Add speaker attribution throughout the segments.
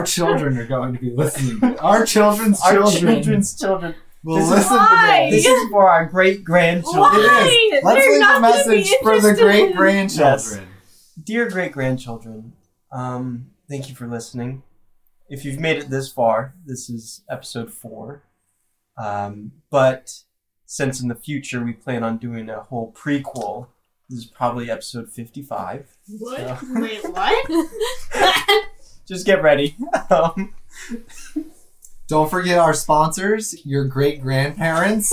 Speaker 1: Our children are going to be listening. To our children's
Speaker 2: Our
Speaker 1: children
Speaker 2: children's children.
Speaker 1: will
Speaker 2: This is
Speaker 1: listen
Speaker 3: why.
Speaker 1: to this.
Speaker 2: This is for our great grandchildren.
Speaker 1: Why?
Speaker 3: Why?
Speaker 1: Let's
Speaker 3: They're
Speaker 1: leave a
Speaker 3: not gonna be
Speaker 1: message for the
Speaker 3: interested
Speaker 1: great
Speaker 3: in-
Speaker 1: grandchildren.
Speaker 2: Dear great grandchildren, um, thank you for listening. If you've made it this far, this is episode four. Um, but since in the future we plan on doing a whole prequel, this is probably episode 55.
Speaker 3: What?
Speaker 2: Yeah.
Speaker 3: Wait, what?
Speaker 2: Just get ready. um,
Speaker 1: Don't forget our sponsors, your great grandparents.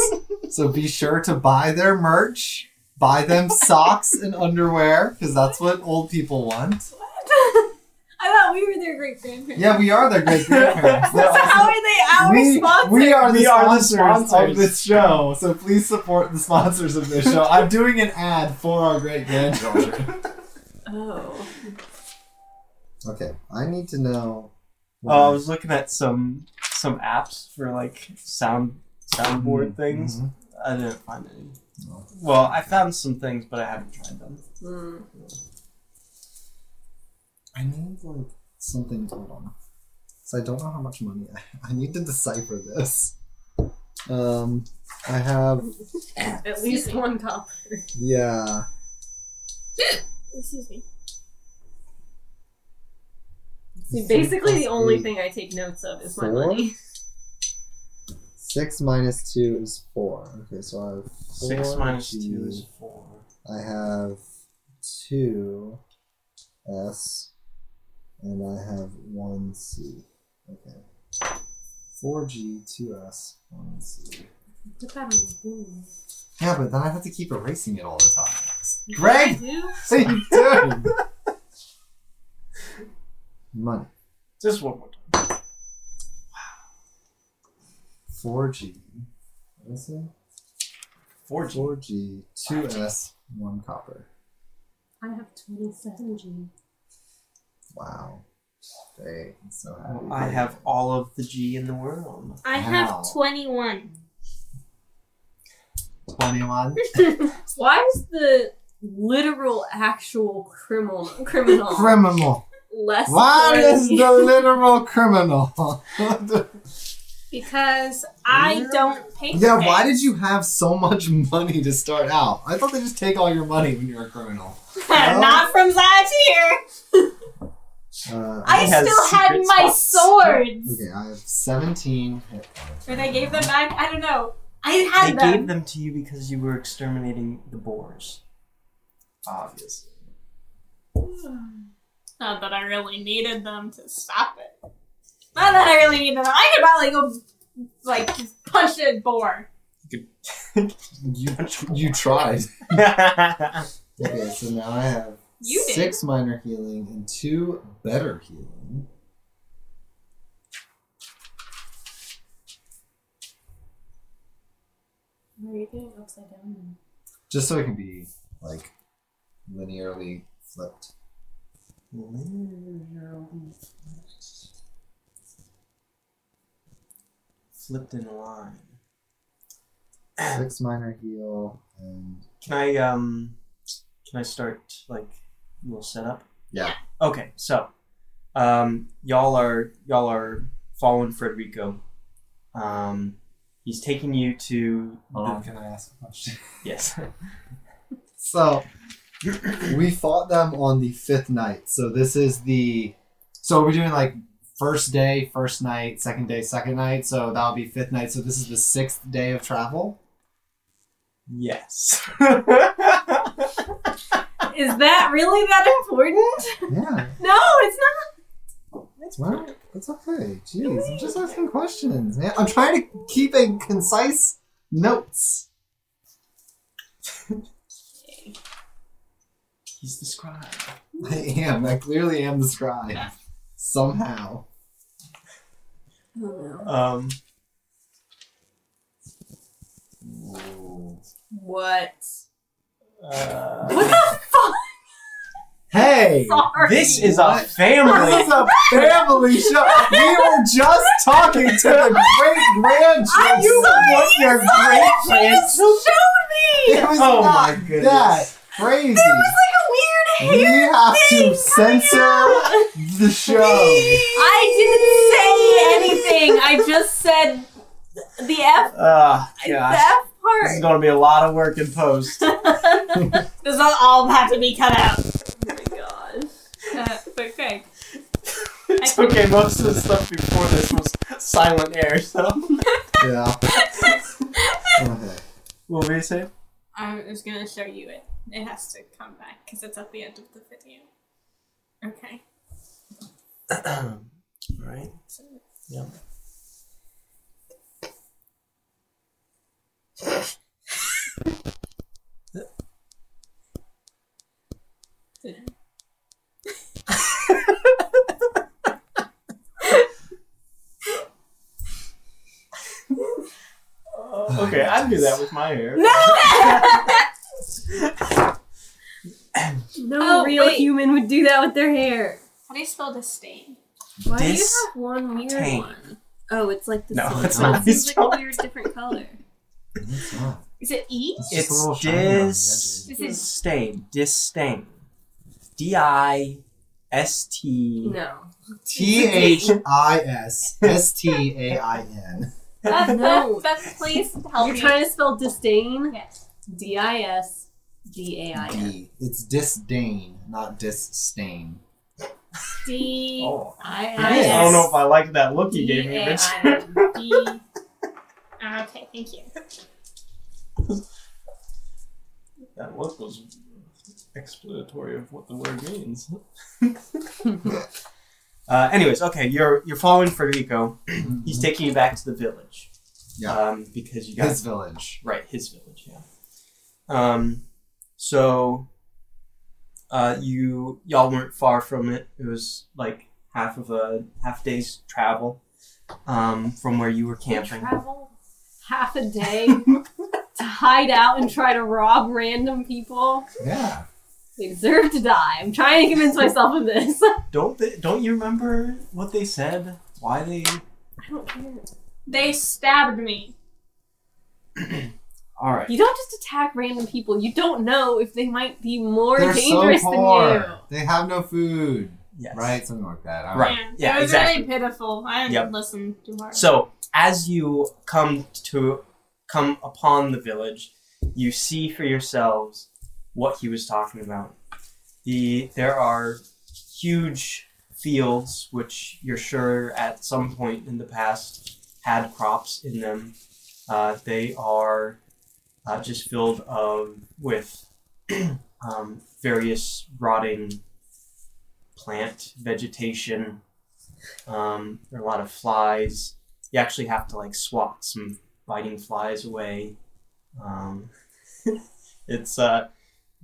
Speaker 1: so be sure to buy their merch, buy them socks and underwear, because that's what old people want.
Speaker 3: I thought we were their great grandparents.
Speaker 1: Yeah, we are their great grandparents. They're also-
Speaker 3: So how are they our
Speaker 1: we,
Speaker 3: sponsor?
Speaker 1: we are the
Speaker 2: We are the
Speaker 1: sponsors, of
Speaker 2: sponsors.
Speaker 1: this show, so please support the sponsors of this show. I'm doing an ad for our great grandchildren.
Speaker 3: oh.
Speaker 1: okay, I need to know.
Speaker 2: oh, I was looking at some some apps for like sound soundboard things.
Speaker 1: Mhm.
Speaker 2: I didn't find any.
Speaker 1: Oh.
Speaker 2: Well, I found some things, but I haven't tried them.
Speaker 3: Mm.
Speaker 1: I need like something. Hold on, so I don't know how much money I. I need to decipher this. Um, I have
Speaker 4: At least one copper.
Speaker 1: yeah.
Speaker 3: Excuse me.
Speaker 4: See, basically,
Speaker 1: Plus
Speaker 4: the only
Speaker 1: eight.
Speaker 4: thing I take notes of is my
Speaker 1: Four?
Speaker 4: money.
Speaker 1: Six minus two is four. Okay, so I have four.
Speaker 2: Six minus two
Speaker 1: G.
Speaker 2: is four.
Speaker 1: I have two S and I have one C. Okay. 4G, 2S, 1C.
Speaker 4: Put that on the board.
Speaker 1: Yeah, but then I have to keep erasing it all the time.
Speaker 4: I
Speaker 1: Greg!
Speaker 4: do.
Speaker 1: What are you doing? Money.
Speaker 2: Just one more.
Speaker 1: 4G. What is it?
Speaker 2: Four G.
Speaker 1: 4G, 2S, 1 copper.
Speaker 4: I have 27 G.
Speaker 1: Wow. Great. I'm so happy.
Speaker 2: Well, I have all of the G in the world.
Speaker 4: I
Speaker 1: Wow.
Speaker 4: have 21.
Speaker 1: 21.
Speaker 4: Why is the literal, actual criminal criminal
Speaker 1: Criminal.
Speaker 4: less?
Speaker 1: Why is
Speaker 4: worthy?
Speaker 1: the literal criminal?
Speaker 3: Because I don't pay.
Speaker 1: yeah, why did you have so much money to start out? I thought they just take all your money when you're a criminal.
Speaker 3: Not from last year.
Speaker 1: Uh,
Speaker 3: I
Speaker 2: It has
Speaker 3: still had
Speaker 2: secret
Speaker 3: my
Speaker 2: spots.
Speaker 3: swords.
Speaker 1: okay, I have 17 hit points.
Speaker 3: Or they gave them back. I don't know. I had
Speaker 2: They
Speaker 3: them.
Speaker 2: gave them to you because you were exterminating the boars. Obviously.
Speaker 3: Not that I really needed them to stop it. Not that I really needed them. I could probably go, like, just punch a boar.
Speaker 1: You, you tried.
Speaker 2: That's
Speaker 1: Okay, so now I have
Speaker 3: You did.
Speaker 1: six minor healing and two better healing.
Speaker 4: Why Are you doing it upside down?
Speaker 1: Just so it can be, like, linearly flipped.
Speaker 2: Flipped in line.
Speaker 1: Six minor heal and.
Speaker 2: Can I um can I start like a little setup?
Speaker 1: Yeah.
Speaker 2: Okay, so um y'all are y'all are following Frederico. Um he's taking you to
Speaker 1: Hold on,
Speaker 2: the,
Speaker 1: can I ask a question?
Speaker 2: yes.
Speaker 1: So we fought them on the fifth night. So this is the so we're doing like first day, first night, second day, second night. So that'll be fifth night. So this is the sixth day of travel.
Speaker 2: Yes.
Speaker 3: Is that really that important?
Speaker 1: Yeah.
Speaker 3: No, it's not.
Speaker 1: Well, that's okay. Jeez, I'm just asking questions, man. I'm trying to keep a concise notes.
Speaker 2: he's the scribe.
Speaker 1: I am. I clearly am the scribe. Somehow.
Speaker 4: I don't know.
Speaker 2: Um
Speaker 3: What? What
Speaker 2: uh,
Speaker 3: the fuck?
Speaker 1: Hey!
Speaker 3: Sorry.
Speaker 2: this is a
Speaker 1: What?
Speaker 2: family
Speaker 1: This is a family show. We were just talking to the great grandchildren.
Speaker 3: I'm
Speaker 1: You
Speaker 3: sorry,
Speaker 1: want your great
Speaker 3: She just
Speaker 1: grandchildren.
Speaker 3: showed me.
Speaker 1: It was
Speaker 2: Oh my
Speaker 1: not
Speaker 2: goodness.
Speaker 1: that crazy.
Speaker 3: There was like a weird
Speaker 1: We have to censor the show.
Speaker 4: I didn't say anything. I just said the F,
Speaker 2: Ah,
Speaker 4: the
Speaker 2: gosh.
Speaker 4: F
Speaker 2: This is
Speaker 4: part.
Speaker 2: going to be a lot of work in post.
Speaker 3: Does not all have to be cut out?
Speaker 4: Oh my gosh.
Speaker 3: Uh, but Craig,
Speaker 2: it's okay. Most of the stuff before this was silent air, so.
Speaker 1: Yeah. Okay.
Speaker 2: What were you saying?
Speaker 3: I was gonna show you it. It has to come back because it's at the end of the video. Okay.
Speaker 2: right. Yeah. Okay, I'd do that with my hair.
Speaker 4: No
Speaker 3: Oh,
Speaker 4: real
Speaker 3: wait.
Speaker 4: human would do that with their hair.
Speaker 3: How do you spell disdain?
Speaker 4: Why do
Speaker 2: Dis-
Speaker 4: you have one weird
Speaker 2: Tame.
Speaker 4: one? Oh, it's like the
Speaker 2: No,
Speaker 4: same
Speaker 2: it's
Speaker 4: one.
Speaker 2: not.
Speaker 4: It's like a weird different color.
Speaker 1: It's not.
Speaker 3: Is it E?
Speaker 1: It's, just a little
Speaker 2: It's
Speaker 1: shiny on the
Speaker 2: dis
Speaker 1: edges.
Speaker 3: Is it-
Speaker 2: stain. Disdain. D I S T.
Speaker 4: No.
Speaker 1: T H I S S T A I N.
Speaker 3: Beth,
Speaker 4: No.
Speaker 3: Beth, Beth, please help
Speaker 4: You're
Speaker 3: me.
Speaker 4: trying to spell disdain?
Speaker 3: Yes.
Speaker 4: D I S D A I N.
Speaker 1: D. It's disdain, not disdain.
Speaker 3: D.
Speaker 2: Oh.
Speaker 4: I
Speaker 2: I
Speaker 1: Yes.
Speaker 2: don't know if I like that look you gave me, Rich.
Speaker 4: D-A-I-N.
Speaker 3: D. E. Ah, Okay, thank you.
Speaker 2: That look was explanatory of what the word means. uh, anyways, okay, you're you're following Federico.
Speaker 1: Mm-hmm.
Speaker 2: He's taking you back to the village.
Speaker 1: Yeah.
Speaker 2: Um, because you guys
Speaker 1: His village.
Speaker 2: Right, his village, yeah. Um, so uh, you y'all weren't far from it. It was like half of a half day's travel um, from where you were camping.
Speaker 4: Travel half a day to hide out and try to rob random people.
Speaker 1: Yeah.
Speaker 4: They deserve to die. I'm trying to convince myself of this. I
Speaker 2: Don't they, don't you remember what they said? Why they?
Speaker 4: don't care.
Speaker 3: They stabbed me.
Speaker 2: All right.
Speaker 4: You don't just attack random people. You don't know if they might be more
Speaker 1: They're so
Speaker 4: dangerous
Speaker 1: poor. They have no food.
Speaker 2: Yes.
Speaker 1: Right? Something like that. I don't
Speaker 2: Right.
Speaker 3: Man,
Speaker 2: Yeah,
Speaker 3: It was
Speaker 2: exactly.
Speaker 3: really pitiful. I didn't
Speaker 2: Yep.
Speaker 3: listen too hard.
Speaker 2: So as you come to come upon the village, you see for yourselves what he was talking about. The there are huge fields which you're sure at some point in the past had crops in them. Uh, they are uh, just filled of with um, various rotting plant vegetation. Um, there are a lot of flies. You actually have to like swat some biting flies away. Um, it's uh,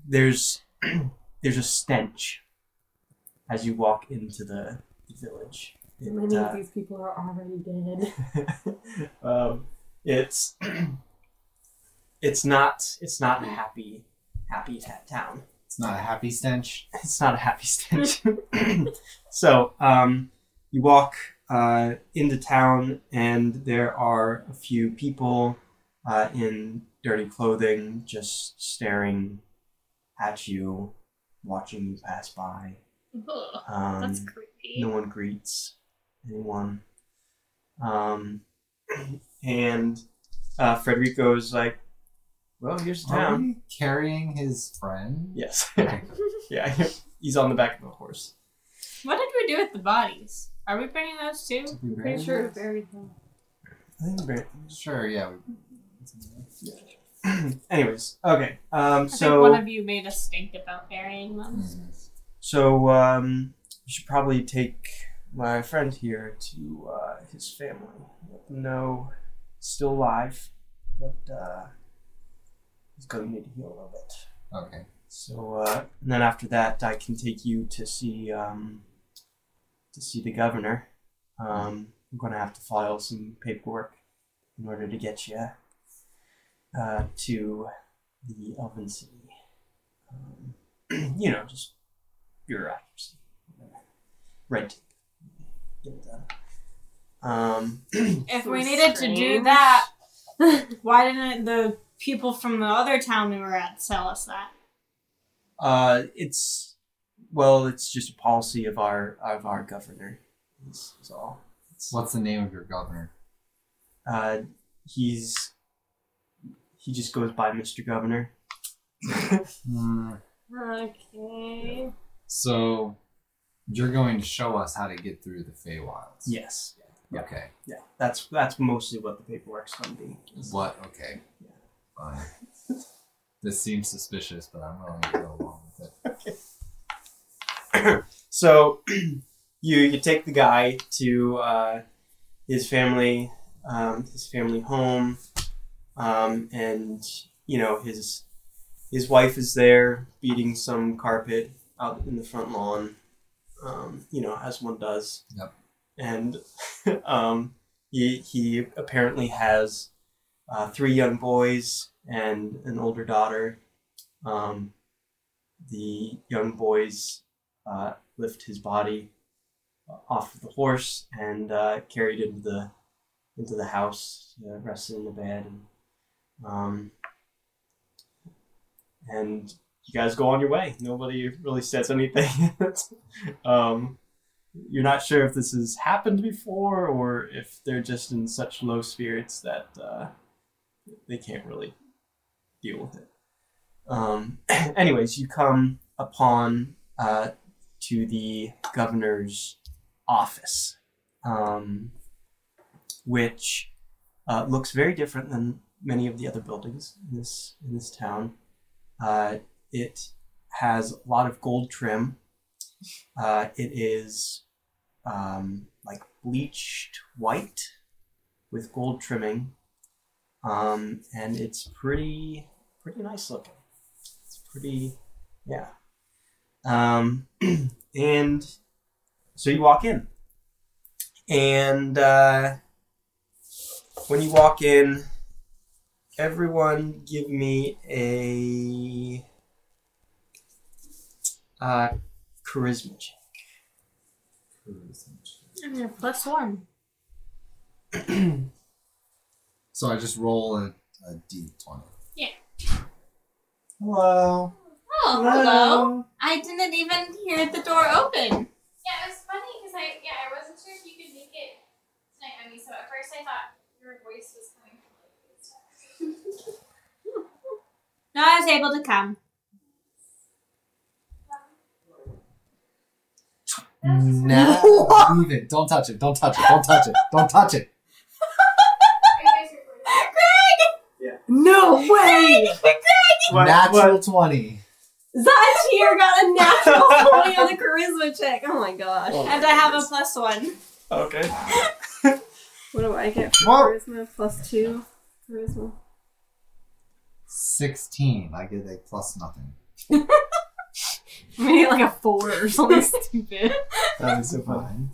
Speaker 2: there's there's a stench as you walk into the, the village. It,
Speaker 4: Many
Speaker 2: uh,
Speaker 4: of these people are already dead.
Speaker 2: um, it's it's not it's not a happy happy ta- town.
Speaker 1: It's not a happy stench.
Speaker 2: It's not a happy stench. so um, you walk uh, into town, and there are a few people uh, in dirty clothing just staring at you, watching you pass by.
Speaker 3: Ugh,
Speaker 2: Um,
Speaker 3: that's creepy.
Speaker 2: no one greets anyone. Um, and uh, Federico is like, "Well, here's the
Speaker 1: Are
Speaker 2: town."
Speaker 1: we carrying his friend?
Speaker 2: Yes,
Speaker 1: Okay.
Speaker 2: yeah, he's on the back of a horse.
Speaker 3: What did we do with the bodies? Are we bringing those too?
Speaker 1: Did we bury
Speaker 4: Pretty sure
Speaker 1: him?
Speaker 4: buried them.
Speaker 2: I think. we're-
Speaker 1: Sure, yeah.
Speaker 4: Um,
Speaker 2: Anyways, okay. Um,
Speaker 3: I
Speaker 2: so
Speaker 3: think one of you made a stink about burying them.
Speaker 1: Mm.
Speaker 2: So um, we should probably take my friend here to uh, his family. Let them know he's still alive, but uh, he's going to need to heal a little bit.
Speaker 1: Okay.
Speaker 2: So uh, and then after that, I can take you to see um, to see the governor. Um, I'm gonna have to file some paperwork in order to get you uh, to the Elven City. Um, you know, just bureaucracy, whatever. red tape. Get it done. Um,
Speaker 3: If
Speaker 4: So
Speaker 3: we needed to do
Speaker 4: strange.
Speaker 3: that, why didn't the people from the other town we were at tell us that?
Speaker 2: Uh, it's Well, it's just a policy of our of our governor. That's, that's all.
Speaker 1: What's the name of your governor?
Speaker 2: Uh, he's he just goes by Mr. Governor.
Speaker 1: Hmm,
Speaker 4: Okay.
Speaker 1: so you're going to show us how to get through the Feywilds.
Speaker 2: Yes. Yeah.
Speaker 1: Okay.
Speaker 2: Yeah. That's that's mostly what the paperwork's gonna be.
Speaker 1: What? Okay. Fine. this seems suspicious, but I'm willing to go along with it.
Speaker 2: So you you take the guy to uh, his family um, his family home, um, and you know his his wife is there beating some carpet out in the front lawn, um, you know as one does.
Speaker 1: Yep.
Speaker 2: And um, he he apparently has uh, three young boys and an older daughter. Um, the young boys uh, lift his body uh, off of the horse and uh, carried into the into the house, uh, rested in the bed, and um, and you guys go on your way. Nobody really says anything. um, you're not sure if this has happened before or if they're just in such low spirits that uh, they can't really deal with it. Um, anyways, you come upon uh, to the governor's office, um, which uh, looks very different than many of the other buildings in this in this town. Uh, it has a lot of gold trim. Uh, it is um, like bleached white with gold trimming, um, and it's pretty pretty nice looking. It's pretty, yeah. Um, and so you walk in. And uh, when you walk in, everyone give me a uh, charisma check.
Speaker 3: I'm gonna plus one.
Speaker 1: So I just roll a, a d20.
Speaker 2: Hello.
Speaker 3: Oh, hello. I didn't even hear the door open.
Speaker 5: Yeah, it was funny because I yeah I wasn't sure if you could make it tonight, Emmy. So at first I thought your voice was coming from like the
Speaker 3: No, I was able to come.
Speaker 1: Now leave it. Don't touch it. Don't touch it. Don't touch it. Don't touch it.
Speaker 5: Are you guys recording?
Speaker 4: No way!
Speaker 2: What-
Speaker 1: Natural
Speaker 2: what-
Speaker 1: 20.
Speaker 4: Zatier got a natural 20 on the charisma check. Oh my gosh.
Speaker 2: Oh,
Speaker 3: And I have a plus
Speaker 1: Um,
Speaker 3: one.
Speaker 2: Okay.
Speaker 4: What do I get for
Speaker 1: Whoa.
Speaker 4: charisma? Plus two charisma.
Speaker 1: 16. I get a plus nothing.
Speaker 4: Maybe like a four or something stupid.
Speaker 2: That is so funny.
Speaker 1: Fine.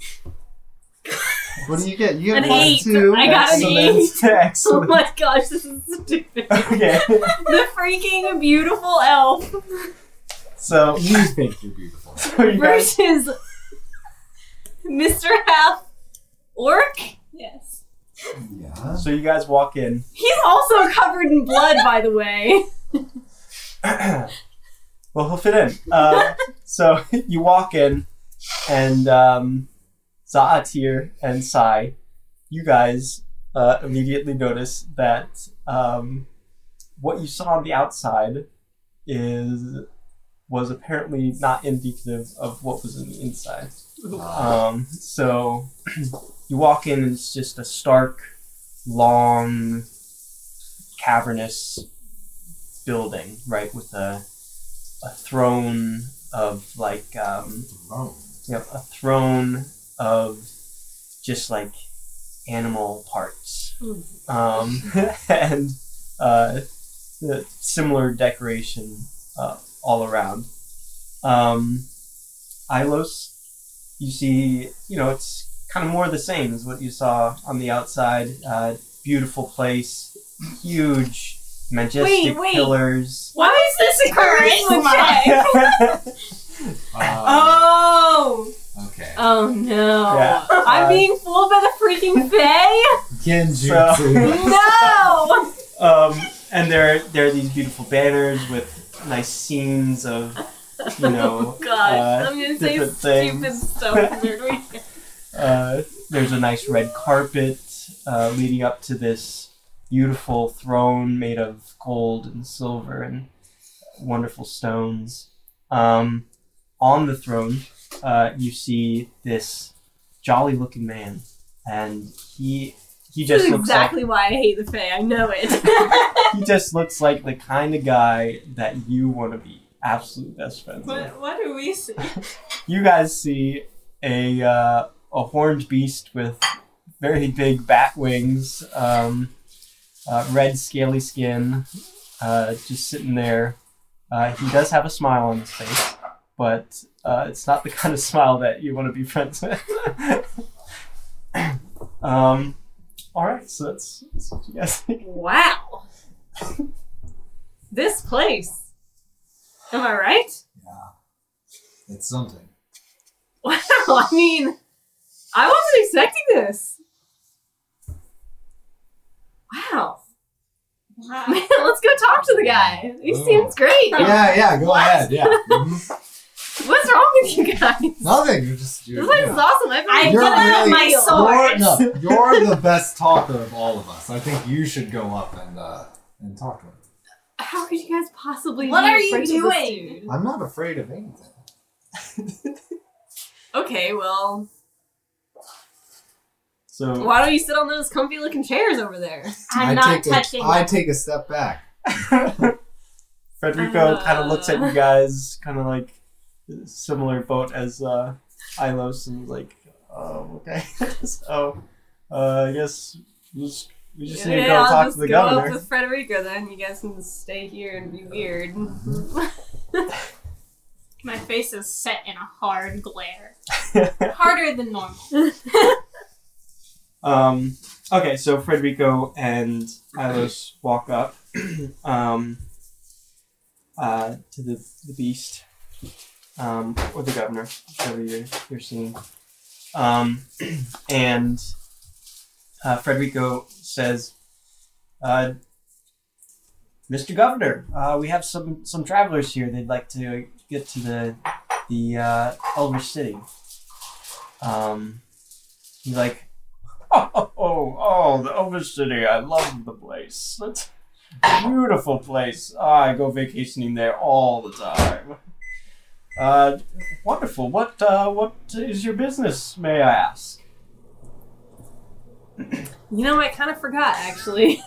Speaker 1: What do you get? You get
Speaker 4: An
Speaker 1: plus
Speaker 4: eight.
Speaker 1: two.
Speaker 4: I got an E. eight.
Speaker 2: Excellent.
Speaker 4: Oh
Speaker 2: Excellent.
Speaker 4: my gosh, this is stupid.
Speaker 2: Okay.
Speaker 4: The freaking beautiful elf
Speaker 2: So,
Speaker 1: You think you're beautiful.
Speaker 2: so you guys
Speaker 4: versus Mr. Half Orc. Yes.
Speaker 1: Yeah.
Speaker 2: so you guys walk in.
Speaker 4: He's also covered in blood, by the way.
Speaker 2: well, he'll fit in. Uh, so you walk in, and um, Zaatir and Sai, you guys uh, immediately notice that um, what you saw on the outside is was apparently not indicative of what was in the inside.
Speaker 3: Oh.
Speaker 2: Um, so you walk in, and it's just a stark, long, cavernous building, right, with a a throne of like um,
Speaker 1: Wrong.
Speaker 2: you know, a throne of just like animal parts,
Speaker 4: Hmm.
Speaker 2: um, and uh, the similar decoration uh, all around. Um, Ilos, you see, you know, it's kind of more of the same as what you saw on the outside. Uh, beautiful place, huge, majestic
Speaker 4: wait.
Speaker 2: pillars.
Speaker 4: Why is this Oh a charisma
Speaker 3: Charisma.
Speaker 4: check?
Speaker 1: Uh,
Speaker 4: Oh.
Speaker 1: okay.
Speaker 4: Oh no.
Speaker 2: Yeah.
Speaker 4: I'm
Speaker 2: Uh,
Speaker 4: being fooled by the freaking Fae?
Speaker 1: Genjutsu.
Speaker 4: No!
Speaker 2: um, and there there are these beautiful banners with nice scenes of you know,
Speaker 4: Oh,
Speaker 3: Gosh,
Speaker 2: uh,
Speaker 3: I'm gonna say
Speaker 2: different
Speaker 3: stupid
Speaker 2: things.
Speaker 3: stuff every week.
Speaker 2: uh, there's a nice red carpet uh, leading up to this beautiful throne made of gold and silver and wonderful stones. Um, on the throne, uh, you see this jolly-looking man, and he he
Speaker 4: This
Speaker 2: just
Speaker 4: is
Speaker 2: looks like
Speaker 4: exactly why I hate the Fae. I know it.
Speaker 2: he just looks like the kind of guy that you want to be absolute best friends with.
Speaker 3: What, what do we see?
Speaker 2: You guys see a uh, a horned beast with very big bat wings, um, uh, red scaly skin, uh, just sitting there. Uh, he does have a smile on his face, but uh, it's not the kind of smile that you want to be friends with. um, all right, so that's, that's what you guys think.
Speaker 4: wow. This place. Am I right?
Speaker 1: It's something.
Speaker 4: Wow. I mean, I wasn't expecting this. Wow. Man, let's go talk to the guy. He
Speaker 2: Oh.
Speaker 1: Ooh.
Speaker 4: seems great.
Speaker 1: Yeah, yeah, go
Speaker 4: What?
Speaker 1: ahead. Yeah. Mhm.
Speaker 4: What's wrong with you guys?
Speaker 1: Nothing. You're just.
Speaker 4: This
Speaker 1: You're,
Speaker 4: place
Speaker 1: yeah.
Speaker 4: is awesome. I've
Speaker 3: I
Speaker 1: You're
Speaker 3: put out
Speaker 1: really-
Speaker 3: my
Speaker 1: You're,
Speaker 3: sword.
Speaker 1: no, you're the best talker of all of us. I think you should go up and uh, and talk to him.
Speaker 4: How could you guys possibly?
Speaker 3: What
Speaker 4: be
Speaker 3: are you
Speaker 4: afraid of this
Speaker 3: doing?
Speaker 4: dude?
Speaker 1: I'm not afraid of anything.
Speaker 4: Okay, well,
Speaker 2: So
Speaker 4: why don't you sit on those comfy looking chairs over there?
Speaker 3: I'm
Speaker 1: I
Speaker 3: not
Speaker 1: take a-
Speaker 3: touching.
Speaker 1: I take a step back.
Speaker 2: Federico kind
Speaker 4: Uh.
Speaker 2: of looks at you guys, kind of like similar boat as uh, Ilos, and he's like, oh, okay. so, uh, I guess we just, we just need to go
Speaker 4: I'll
Speaker 2: talk
Speaker 4: just
Speaker 2: to the
Speaker 4: go up
Speaker 2: governor.
Speaker 4: with Frederico then. You guys can stay here and be weird.
Speaker 2: Mm-hmm.
Speaker 3: my face is set in a hard glare, harder than normal.
Speaker 2: um, okay, so Federico and Ilos walk up um, uh, to the, the beast, um, or the governor, whatever you're, you're seeing. Um, and uh, Frederico says, uh, "Mr. Governor, uh, we have some some travelers here. They'd like to get to the the uh, Elver City." Um, he's like, "Oh, oh, oh, oh, the Elver City! I love the place. That's a beautiful place. Ah, I go vacationing there all the time." Uh, wonderful. What uh, what is your business, may I ask?
Speaker 4: You know, I kind of forgot actually.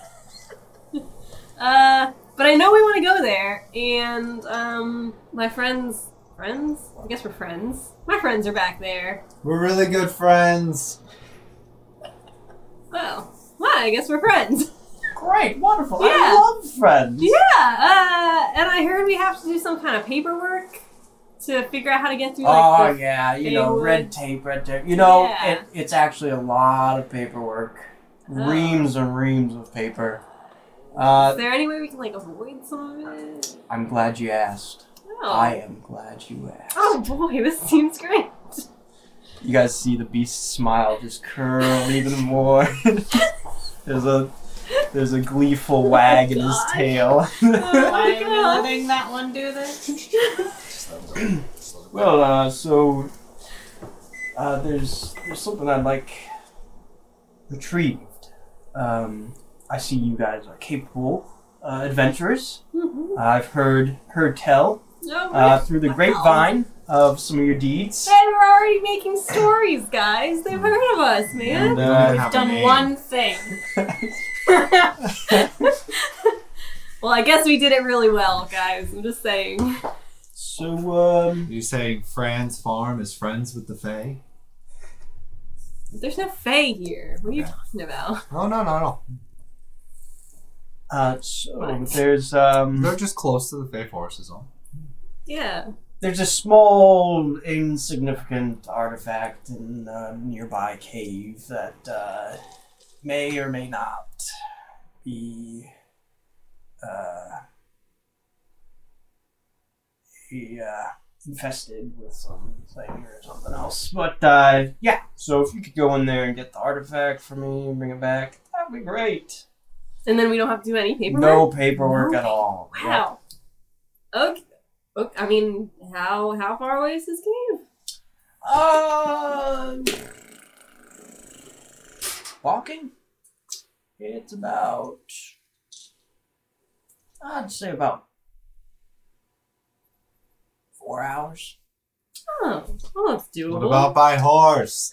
Speaker 4: uh, but I know we want to go there, and um, my friends, friends, I guess we're friends. My friends are back there.
Speaker 1: We're really good friends.
Speaker 4: Well, Oh, well, I guess we're friends.
Speaker 2: Great, wonderful.
Speaker 4: Yeah.
Speaker 2: I love friends.
Speaker 4: yeah. Uh, and I heard we have to do some kind of paperwork to figure out how to get through. Like,
Speaker 2: oh
Speaker 4: the-
Speaker 2: yeah, you
Speaker 4: they
Speaker 2: know,
Speaker 4: would-
Speaker 2: red tape, red tape. You know,
Speaker 4: Yeah.
Speaker 2: it, it's actually a lot of paperwork,
Speaker 4: Oh.
Speaker 2: reams and reams of paper.
Speaker 4: Is
Speaker 2: Uh,
Speaker 4: there any way we can like avoid some of it?
Speaker 2: I'm glad you asked.
Speaker 4: Oh.
Speaker 2: I am glad you asked.
Speaker 4: Oh boy, this seems great.
Speaker 2: You guys see the beast's smile just curl even more. there's a there's a gleeful wag in his
Speaker 4: gosh.
Speaker 2: tail.
Speaker 4: Oh
Speaker 3: Why
Speaker 4: my
Speaker 3: am I
Speaker 4: god.
Speaker 3: letting that one do this?
Speaker 1: Just let him go. Just let him go.
Speaker 2: Well, uh, so uh, there's there's something I'd like retrieved. Um, I see you guys are capable uh, adventurers.
Speaker 4: Mhm.
Speaker 2: I've heard heard tell
Speaker 4: No, we're-
Speaker 2: uh, through the grapevine of some of your deeds.
Speaker 4: They were already making stories, guys.
Speaker 2: Hmm.
Speaker 4: They've heard of us,
Speaker 2: And,
Speaker 4: man.
Speaker 1: We don't even
Speaker 2: uh,
Speaker 1: have a
Speaker 3: Done
Speaker 1: name.
Speaker 3: one thing.
Speaker 4: Well, I guess we did it really well, guys. I'm just saying.
Speaker 2: so um,
Speaker 1: You saying Fran's farm is friends with the Fae?
Speaker 4: There's no Fae here. What are you
Speaker 1: Okay.
Speaker 4: talking about?
Speaker 1: No, no, no, no.
Speaker 2: uh, so
Speaker 4: What?
Speaker 2: there's
Speaker 3: Hmm.
Speaker 2: um,
Speaker 1: They're just close to the Fae forest, is all.
Speaker 4: Yeah.
Speaker 2: There's a small, insignificant artifact in a nearby cave that uh, may or may not be uh, be, uh, infested with something or something else. But uh, yeah, so if you could go in there and get the artifact for me and bring it back, that'd be great.
Speaker 4: And then we don't have to do any paperwork.
Speaker 2: No paperwork
Speaker 4: No.
Speaker 2: at all.
Speaker 4: Wow. Okay. Okay, I mean, how how far away is this cave?
Speaker 2: Um, walking, it's about, I'd say about four hours.
Speaker 4: Oh, well, that's doable.
Speaker 1: What about by horse?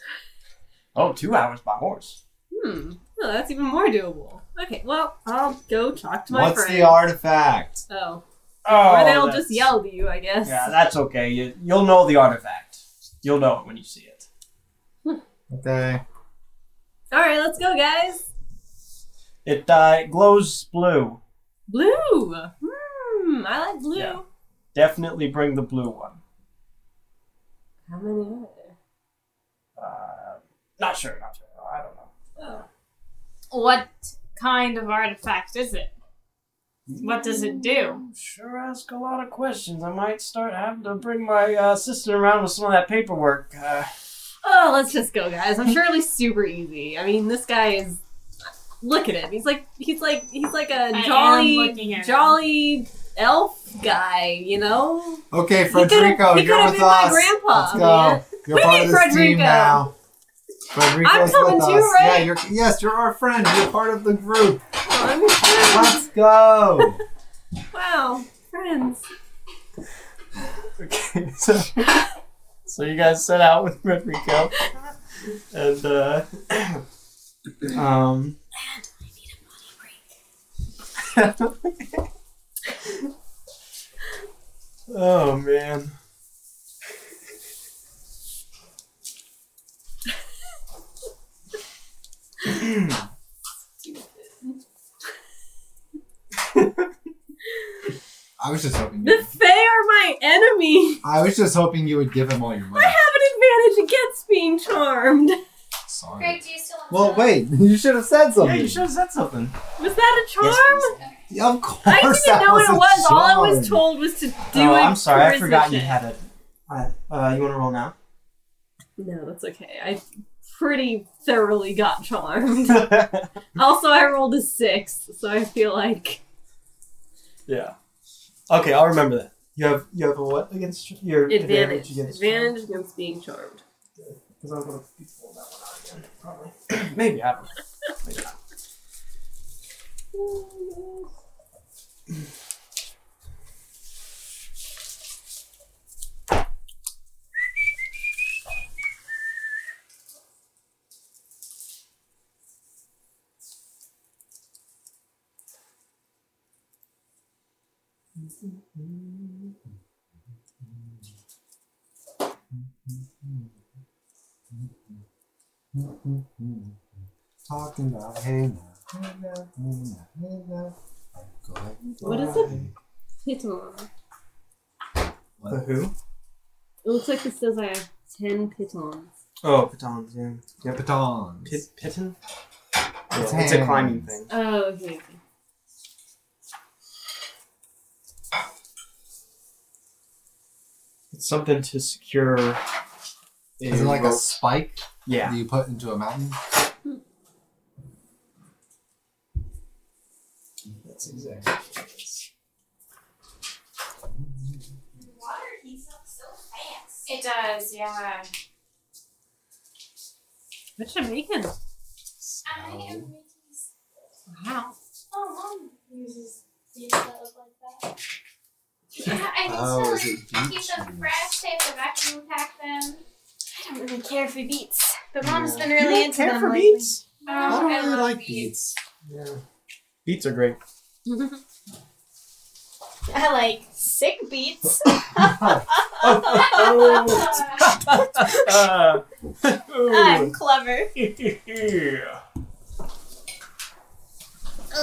Speaker 2: Oh, two hours by horse.
Speaker 4: Hmm. Oh, that's even more doable. Okay, well, I'll go talk to my
Speaker 1: What's
Speaker 4: friend.
Speaker 1: the artifact?
Speaker 4: Oh,
Speaker 2: Oh,
Speaker 4: or they'll
Speaker 2: that's-
Speaker 4: just yell at you, I guess.
Speaker 2: Yeah, that's okay. You, you'll know the artifact. You'll know it when you see it.
Speaker 1: Okay.
Speaker 4: All right, let's go, guys.
Speaker 2: It uh, it glows blue.
Speaker 4: Blue. Hmm. I like blue.
Speaker 2: Yeah. Definitely bring the blue one.
Speaker 4: How many are there?
Speaker 2: Uh, not sure. Not sure. I don't know.
Speaker 3: What kind of artifact is it? What does it do?
Speaker 2: Sure, ask a lot of questions. I might start having to bring my uh, assistant around with some of that paperwork. Uh,
Speaker 4: Oh, let's just go, guys. I'm sure it'll be super easy. I mean, this guy is. Look at him. He's like he's like he's like a
Speaker 3: I am looking
Speaker 4: jolly
Speaker 3: at him.
Speaker 4: jolly elf guy. You know.
Speaker 1: Okay,
Speaker 4: could've-
Speaker 1: Frederico,
Speaker 4: he
Speaker 1: you're
Speaker 4: could've
Speaker 1: with
Speaker 4: been my
Speaker 1: us.
Speaker 4: grandpa,
Speaker 1: Let's go.
Speaker 4: man.
Speaker 1: You're
Speaker 4: What do you
Speaker 1: part
Speaker 4: mean,
Speaker 1: of this team
Speaker 4: Frederico?
Speaker 1: now. Frederico's
Speaker 4: I'm coming
Speaker 1: with
Speaker 4: too,
Speaker 1: us. Yeah,
Speaker 4: right?
Speaker 1: you're, yes, you're our friend. You're part of the group.
Speaker 4: I'm friends.
Speaker 1: Let's go.
Speaker 4: Wow, friends.
Speaker 2: okay, so, so you guys set out with Rico, and uh, um. oh man.
Speaker 1: I was just hoping.
Speaker 4: The
Speaker 1: You,
Speaker 4: Fae are my enemy.
Speaker 1: I was just hoping you would give him all your money.
Speaker 4: I have an advantage against being charmed.
Speaker 5: Greg,
Speaker 1: Sorry.
Speaker 5: do you still want
Speaker 1: Well,
Speaker 5: to-
Speaker 1: wait. You should have said something.
Speaker 2: Yeah, you should have said something.
Speaker 4: Was that a charm?
Speaker 5: Okay.
Speaker 1: Yeah, Of course.
Speaker 4: I didn't
Speaker 1: that
Speaker 4: know what
Speaker 1: a
Speaker 4: it was. All I
Speaker 1: charm.
Speaker 4: was told was to do
Speaker 2: oh,
Speaker 4: it.
Speaker 2: I'm sorry. I
Speaker 4: charisma
Speaker 2: forgot you
Speaker 4: check.
Speaker 2: had it. Uh, uh, you want to roll now?
Speaker 4: No, that's okay. I pretty thoroughly got charmed. also, I rolled a six, so I feel like
Speaker 2: Yeah. Okay, I'll remember that. You have you have a what against your
Speaker 4: advantage.
Speaker 2: against
Speaker 4: Advantage against being charmed.
Speaker 2: Because I'm gonna be pulling that one out again, probably. Maybe I don't. know. Maybe not.
Speaker 1: Talking about hey now, hey now, hey now, hey now. I'm going
Speaker 4: What is it? Piton.
Speaker 2: The who?
Speaker 4: It looks like this says I have ten pitons.
Speaker 2: Oh, pitons. Yeah.
Speaker 1: to Pitons.
Speaker 2: Pit piton.
Speaker 1: It's
Speaker 2: Yeah, it's a
Speaker 1: hands.
Speaker 2: climbing thing.
Speaker 4: Oh, okay. okay.
Speaker 2: It's something to secure.
Speaker 1: Is it like a
Speaker 2: rope.
Speaker 1: spike
Speaker 2: Yeah.
Speaker 1: that you put into a mountain?
Speaker 2: That's exactly. What it is.
Speaker 5: Water heats up so fast. It does, yeah.
Speaker 3: What you making?
Speaker 5: I
Speaker 1: Oh.
Speaker 5: am making. s-
Speaker 3: Wow.
Speaker 5: Oh, mom uses these that look like that. Yeah, I need to
Speaker 1: Oh,
Speaker 5: like
Speaker 1: is it beach?
Speaker 5: keep them fresh. They have to vacuum pack them.
Speaker 3: I don't really care for beets, but
Speaker 2: Mom's
Speaker 3: mom's
Speaker 2: been
Speaker 3: been really
Speaker 2: you don't
Speaker 3: into
Speaker 2: care
Speaker 3: them
Speaker 2: for beats?
Speaker 1: I don't
Speaker 5: Oh, I
Speaker 1: really
Speaker 5: love
Speaker 1: like
Speaker 5: beets.
Speaker 1: beets.
Speaker 2: Yeah. Beats are great.
Speaker 3: I like sick beets.
Speaker 2: Oh. Uh, Oh.
Speaker 3: I'm clever.
Speaker 2: yeah.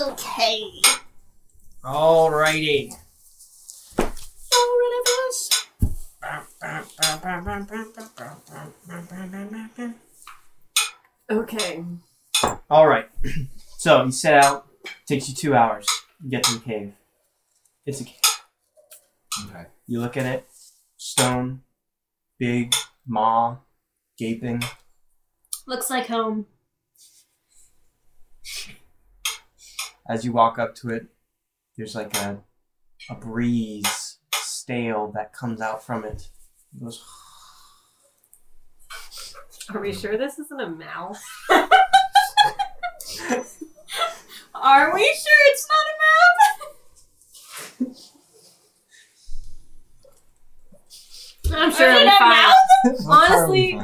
Speaker 3: Okay.
Speaker 2: Alrighty.
Speaker 4: Okay.
Speaker 2: All right. So you set out. Takes you two hours. You get to the cave. It's a cave.
Speaker 1: Okay.
Speaker 2: You look at it. Stone, big, maw, gaping.
Speaker 3: Looks like home.
Speaker 2: As you walk up to it, there's like a a breeze s- stale that comes out from it. It goes,
Speaker 4: Are we sure this isn't a mouse?
Speaker 3: Are we sure it's not a mouth?
Speaker 4: I'm sure
Speaker 3: Is
Speaker 4: it'll be
Speaker 3: it a
Speaker 4: fine.
Speaker 3: mouth?
Speaker 4: Honestly-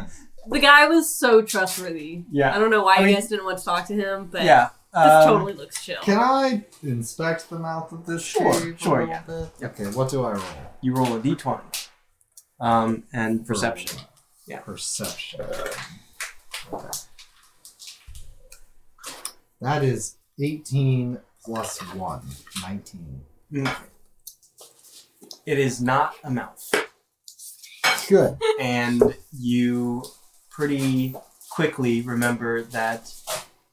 Speaker 4: The guy was so trustworthy.
Speaker 2: yeah,
Speaker 4: I don't know why
Speaker 2: I
Speaker 4: you
Speaker 2: mean-
Speaker 4: guys didn't want to talk to him, but
Speaker 2: yeah.
Speaker 4: this
Speaker 2: um,
Speaker 4: totally looks chill.
Speaker 1: Can I inspect the mouth of this
Speaker 2: Sure,
Speaker 1: cave a
Speaker 2: sure,
Speaker 1: little
Speaker 2: yeah.
Speaker 1: bit? Okay, what do I roll?
Speaker 2: You roll a d20. Um, and perception. Yeah.
Speaker 1: Perception. Okay. That is 18 plus 1. 19.
Speaker 2: It is not a mouth.
Speaker 1: Good.
Speaker 2: and you pretty quickly remember that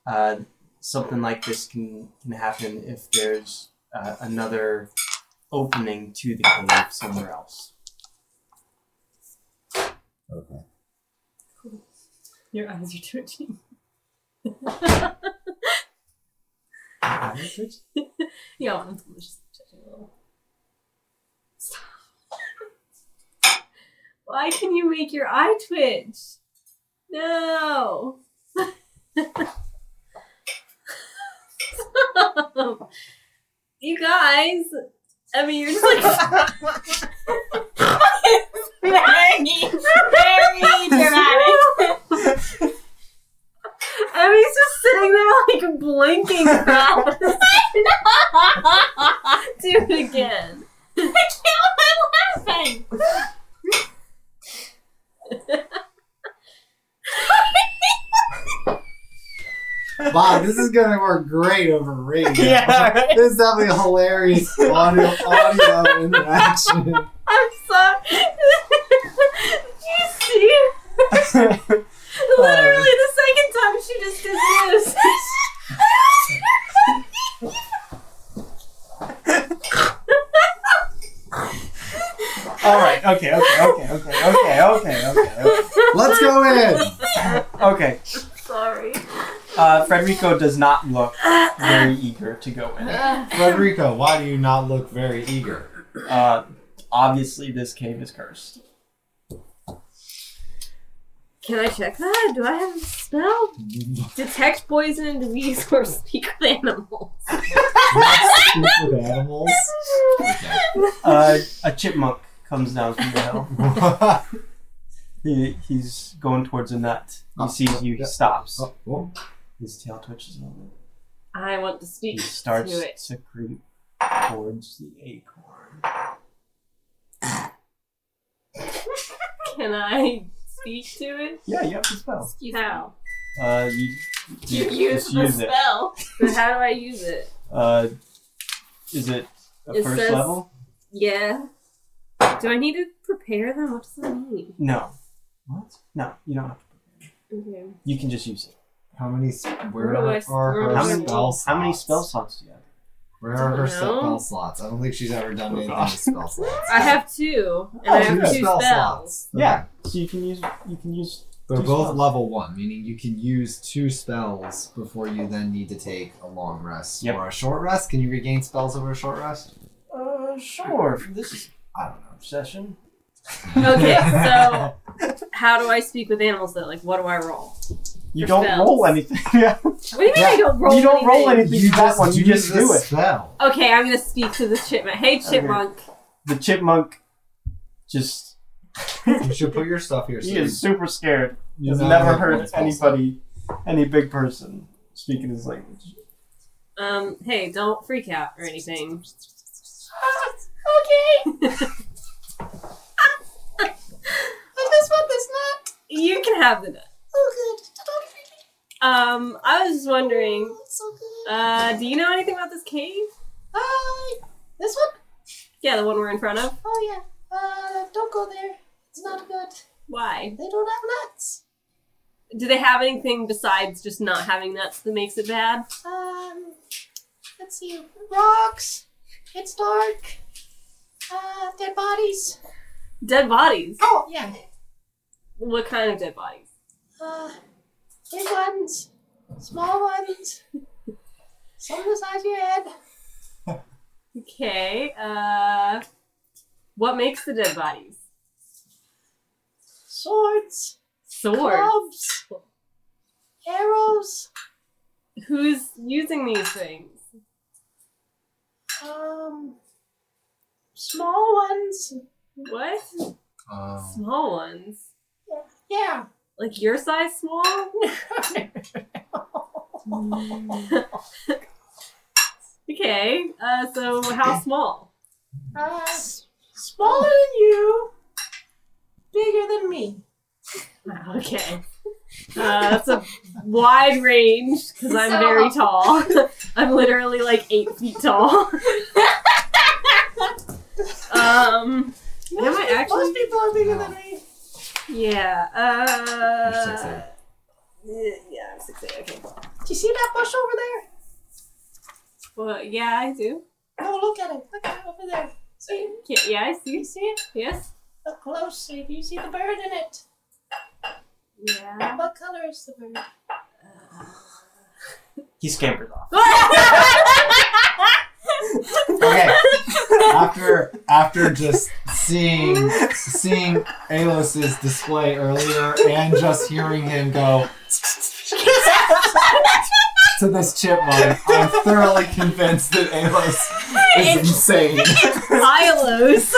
Speaker 2: uh, something like this can, can happen if there's uh, another opening to the cave somewhere else.
Speaker 1: Okay.
Speaker 4: Your eyes are twitching. Yeah, I'm just twitching a little. Stop. Why can you make your eye twitch? No. Stop. You guys, I mean, you're just like
Speaker 3: Very, very dramatic.
Speaker 4: Emmy's just sitting there like blinking fast. Do it again.
Speaker 3: I'm laughing.
Speaker 1: Wow, this is going to work great over radio.
Speaker 2: right.
Speaker 1: This is definitely a hilarious audio, audio interaction.
Speaker 4: I'm sorry. Did you see? Literally the second time she just did this.
Speaker 2: all right. Okay. Okay. Okay. Okay. Okay. Okay. Okay. Okay.
Speaker 1: Let's go in!
Speaker 2: okay.
Speaker 4: sorry.
Speaker 2: Uh, Frederico does not look very eager to go in.
Speaker 1: Frederico, why do you not look very eager?
Speaker 2: Uh, obviously, this cave is cursed.
Speaker 4: Can I check that? Do I have a spell? Detect poison and disease or speak with animals.
Speaker 1: Sleep with animals? Okay.
Speaker 2: uh, a chipmunk comes down from the hill.
Speaker 1: Oh,
Speaker 2: He, he's going towards a nut. He
Speaker 1: Oh.
Speaker 2: sees you. He
Speaker 1: Yeah.
Speaker 2: stops.
Speaker 1: Oh, oh.
Speaker 2: His tail twitches a little bit.
Speaker 4: I want to
Speaker 2: He
Speaker 4: speak
Speaker 2: starts
Speaker 4: to it.
Speaker 2: to creep towards the acorn.
Speaker 4: Can I speak to it?
Speaker 2: Yeah, you have the spell.
Speaker 3: Excuse me.
Speaker 4: How?
Speaker 2: Uh, you,
Speaker 3: You
Speaker 2: you
Speaker 3: use
Speaker 2: just
Speaker 3: the
Speaker 2: use it.
Speaker 3: spell.
Speaker 4: But how do I use it?
Speaker 2: Uh, is it a
Speaker 4: It
Speaker 2: first
Speaker 4: says-
Speaker 2: level?
Speaker 4: Yeah. Do I need to prepare them? What does that mean?
Speaker 2: No. What? No, you don't have to.
Speaker 4: Okay.
Speaker 2: You can just use it.
Speaker 1: How many? s- Where
Speaker 4: do I
Speaker 1: are
Speaker 4: s- where
Speaker 1: her
Speaker 4: do I
Speaker 2: roll?
Speaker 1: spell
Speaker 2: How many spell
Speaker 1: slots?
Speaker 2: slots do you have?
Speaker 1: Where are her
Speaker 4: I don't know.
Speaker 1: spell slots? I don't think she's ever done
Speaker 2: Oh,
Speaker 1: anything
Speaker 2: gosh.
Speaker 1: with spell slots.
Speaker 4: I have two, and I
Speaker 2: Oh,
Speaker 4: have
Speaker 2: good.
Speaker 4: two
Speaker 1: Spell
Speaker 4: spells.
Speaker 1: slots. Okay.
Speaker 2: Yeah. So you can use. You can use.
Speaker 1: They're
Speaker 2: Two
Speaker 1: both
Speaker 2: spells.
Speaker 1: level one, meaning you can use two spells before you then need to take a long rest
Speaker 2: Yep.
Speaker 1: or a short rest. Can you regain spells over a short rest?
Speaker 2: Uh, sure. For this
Speaker 1: I don't know.
Speaker 2: session.
Speaker 4: Okay, so how do I speak with animals though? Like, what do I roll?
Speaker 2: You
Speaker 4: For
Speaker 2: don't
Speaker 4: spells.
Speaker 2: roll anything. Yeah.
Speaker 4: What do you mean I
Speaker 1: Yeah,
Speaker 4: don't roll?
Speaker 2: you don't roll
Speaker 4: anything?
Speaker 2: anything for that one. You
Speaker 1: use
Speaker 2: just
Speaker 1: the
Speaker 2: do it.
Speaker 1: Spell.
Speaker 4: Okay, I'm gonna speak to this chipmunk. Hey, chipmunk.
Speaker 2: The chipmunk just
Speaker 1: You should put your stuff here. So
Speaker 2: he
Speaker 1: you-
Speaker 2: is super scared.
Speaker 1: you
Speaker 2: He's
Speaker 1: know
Speaker 2: never
Speaker 1: how to roll
Speaker 2: heard
Speaker 1: spell slots.
Speaker 2: anybody, any big person speaking his language.
Speaker 4: Um, hey, don't freak out or anything.
Speaker 3: okay. I just want this nut.
Speaker 4: You can have the nut.
Speaker 3: Oh, good.
Speaker 4: Um, I was just wondering,
Speaker 3: Oh, it's so good.
Speaker 4: uh, do you know anything about this cave?
Speaker 3: Uh, this one?
Speaker 4: Yeah, the one we're in front of.
Speaker 3: Oh, yeah. Uh, don't go there. It's not good.
Speaker 4: Why?
Speaker 3: They don't have nuts.
Speaker 4: Do they have anything besides just not having nuts that makes it bad?
Speaker 3: Um, let's see. Rocks. It's dark. Uh, dead bodies.
Speaker 4: Dead bodies.
Speaker 3: Oh, yeah.
Speaker 4: What kind of dead bodies?
Speaker 3: Uh, big ones, small ones, some the size of your head.
Speaker 4: Okay. Uh, What makes the dead bodies?
Speaker 2: Swords,
Speaker 3: Oh.
Speaker 4: Swords.
Speaker 2: clubs, arrows.
Speaker 4: Who's using these things?
Speaker 2: Um, small ones.
Speaker 4: What?
Speaker 1: Um,
Speaker 4: Small ones.
Speaker 2: Yeah.
Speaker 4: Like your size small? okay, uh, so how small?
Speaker 2: Uh, smaller than you, bigger than me.
Speaker 4: Okay. Uh, that's a wide range because I'm very tall. I'm literally like eight feet tall. um, am I
Speaker 2: pe-
Speaker 4: actually-
Speaker 2: Most people are bigger than me.
Speaker 4: yeah.
Speaker 1: You're
Speaker 4: Uh,
Speaker 1: 6'8".
Speaker 4: yeah, I'm six eight. Okay.
Speaker 2: Do you see that bush over there?
Speaker 4: Well, yeah, I do.
Speaker 2: Oh, look at it. Look at it over there. See?
Speaker 4: Yeah, yeah I
Speaker 2: Do you see
Speaker 4: see.
Speaker 2: it?
Speaker 4: Yes.
Speaker 2: Look closely. Do you see the bird in it?
Speaker 4: Yeah.
Speaker 2: What color is the bird? He scampered off.
Speaker 1: Okay. after after just seeing seeing Alos's display earlier and just hearing him go to this chipmunk, I'm thoroughly convinced that Alos is insane.
Speaker 4: Silos.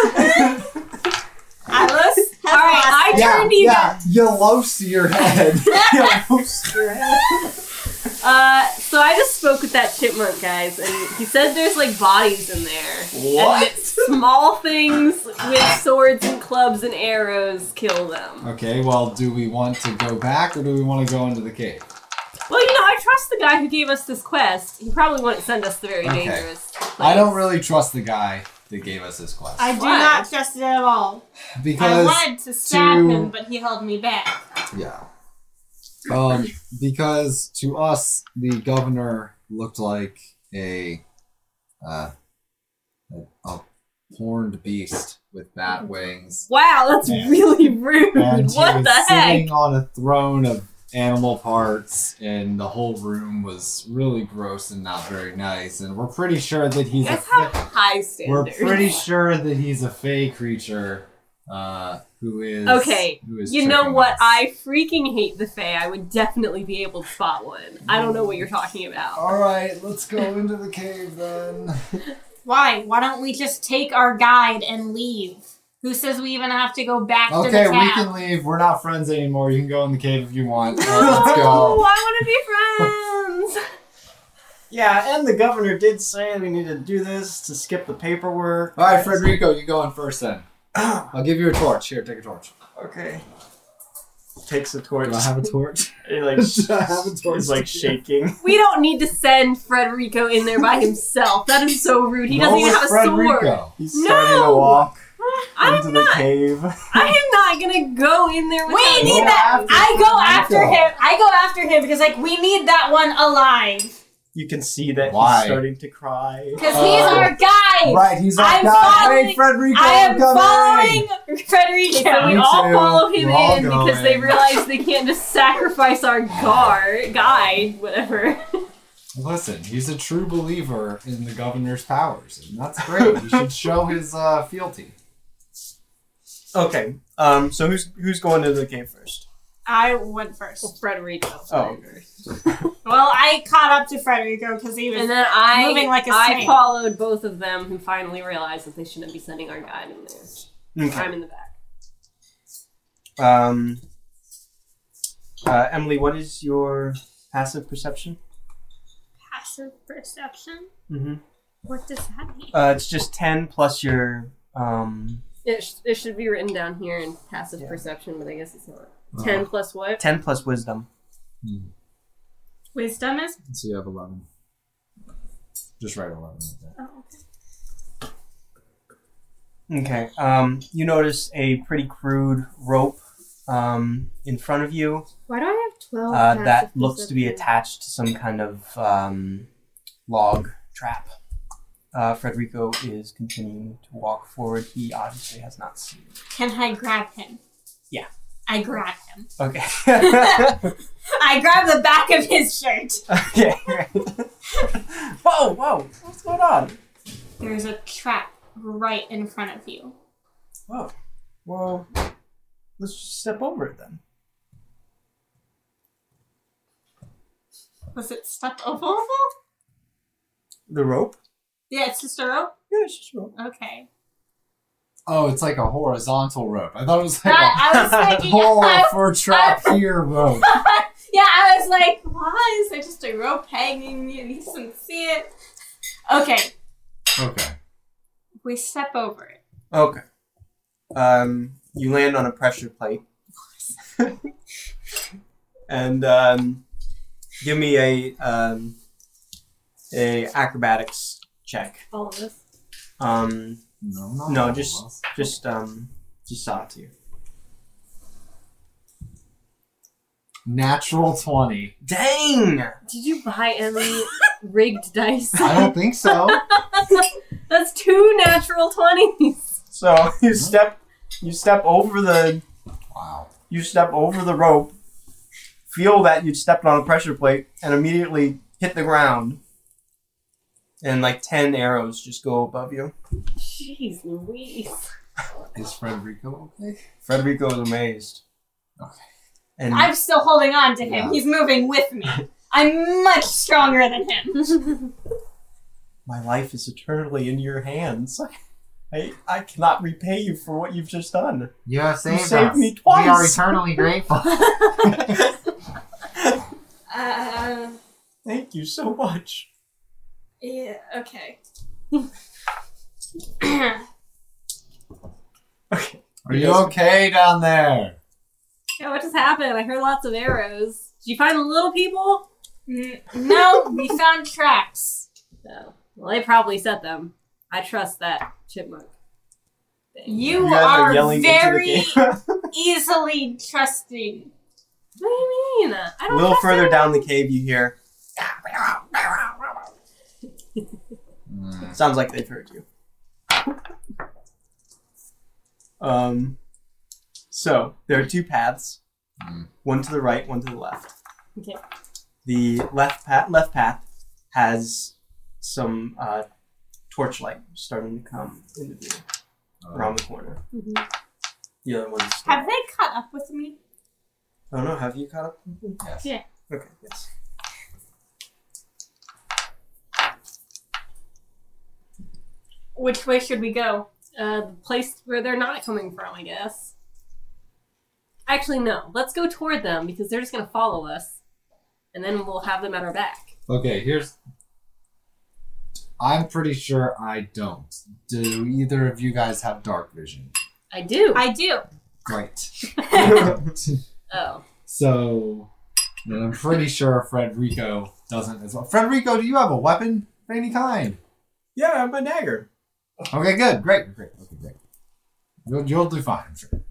Speaker 3: Atlas.
Speaker 4: All right, I
Speaker 1: yeah,
Speaker 4: turned you
Speaker 1: yeah, you loafs your head. you loafs your head.
Speaker 4: Uh, so I just spoke with that chipmunk, guys, and he said there's like bodies in there. And that small things with swords and clubs and arrows kill them.
Speaker 1: Okay, well, do we want to go back or do we want to go into the cave?
Speaker 4: Well, you know, I trust the guy who gave us this quest. He probably wouldn't send us the very
Speaker 1: Okay.
Speaker 4: dangerous. Place.
Speaker 1: I don't really trust the guy that gave us this quest
Speaker 3: I do
Speaker 4: Why?
Speaker 3: not trust it at all. I
Speaker 1: because
Speaker 3: wanted to stab
Speaker 1: to-
Speaker 3: him, but he held me back.
Speaker 1: Yeah. Um, because to us, the governor looked like a, uh, a, a horned beast with bat wings.
Speaker 4: Wow, that's
Speaker 1: Yeah.
Speaker 4: really rude.
Speaker 1: And he
Speaker 4: what
Speaker 1: was
Speaker 4: the heck?
Speaker 1: sitting on a throne of animal parts, and the whole room was really gross and not very nice. And we're pretty sure that he's a
Speaker 4: Guys have high
Speaker 1: we're
Speaker 4: standards.
Speaker 1: pretty sure that he's a fey creature. Uh, who is
Speaker 4: Okay,
Speaker 1: Who is
Speaker 4: You know
Speaker 1: tricking
Speaker 4: what?
Speaker 1: us.
Speaker 4: I freaking hate the Fae. I would definitely be able to spot one. I don't know what you're talking about.
Speaker 1: All right, let's go into the cave then.
Speaker 3: Why? Why don't we just take our guide and leave? Who says we even have to go back to the
Speaker 1: Okay,
Speaker 3: town?
Speaker 1: we can leave. We're not friends anymore. You can go in the cave if you want. Uh, let's
Speaker 3: Oh,
Speaker 1: go.
Speaker 4: I want to be friends.
Speaker 2: Yeah, and the governor did say we need to do this to skip the paperwork.
Speaker 1: All right, Frederico, you go in first then. I'll give you a torch. Here, take a torch.
Speaker 2: Okay. Takes the
Speaker 1: Do
Speaker 2: torch.
Speaker 1: I have a torch?
Speaker 2: It like
Speaker 1: Do I have a torch?
Speaker 2: is like shaking.
Speaker 4: We don't need to send Frederico in there by himself. That is so rude. He doesn't
Speaker 1: Roll
Speaker 4: even
Speaker 1: with
Speaker 4: have a sword.
Speaker 1: Frederico.
Speaker 2: He's
Speaker 4: No!
Speaker 2: starting to walk
Speaker 4: I'm
Speaker 2: into the cave.
Speaker 4: I am not gonna go in there. With
Speaker 3: We
Speaker 4: him.
Speaker 3: need
Speaker 1: Go
Speaker 3: that.
Speaker 1: after
Speaker 3: I go after
Speaker 1: Frederico.
Speaker 3: him. I go after him because like we need that one alive
Speaker 2: You can see that
Speaker 1: Why?
Speaker 2: he's starting to cry.
Speaker 3: because he's
Speaker 1: Oh.
Speaker 3: our guide.
Speaker 1: Right, he's our
Speaker 3: I'm
Speaker 1: guy. Hey,
Speaker 3: following-
Speaker 1: Frederico,
Speaker 3: I am
Speaker 1: come in.
Speaker 3: following
Speaker 4: Okay, so we
Speaker 3: Frederico.
Speaker 1: You
Speaker 4: all
Speaker 1: two,
Speaker 4: follow him
Speaker 1: you all
Speaker 4: in
Speaker 1: go
Speaker 4: because they
Speaker 1: in.
Speaker 4: realize they can't just sacrifice our guard, guide, whatever.
Speaker 1: Listen, he's a true believer in the governor's powers, and that's great. He should show his uh, fealty.
Speaker 2: Okay. Um. So who's who's going into the cave first?
Speaker 3: I went first.
Speaker 4: Frederico.
Speaker 2: Oh.
Speaker 3: Well, I caught up to Frederico because he was.
Speaker 4: And then I,
Speaker 3: Moving like a
Speaker 4: I
Speaker 3: snake.
Speaker 4: followed both of them, who finally realized that they shouldn't be sending our guide in there.
Speaker 2: Okay.
Speaker 4: I'm in the back.
Speaker 2: Um. Uh, Emily, what is your passive perception?
Speaker 5: Passive perception?
Speaker 2: Mm-hmm.
Speaker 5: What does that mean?
Speaker 2: Uh, it's just ten plus your um
Speaker 4: It, sh- it should be written down here in passive
Speaker 2: Yeah.
Speaker 4: perception, but I guess it's not.
Speaker 1: Uh-huh. Uh,
Speaker 4: Ten plus what?
Speaker 2: ten plus wisdom.
Speaker 3: Wisdom is
Speaker 1: So you have 11. Just write 11 like that.
Speaker 2: Okay. Um, you notice a pretty crude rope um, in front of you
Speaker 4: Why do I have twelve?
Speaker 2: uh, that looks to be attached to some kind of um, log trap. Uh, Frederico is continuing to walk forward. He obviously has not seen. it.
Speaker 3: Can I grab him?
Speaker 2: Yeah.
Speaker 3: I grab him.
Speaker 2: Okay.
Speaker 3: I grab the back of his shirt.
Speaker 2: okay. whoa! Whoa! What's going on?
Speaker 3: There's a trap right in front of you.
Speaker 2: Oh, well, let's just step over it then.
Speaker 3: Was it stuck oval?
Speaker 2: The rope?
Speaker 3: Yeah, it's just a rope.
Speaker 2: Yeah, it's just a rope.
Speaker 3: Okay.
Speaker 1: Oh, it's like a horizontal rope. I thought it was like
Speaker 3: That, I was
Speaker 1: a
Speaker 3: thinking.
Speaker 1: pole
Speaker 3: I,
Speaker 1: for trap here rope.
Speaker 3: yeah, I was like, why is there just a rope hanging? You you can see it. Okay,
Speaker 1: Okay.
Speaker 3: we step over it.
Speaker 2: Okay. Um, you land on a pressure plate. and um, give me a um, a acrobatics check.
Speaker 4: All of this.
Speaker 2: Um,
Speaker 1: No, no,
Speaker 2: No, just- just um, just saw it to you.
Speaker 1: natural twenty.
Speaker 2: Dang!
Speaker 4: Did you buy any rigged dice?
Speaker 1: I don't think so.
Speaker 4: That's two natural twenties.
Speaker 2: So you step you step over the
Speaker 1: wow.
Speaker 2: you step over the rope, feel that you stepped on a pressure plate, and immediately hit the ground. And like ten arrows just go above you.
Speaker 4: Jeez Louise.
Speaker 1: Is Frederico okay?
Speaker 2: Frederico is amazed.
Speaker 1: Okay.
Speaker 2: And
Speaker 3: I'm still holding on to him.
Speaker 1: Yeah.
Speaker 3: He's moving with me. I'm much stronger than him.
Speaker 2: my life is eternally in your hands. I, I cannot repay you for what you've just done.
Speaker 1: You have saved,
Speaker 2: saved
Speaker 1: us.
Speaker 2: me
Speaker 1: We are
Speaker 2: twice.
Speaker 1: eternally grateful.
Speaker 3: Uh,
Speaker 2: Thank you so much.
Speaker 3: yeah, okay.
Speaker 2: Okay.
Speaker 1: Are you okay down there?
Speaker 4: Yeah, what just happened? I heard lots of arrows. Did you find the little people?
Speaker 3: N- no, we found tracks.
Speaker 4: No. Well, they probably set them. I trust that chipmunk. Thing.
Speaker 3: You,
Speaker 2: guys
Speaker 3: are,
Speaker 2: yelling
Speaker 3: very
Speaker 2: into the game.
Speaker 3: easily trusting.
Speaker 4: What do you mean? I
Speaker 2: a
Speaker 4: don't.
Speaker 2: little
Speaker 4: trust
Speaker 2: further
Speaker 4: anyone.
Speaker 2: down the cave, you hear
Speaker 1: Mm.
Speaker 2: Sounds like they've heard you. um, so there are two paths,
Speaker 1: Mm.
Speaker 2: one to the right, one to the left.
Speaker 4: Okay.
Speaker 2: The left path, left path, has some uh, torchlight starting to come into view
Speaker 1: Mm.
Speaker 2: around the corner.
Speaker 4: Mhm.
Speaker 2: The other one's.
Speaker 3: Have they caught up with me?
Speaker 2: I don't know. Have you caught up? Yes.
Speaker 3: Yeah.
Speaker 2: Okay. Yes.
Speaker 3: Which way should we go?
Speaker 4: Uh, the place where they're not coming from, I guess. Actually, no. Let's go toward them because they're just gonna follow us, and then we'll have them at our back.
Speaker 1: Okay, here's. I'm pretty sure I don't. Do either of you guys have dark vision?
Speaker 4: I do.
Speaker 3: I do.
Speaker 1: Great.
Speaker 4: oh,
Speaker 1: so, then I'm pretty sure Frederico doesn't as well. Frederico, do you have a weapon of any kind?
Speaker 2: Yeah, I have my dagger.
Speaker 1: Okay, good, great, great, okay, great. You'll, you'll do fine, I'm sure.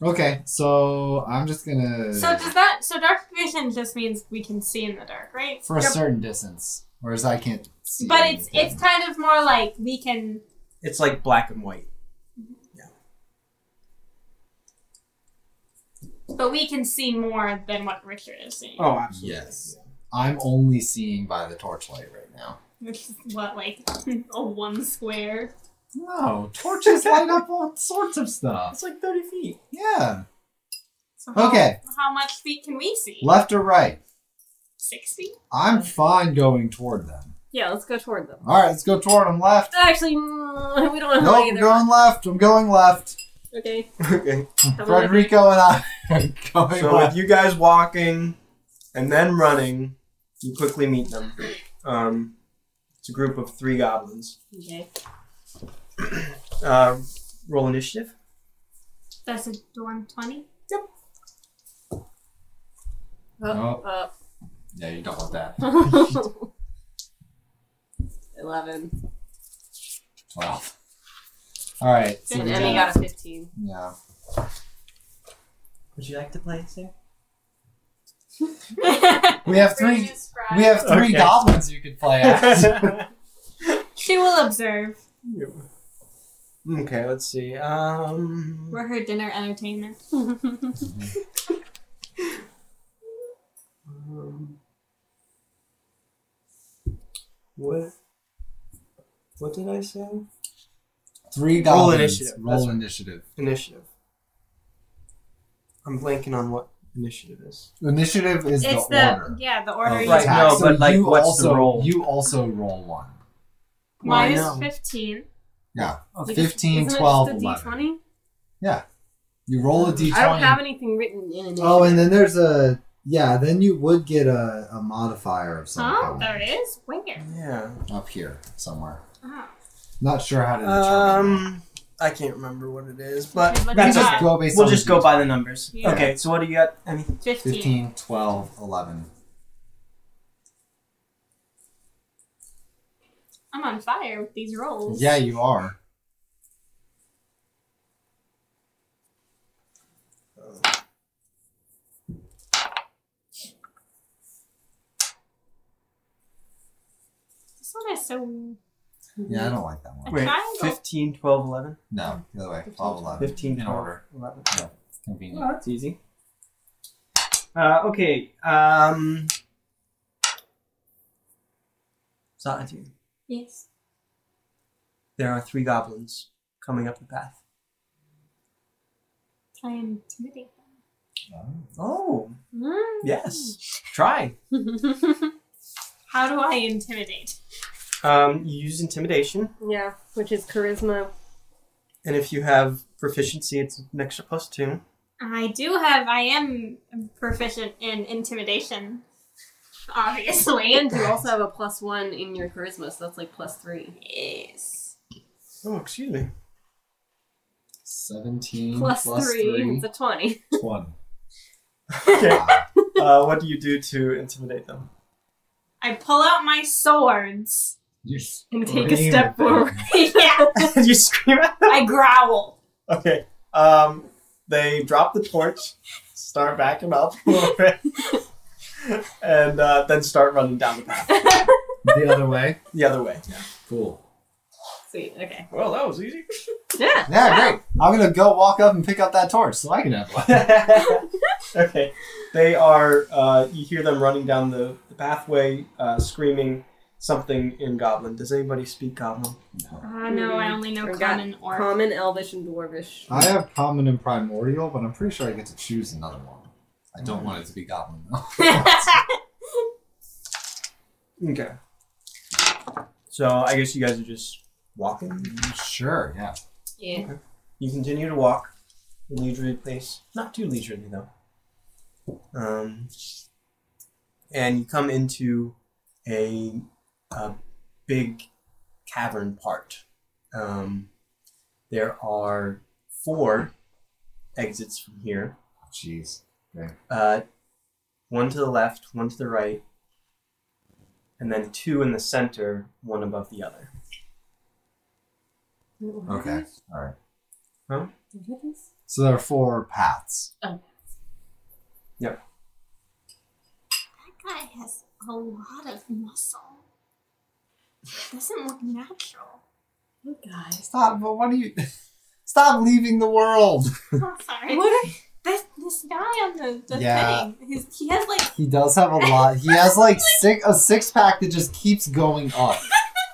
Speaker 1: Okay, so I'm just gonna
Speaker 3: So does that? So dark vision just means we can see in the dark, right?
Speaker 1: for a
Speaker 2: Yep.
Speaker 1: certain distance, whereas I can't. See
Speaker 3: But it's
Speaker 1: anything.
Speaker 3: it's kind of more like we can.
Speaker 2: It's like black and white.
Speaker 3: But we can see more than what Richard is seeing.
Speaker 2: Oh, absolutely.
Speaker 1: Yes. I'm only seeing by the torchlight right now.
Speaker 3: Which is what, like a one square?
Speaker 1: No, torches light up all sorts of stuff.
Speaker 2: It's like thirty feet.
Speaker 1: Yeah.
Speaker 3: So how,
Speaker 1: Okay.
Speaker 3: How much feet can we see?
Speaker 1: Left or right?
Speaker 3: 60?
Speaker 1: I'm fine going toward them.
Speaker 4: yeah. Let's go toward them.
Speaker 1: All right, let's go toward them. Left.
Speaker 4: Actually, mm, we don't know
Speaker 1: Nope, I'm
Speaker 4: either.
Speaker 1: going left. I'm going left.
Speaker 4: Okay.
Speaker 2: okay.
Speaker 4: Come on.
Speaker 1: Frederico and I are going
Speaker 2: So
Speaker 1: left.
Speaker 2: with you guys walking and then running, you quickly meet them. Um, it's a group of three goblins.
Speaker 4: Okay.
Speaker 2: Uh, roll initiative.
Speaker 3: That's a 120?
Speaker 4: Oh,
Speaker 1: Nope.
Speaker 4: Up,
Speaker 1: Yeah, you don't want that.
Speaker 4: up. oh. Eleven.
Speaker 1: Twelve. All right. So
Speaker 4: And
Speaker 1: we
Speaker 4: Emmy
Speaker 1: got-
Speaker 4: got a fifteen.
Speaker 1: yeah.
Speaker 2: Would you like to play, sir?
Speaker 1: We have three.
Speaker 5: Brutus
Speaker 1: We have three
Speaker 2: Okay.
Speaker 1: goblins you could play at.
Speaker 3: she will observe.
Speaker 2: okay. Let's see. Um,
Speaker 3: We're her dinner entertainment.
Speaker 2: um, what? What did I say?
Speaker 1: Three
Speaker 2: Roll
Speaker 1: goblins.
Speaker 2: initiative. That's
Speaker 1: Roll
Speaker 2: right.
Speaker 1: initiative.
Speaker 2: Initiative. I'm blanking on what initiative is.
Speaker 1: Initiative is
Speaker 3: it's
Speaker 1: the,
Speaker 3: the,
Speaker 1: order. Oh,
Speaker 3: yeah the
Speaker 1: of
Speaker 3: order. you
Speaker 2: Right,
Speaker 1: attack.
Speaker 2: no,
Speaker 1: So
Speaker 2: but, like,
Speaker 1: you
Speaker 2: what's the
Speaker 1: also,
Speaker 2: roll?
Speaker 1: You also roll one.
Speaker 2: Well, I
Speaker 3: Mine is
Speaker 2: know.
Speaker 3: fifteen.
Speaker 1: Yeah.
Speaker 2: Okay.
Speaker 1: 15,
Speaker 4: Isn't
Speaker 1: 12,
Speaker 4: it just a
Speaker 1: 11.
Speaker 4: D20?
Speaker 1: You roll a d20.
Speaker 4: I don't have anything written in it.
Speaker 1: oh, and then there's a. Yeah, then you would get a, a modifier of some
Speaker 3: Huh?
Speaker 1: kind
Speaker 3: There it is. Where?
Speaker 2: Yeah.
Speaker 1: up here somewhere.
Speaker 3: Oh.
Speaker 1: Not sure how to determine. that.
Speaker 2: Um, I can't remember what it is, but
Speaker 3: Let's
Speaker 2: that's
Speaker 3: not.
Speaker 2: okay.
Speaker 1: just go based
Speaker 2: We'll
Speaker 1: on
Speaker 2: just
Speaker 1: the
Speaker 2: go by the numbers.
Speaker 3: Yeah.
Speaker 2: Okay, so what do you got? Any?
Speaker 3: Fifteen.
Speaker 1: 15, 12, 11.
Speaker 3: I'm on fire with these rolls.
Speaker 1: Yeah, you are.
Speaker 3: This one is so.
Speaker 1: Yeah, I don't like that one.
Speaker 2: Wait,
Speaker 3: triangle.
Speaker 2: 15, 12, 11?
Speaker 1: No, the other way. 12, 11.
Speaker 2: 15,
Speaker 1: In
Speaker 2: 12,
Speaker 1: order.
Speaker 2: 11.
Speaker 1: Convenient.
Speaker 2: Oh, that's easy. Uh, okay. Um, Solitude.
Speaker 3: Yes.
Speaker 2: There are three goblins coming up the path.
Speaker 3: Try and intimidate
Speaker 2: Oh,
Speaker 3: them.
Speaker 2: yes. Try.
Speaker 3: How do I intimidate?
Speaker 2: Um, you use intimidation,
Speaker 4: yeah, which is charisma.
Speaker 2: and if you have proficiency, it's an extra plus two.
Speaker 3: I do have. I am proficient in intimidation. Obviously.
Speaker 4: And you also have a plus one in your charisma, so that's like plus three.
Speaker 3: yes.
Speaker 2: Oh, excuse me.
Speaker 1: 17
Speaker 4: Plus
Speaker 1: Mm, plus
Speaker 4: three,
Speaker 1: 3,
Speaker 4: it's a 20.
Speaker 1: 20.
Speaker 2: Okay.
Speaker 1: Wow.
Speaker 2: uh, what do you do to intimidate them?
Speaker 3: I pull out my swords.
Speaker 1: You
Speaker 4: And take a
Speaker 1: scream
Speaker 4: step
Speaker 1: at them.
Speaker 4: forward.
Speaker 3: yeah.
Speaker 2: you scream at them.
Speaker 3: I growl.
Speaker 2: Okay. Um, they drop the torch, start backing up a little bit, and uh, then start running down the path
Speaker 1: The other way.
Speaker 2: the other way.
Speaker 1: Cool.
Speaker 4: Sweet, okay.
Speaker 2: Well, that was easy.
Speaker 4: Yeah.
Speaker 1: Yeah, great. I'm going to go walk up and pick up that torch so I can have one.
Speaker 2: okay. They are. Uh, you hear them running down the, the pathway, uh, screaming something in Goblin. Does anybody speak Goblin?
Speaker 3: Oh no, I only know
Speaker 4: I've got
Speaker 3: common or
Speaker 4: Common, elvish, and dwarvish.
Speaker 1: I have common and primordial, but I'm pretty sure I get to choose another one. I don't want it to be goblin though.
Speaker 2: Okay. So I guess you guys are just walking.
Speaker 1: sure, yeah.
Speaker 4: Yeah.
Speaker 2: You continue to walk at a leisurely pace, not too leisurely though. Um, and you come into a, a big cavern part. Um, there are four exits from here.
Speaker 1: Jeez.
Speaker 2: Uh, one to the left, one to the right, and then two in the center, one above the other.
Speaker 4: Mm-hmm.
Speaker 1: Okay. All right.
Speaker 4: What is-
Speaker 1: So there are four paths.
Speaker 3: That guy has a lot of muscle. Doesn't look natural.
Speaker 4: what guys?
Speaker 1: Stop, but what are you Stop leaving the world.
Speaker 3: Oh, sorry.
Speaker 4: What
Speaker 3: This this guy on the, the
Speaker 1: Yeah.
Speaker 3: thing. His, he has like
Speaker 1: He does have a lot. He has like six a six pack that just keeps going up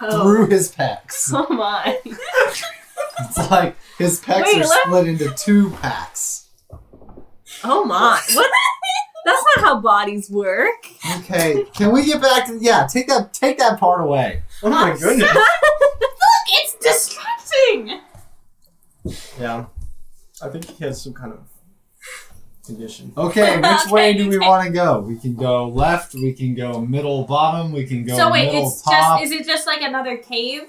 Speaker 4: Oh,
Speaker 1: through his pecs.
Speaker 4: oh my.
Speaker 1: It's like his pecs
Speaker 4: Wait,
Speaker 1: are
Speaker 4: let-
Speaker 1: split into two packs.
Speaker 4: Oh my. What? That's not how bodies work.
Speaker 1: Okay, can we get back to yeah, take that take that part away.
Speaker 2: Oh my goodness!
Speaker 3: look. It's distracting.
Speaker 2: Yeah. I think he has some kind of condition.
Speaker 1: Okay, which
Speaker 3: Okay,
Speaker 1: way do we
Speaker 3: okay.
Speaker 1: want to go? We can go left, we can go middle bottom, we can go
Speaker 3: so wait,
Speaker 1: middle
Speaker 3: it's
Speaker 1: top.
Speaker 3: just is it just like another cave?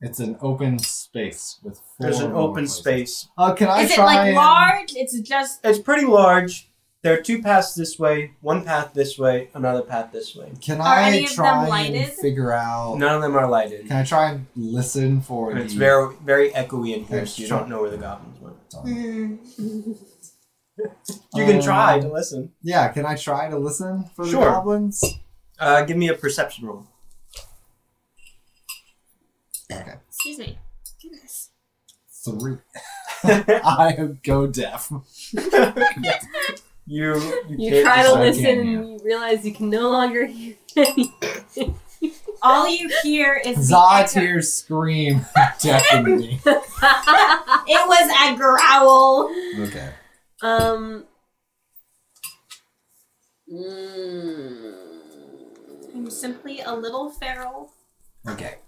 Speaker 1: It's an open space with four
Speaker 2: There's an
Speaker 1: more
Speaker 2: open
Speaker 1: places.
Speaker 2: space.
Speaker 1: Uh, can I
Speaker 3: is it
Speaker 1: try
Speaker 3: like
Speaker 1: and-
Speaker 3: large? It's just
Speaker 2: It's pretty large. There are two paths this way, one path this way, another path this way.
Speaker 1: Can
Speaker 3: Are
Speaker 1: I
Speaker 3: any of them
Speaker 1: try and
Speaker 3: lighted?
Speaker 1: figure out?
Speaker 2: None of them are lighted.
Speaker 1: Can I try and listen for
Speaker 2: And it's
Speaker 1: the?
Speaker 2: very very echoey in here,
Speaker 1: Thanks,
Speaker 2: so you
Speaker 1: Judah.
Speaker 2: don't know where the goblins went.
Speaker 3: hmm.
Speaker 2: You
Speaker 1: Um,
Speaker 2: can try to listen.
Speaker 1: Yeah, can I try to listen for
Speaker 2: Sure.
Speaker 1: the goblins?
Speaker 2: Uh, give me a perception roll.
Speaker 1: Okay,
Speaker 3: excuse me. Goodness.
Speaker 1: three. I am go deaf.
Speaker 2: You you,
Speaker 4: You
Speaker 2: can't
Speaker 4: try
Speaker 2: decide.
Speaker 4: to
Speaker 1: I
Speaker 4: listen
Speaker 1: can't,
Speaker 4: and
Speaker 1: yeah.
Speaker 4: you realize you can no longer hear anything.
Speaker 3: All you hear is the
Speaker 1: Zod's
Speaker 3: echo.
Speaker 1: here scream deafened
Speaker 3: It was a growl.
Speaker 1: Okay.
Speaker 4: um. mm.
Speaker 3: I'm simply a little feral.
Speaker 1: Okay.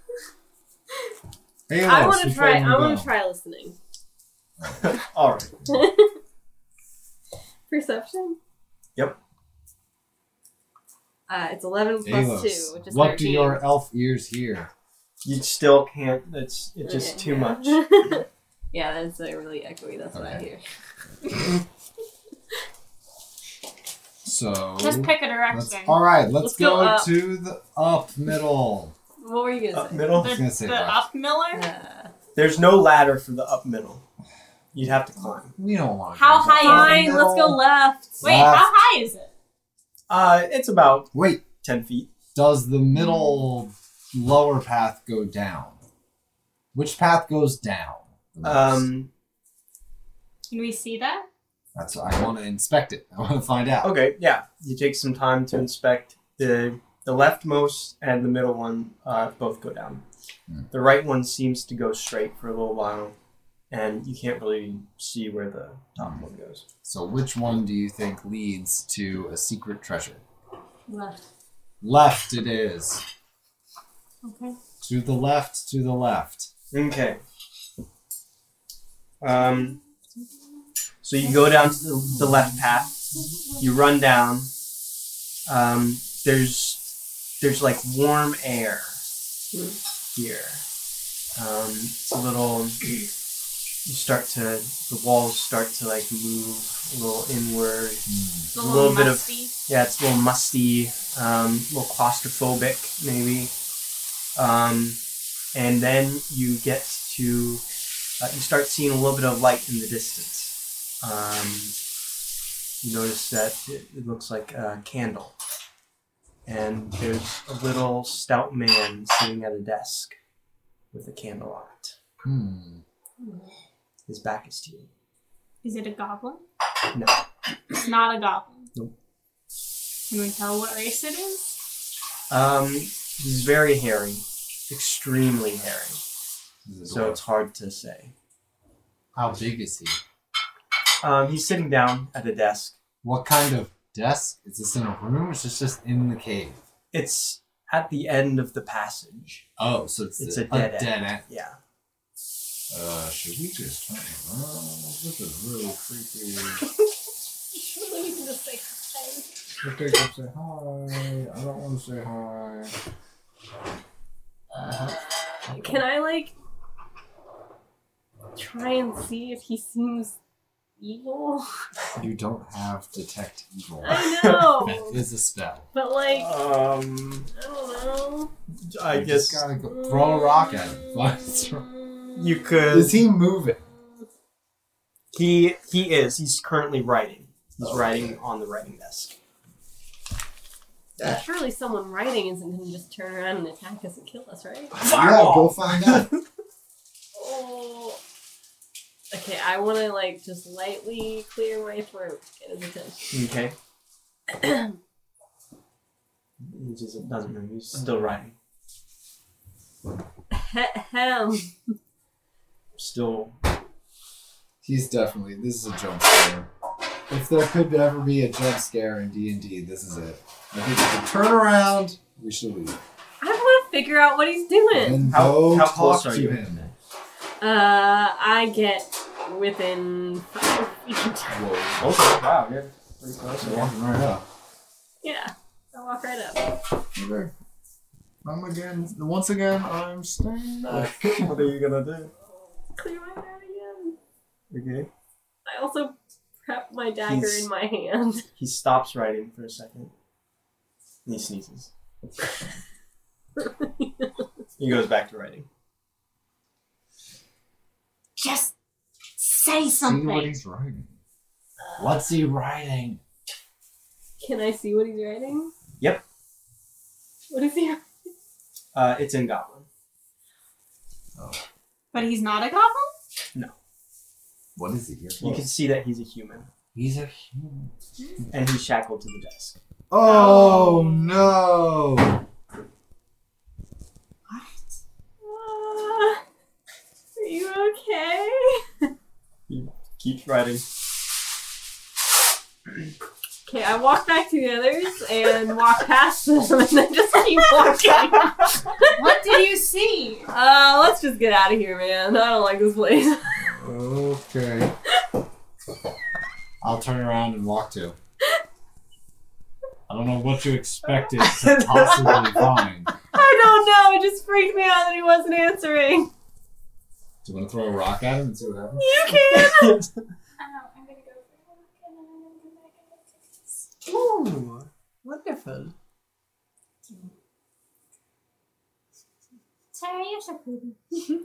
Speaker 1: Hey,
Speaker 4: I
Speaker 1: Los,
Speaker 4: want to
Speaker 1: before
Speaker 4: try.
Speaker 1: you move
Speaker 4: I want
Speaker 1: on.
Speaker 4: to try listening.
Speaker 2: All right.
Speaker 4: Perception.
Speaker 2: Yep.
Speaker 4: Uh, it's eleven plus
Speaker 1: Alos,
Speaker 4: two, which is
Speaker 1: what
Speaker 4: 13.
Speaker 1: do your elf ears hear?
Speaker 2: You still can't. It's it's just too much.
Speaker 4: much. yeah, that's like really echoey. That's what I
Speaker 1: Okay.
Speaker 4: hear.
Speaker 1: So
Speaker 3: Just pick a
Speaker 1: let's-
Speaker 3: direction.
Speaker 1: all right, let's
Speaker 4: Let's go
Speaker 1: go,
Speaker 4: up.
Speaker 1: to the up middle.
Speaker 4: What were you gonna
Speaker 2: Up
Speaker 4: say?
Speaker 2: middle.
Speaker 1: I was gonna say
Speaker 3: the the
Speaker 1: left.
Speaker 3: up miller?
Speaker 4: Uh,
Speaker 2: There's Uh, no ladder for the up middle. You'd have to climb.
Speaker 1: We don't want
Speaker 3: How high is
Speaker 4: fine. Let's go left.
Speaker 3: Wait, how high is it?
Speaker 2: Uh, it's about
Speaker 1: Wait,
Speaker 2: ten feet.
Speaker 1: does the middle lower path go down? Which path goes down? the most?
Speaker 2: Um,
Speaker 3: Can we see that?
Speaker 1: That's I want to inspect it. I want to find out.
Speaker 2: okay, yeah. You take some time to inspect the the leftmost and the middle one. Uh, both go down.
Speaker 1: Hmm.
Speaker 2: The right one seems to go straight for a little while, and you can't really see where the top one goes.
Speaker 1: So which one do you think leads to a secret treasure?
Speaker 3: Left.
Speaker 1: Left it is.
Speaker 3: Okay.
Speaker 1: To the left, to the left.
Speaker 2: Okay. Um, so you go down to the, the left path. You run down. Um, there's there's like warm air here. Um, it's a little. You start to the walls start to like move a little
Speaker 1: Hmm.
Speaker 2: inward.
Speaker 3: It's a
Speaker 2: A
Speaker 3: little,
Speaker 2: little bit of-
Speaker 3: musty.
Speaker 2: Yeah, it's a little musty, um, a little claustrophobic, maybe. Um, and then you get to, uh, you start seeing a little bit of light in the distance. Um, you notice that it, it looks like a candle. And there's a little stout man sitting at a desk with a candle on it.
Speaker 1: Hmm.
Speaker 2: His back is to you.
Speaker 3: Is it a goblin?
Speaker 2: No.
Speaker 3: It's not a goblin.
Speaker 2: Nope.
Speaker 3: Can we tell what race it is?
Speaker 2: Um, he's very hairy, extremely hairy,
Speaker 1: This is
Speaker 2: so
Speaker 1: what-
Speaker 2: it's hard to say.
Speaker 1: how big is he?
Speaker 2: Um, he's sitting down at a desk.
Speaker 1: What kind of desk? Is this in a room? Or is this just in the cave?
Speaker 2: It's at the end of the passage.
Speaker 1: Oh, so it's,
Speaker 2: It's a dead end.
Speaker 1: end.
Speaker 2: Yeah.
Speaker 1: Uh, should we just turn around? This is really creepy. Let's go say hi. I don't want to say hi.
Speaker 4: Uh, Can I like try and see if he seems evil?
Speaker 1: You don't have detect evil.
Speaker 4: I
Speaker 3: Oh.
Speaker 1: That
Speaker 4: know,
Speaker 1: is a spell.
Speaker 4: but like I
Speaker 2: Um,
Speaker 4: don't know.
Speaker 2: I
Speaker 1: You
Speaker 2: guess
Speaker 1: just gotta go throw a rock at him. What's wrong?
Speaker 2: you could.
Speaker 1: Is he moving?
Speaker 2: He he is. He's currently writing. He's writing on the writing desk.
Speaker 4: Surely someone writing isn't gonna just turn around and attack us and kill us, right?
Speaker 1: Yeah, go
Speaker 2: Fireball!
Speaker 1: find out.
Speaker 4: Oh. Okay, I want to like just lightly clear my throat, get his attention.
Speaker 2: Okay. He just doesn't move. He's still writing.
Speaker 4: Ahem.
Speaker 2: Still.
Speaker 1: He's definitely. This is a jump scare. If there could ever be a jump scare in D and D, this is it. I think if we turn around, we should leave.
Speaker 4: I want to figure out what he's doing.
Speaker 1: And
Speaker 2: How
Speaker 1: go
Speaker 2: how
Speaker 1: talk
Speaker 2: close are
Speaker 1: to
Speaker 2: you?
Speaker 1: him.
Speaker 4: Uh, I get within five feet.
Speaker 1: Whoa.
Speaker 2: Oh wow, you're pretty close.
Speaker 1: So walking right up.
Speaker 4: Yeah, I walk right up.
Speaker 1: Okay. I'm again. Once again, I'm staying back.
Speaker 2: what are you gonna do?
Speaker 4: Clear my throat again.
Speaker 2: Okay.
Speaker 4: I also prep my dagger
Speaker 2: He's-
Speaker 4: in my hand.
Speaker 2: He stops writing for a second. And he sneezes. he goes back to writing.
Speaker 3: Just say
Speaker 1: See what
Speaker 3: something.
Speaker 1: he's writing. What's he writing?
Speaker 4: Can I see what he's writing?
Speaker 2: Yep.
Speaker 4: What is he?
Speaker 2: Uh, it's in Goblin.
Speaker 3: But he's not a goblin?
Speaker 1: What is he here
Speaker 2: You can see that he's a human,
Speaker 1: He's a human.
Speaker 2: and he's shackled to the desk.
Speaker 1: Oh no!
Speaker 4: Ah,
Speaker 2: riding.
Speaker 4: Okay, I walk back to the others and walk past them and then just keep walking.
Speaker 3: What do you see?
Speaker 4: Uh, let's just get out of here, man. I don't like this place.
Speaker 1: Okay. I'll turn around and walk to. I don't know what you expected to possibly find.
Speaker 4: I don't know. It just freaked me out that he wasn't answering.
Speaker 1: Do you want to throw a rock at him and see what happens?
Speaker 4: You can.
Speaker 5: Um, I'm gonna go for a walk and then I'm gonna come back and look at this.
Speaker 2: Ooh, wonderful.
Speaker 5: Sorry, you're so pretty.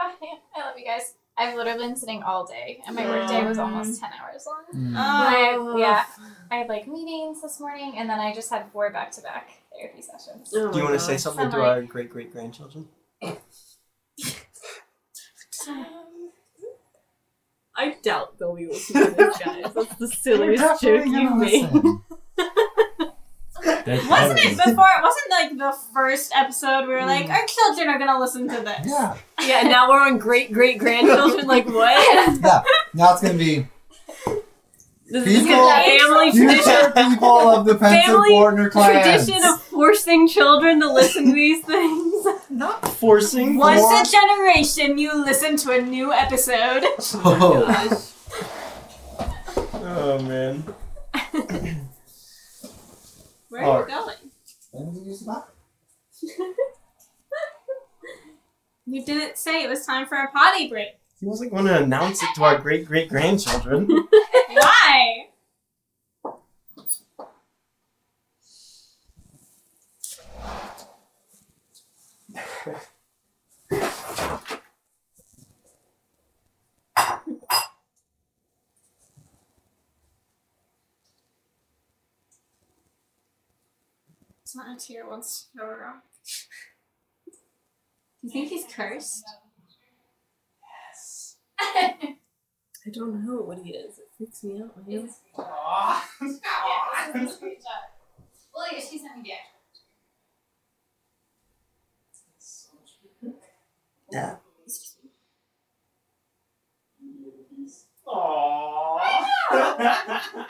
Speaker 5: oh, yeah. I love you guys. I've literally been sitting all day, and my work day was
Speaker 1: Mm.
Speaker 5: almost 10 hours long.
Speaker 1: Hmm.
Speaker 3: Oh,
Speaker 5: yeah. I had like meetings this morning, and then I just had four back to back therapy sessions.
Speaker 4: Oh
Speaker 2: Do you
Speaker 4: my
Speaker 2: want to
Speaker 4: God.
Speaker 2: say something to
Speaker 5: Sound like-
Speaker 2: our great great grandchildren?
Speaker 5: Um,
Speaker 4: I doubt they'll be listening to this, guys. That's the silliest
Speaker 1: You're
Speaker 4: joke
Speaker 1: definitely
Speaker 4: you
Speaker 1: gonna
Speaker 4: made.
Speaker 1: listen. They're
Speaker 3: Wasn't it
Speaker 1: better.
Speaker 3: before? Wasn't like the first episode we were like, our children are gonna listen to this.
Speaker 1: Yeah.
Speaker 4: Yeah, now we're on great great grandchildren. Like what?
Speaker 1: Now it's gonna be
Speaker 4: This is
Speaker 1: People-
Speaker 4: a family tradition.
Speaker 1: future people of the Pensive
Speaker 4: Family
Speaker 1: Border clan.
Speaker 4: Tradition of forcing children to listen to these things.
Speaker 2: Not forcing.
Speaker 3: Once
Speaker 1: Four.
Speaker 3: a generation, you listen to a new episode.
Speaker 1: Oh.
Speaker 2: Oh man.
Speaker 3: Where
Speaker 2: All
Speaker 3: are you
Speaker 2: right.
Speaker 3: going? You didn't say it was time for a potty break.
Speaker 2: He wasn't going to announce it to our great great grandchildren.
Speaker 3: Why? It's not a tear wants to go wrong. Do you think he's cursed?
Speaker 4: I don't know what he is. It freaks me out. man.
Speaker 5: Yeah, this is a great job. Well, yeah, she sent me the actual
Speaker 2: Yeah.
Speaker 5: Such a little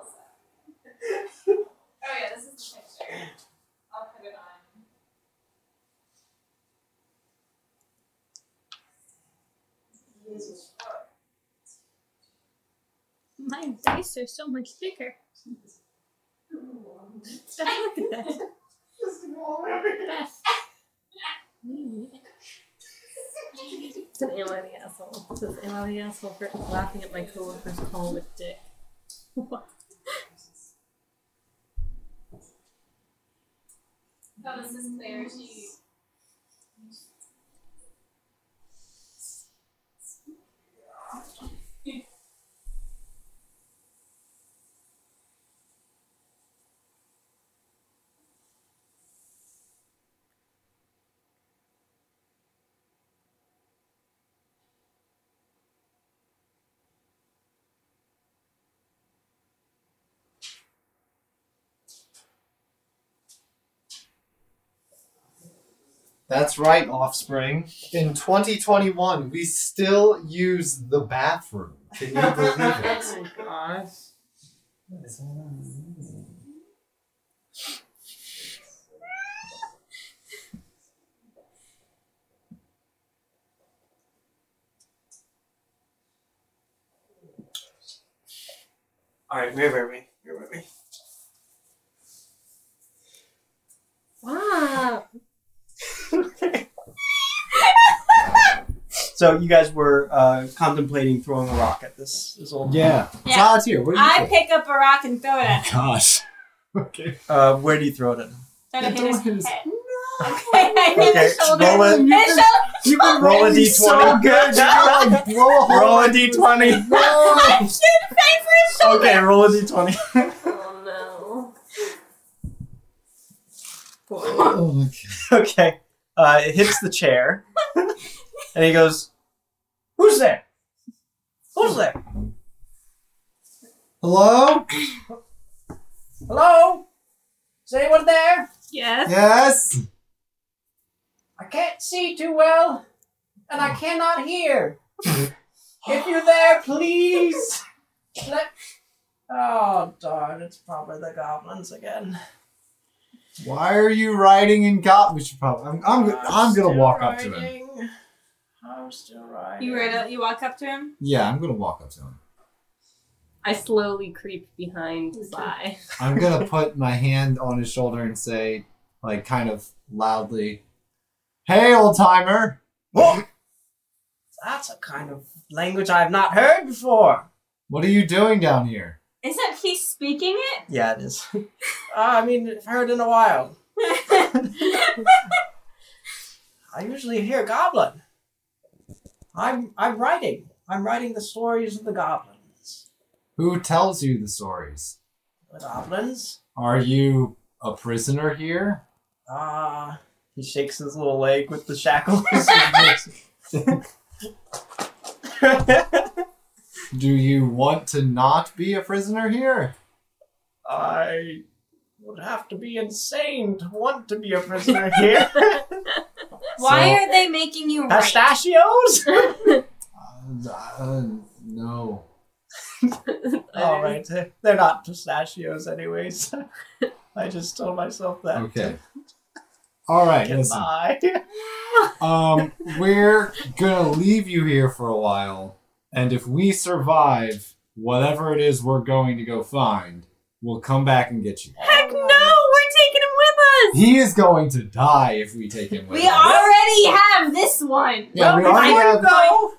Speaker 5: sad. oh yeah, this is the picture. I'll put it on.
Speaker 3: My dice are so much bigger. Look at that.
Speaker 4: It's an am I the asshole? It says, am I the asshole for laughing at my coworker's call with dick?
Speaker 5: Oh, this is Claire. She.
Speaker 1: That's right, offspring. In 2021, we still use the bathroom. Can you believe it?
Speaker 2: All right, where were we? Where were we?
Speaker 4: Wow.
Speaker 2: So you guys were uh, contemplating throwing a rock at this this old
Speaker 1: Yeah.
Speaker 3: Yeah.
Speaker 1: Volunteer. What do you
Speaker 3: I
Speaker 1: think?
Speaker 3: pick up a rock and throw it at him.
Speaker 1: Gosh. Okay.
Speaker 2: Uh, where do you throw it at?
Speaker 3: Try to
Speaker 1: Yeah,
Speaker 3: hit
Speaker 1: don't
Speaker 3: his
Speaker 1: hit his-
Speaker 3: head. Okay, I hit
Speaker 2: Okay,
Speaker 3: his shoulder.
Speaker 1: Oh,
Speaker 2: roll it.
Speaker 3: His shoulder.
Speaker 1: You've been
Speaker 2: Roll a
Speaker 1: rolling
Speaker 2: D20.
Speaker 1: so good. You can, like, blow a hole
Speaker 2: Roll a
Speaker 1: in-
Speaker 2: D20.
Speaker 1: No.
Speaker 3: I should pay for his shoulder.
Speaker 2: Okay, roll a d20.
Speaker 4: Oh no. Boy.
Speaker 1: Oh my
Speaker 2: okay, uh, it hits the chair, and he goes, "Who's there? Who's there?
Speaker 1: God. Hello?
Speaker 2: Hello? Is anyone there?
Speaker 3: Yes.
Speaker 1: Yes?
Speaker 2: I can't see too well, and I cannot hear." If you're there, please! Let- oh, darn, it's probably the goblins again.
Speaker 1: Why are you riding in cop? We should probably. I'm. I'm, I'm gonna walk up to him.
Speaker 2: him. I'm still riding.
Speaker 3: You ride up, you walk up to him.
Speaker 1: Yeah, I'm gonna walk up to him.
Speaker 4: I slowly creep behind Sly.
Speaker 1: I'm gonna put my hand on his shoulder and say, like, kind of loudly, "Hey, old timer!" What?
Speaker 2: That's a kind of language I've not heard before.
Speaker 1: What are you doing down here?
Speaker 3: Isn't he speaking it?
Speaker 2: Yeah, it is. uh, I mean, I've heard in a while. I usually hear goblin. I'm I'm writing. I'm writing the stories of the goblins.
Speaker 1: Who tells you the stories?
Speaker 2: The goblins.
Speaker 1: Are you a prisoner here?
Speaker 2: Ah. he shakes his little leg with the shackles.
Speaker 1: Do you want to not be a prisoner here?
Speaker 2: I would have to be insane to want to be a prisoner here.
Speaker 3: Why
Speaker 1: So-
Speaker 3: are they making you write?
Speaker 2: Pistachios.
Speaker 1: Uh, uh, no.
Speaker 2: All right, they're not pistachios, anyways. I just told myself that.
Speaker 1: Okay. All right. Listen.
Speaker 2: Goodbye.
Speaker 1: Um, we're gonna leave you here for a while, and if we survive whatever it is we're going to go find, we'll come back and get you.
Speaker 4: Heck no! We're taking him with us!
Speaker 1: He is going to die if we take him with
Speaker 3: We
Speaker 1: us.
Speaker 3: already have this one.
Speaker 1: Yeah, we
Speaker 2: well,
Speaker 1: already
Speaker 2: before you
Speaker 1: have.
Speaker 2: go,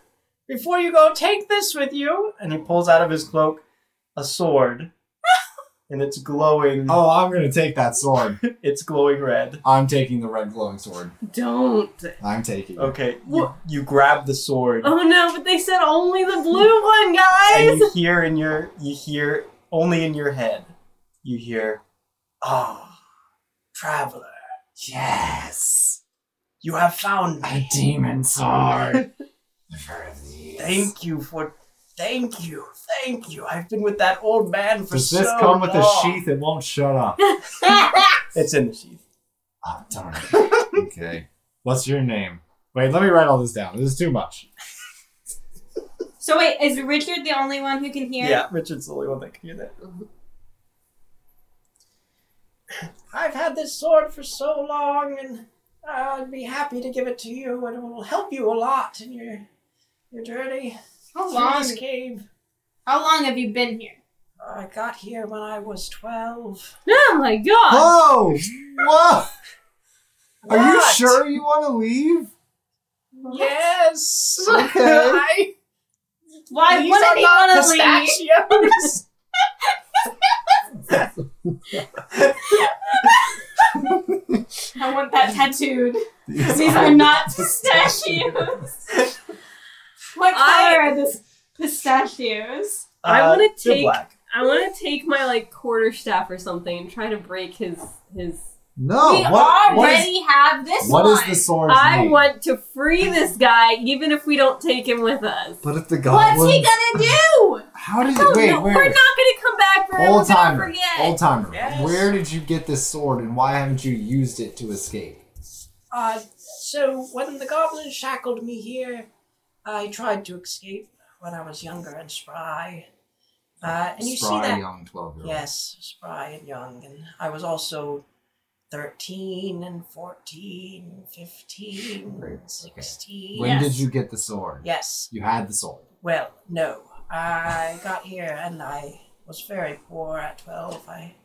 Speaker 2: before you go, take this with you. And he pulls out of his cloak a sword, and it's glowing.
Speaker 1: Oh, I'm gonna take that sword.
Speaker 2: It's glowing red.
Speaker 1: I'm taking the red glowing sword.
Speaker 4: Don't.
Speaker 1: I'm taking. it.
Speaker 2: Okay, you,
Speaker 4: What?
Speaker 2: you grab the sword,
Speaker 4: Oh no, but they said only the blue one,
Speaker 2: and
Speaker 4: guys!
Speaker 2: you hear in your you hear only in your head. You hear, ah, traveler,
Speaker 1: Yes,
Speaker 2: you have found
Speaker 1: a
Speaker 2: me.
Speaker 1: demon sword. I've heard of these.
Speaker 2: Thank you for. Thank you, thank you. I've been with that old man for
Speaker 1: Does
Speaker 2: so
Speaker 1: this come with a
Speaker 2: long.
Speaker 1: sheath? It won't shut up.
Speaker 2: It's in the sheath.
Speaker 1: Oh, darn it. okay. What's your name? Wait, let me write all this down. This is too much.
Speaker 3: So wait, is Richard the only one who can hear?
Speaker 2: Yeah, Richard's the only one that can hear that. I've had this sword for so long, and I'd be happy to give it to you, and it will help you a lot in your your journey
Speaker 3: How
Speaker 2: through
Speaker 3: long?
Speaker 2: this cave.
Speaker 3: How long have you been here?
Speaker 2: I got here when I was twelve.
Speaker 4: Oh my god!
Speaker 1: Whoa! Whoa! Are you
Speaker 2: What?
Speaker 1: sure you want to leave?
Speaker 2: Yes.
Speaker 1: Okay.
Speaker 2: I-
Speaker 3: Why
Speaker 2: these
Speaker 3: wouldn't
Speaker 2: are
Speaker 3: he
Speaker 2: not
Speaker 3: want to leave?
Speaker 2: pistachios.
Speaker 3: I want that tattooed.
Speaker 1: These
Speaker 3: These are not pistachios. what
Speaker 4: I-
Speaker 3: color are this pistachios?
Speaker 1: Uh,
Speaker 4: I wanna
Speaker 2: they're
Speaker 4: take-
Speaker 2: Uh, black.
Speaker 4: I want to take my like quarter staff or something and try to break his his.
Speaker 1: No.
Speaker 3: we
Speaker 1: Oh, what, what is,
Speaker 3: already have this
Speaker 1: what
Speaker 3: one.
Speaker 1: is the sword's
Speaker 4: I
Speaker 1: name?
Speaker 4: want to free this guy, even if we don't take him with us.
Speaker 1: But if the goblin.
Speaker 3: What's he gonna do?
Speaker 1: How did
Speaker 4: Oh,
Speaker 1: you. Wait,
Speaker 4: no,
Speaker 1: where?
Speaker 4: we're not gonna come back for him. We're
Speaker 1: Old
Speaker 4: gonna
Speaker 1: timer.
Speaker 4: forget.
Speaker 1: Old timer.
Speaker 2: Yes.
Speaker 1: Where did you get this sword and why haven't you used it to escape?
Speaker 2: Uh, so when the goblin shackled me here, I tried to escape when I was younger and spry. Uh, and you
Speaker 1: Spry
Speaker 2: see that?
Speaker 1: young 12 year old.
Speaker 2: Yes, spry and young. And I was also 13 and 14, 15,
Speaker 1: Right, okay.
Speaker 2: 16.
Speaker 1: When
Speaker 3: Yes.
Speaker 1: did you get the sword?
Speaker 2: Yes,
Speaker 1: You had the sword.
Speaker 2: well, no. I got here and I was very poor at 12. I,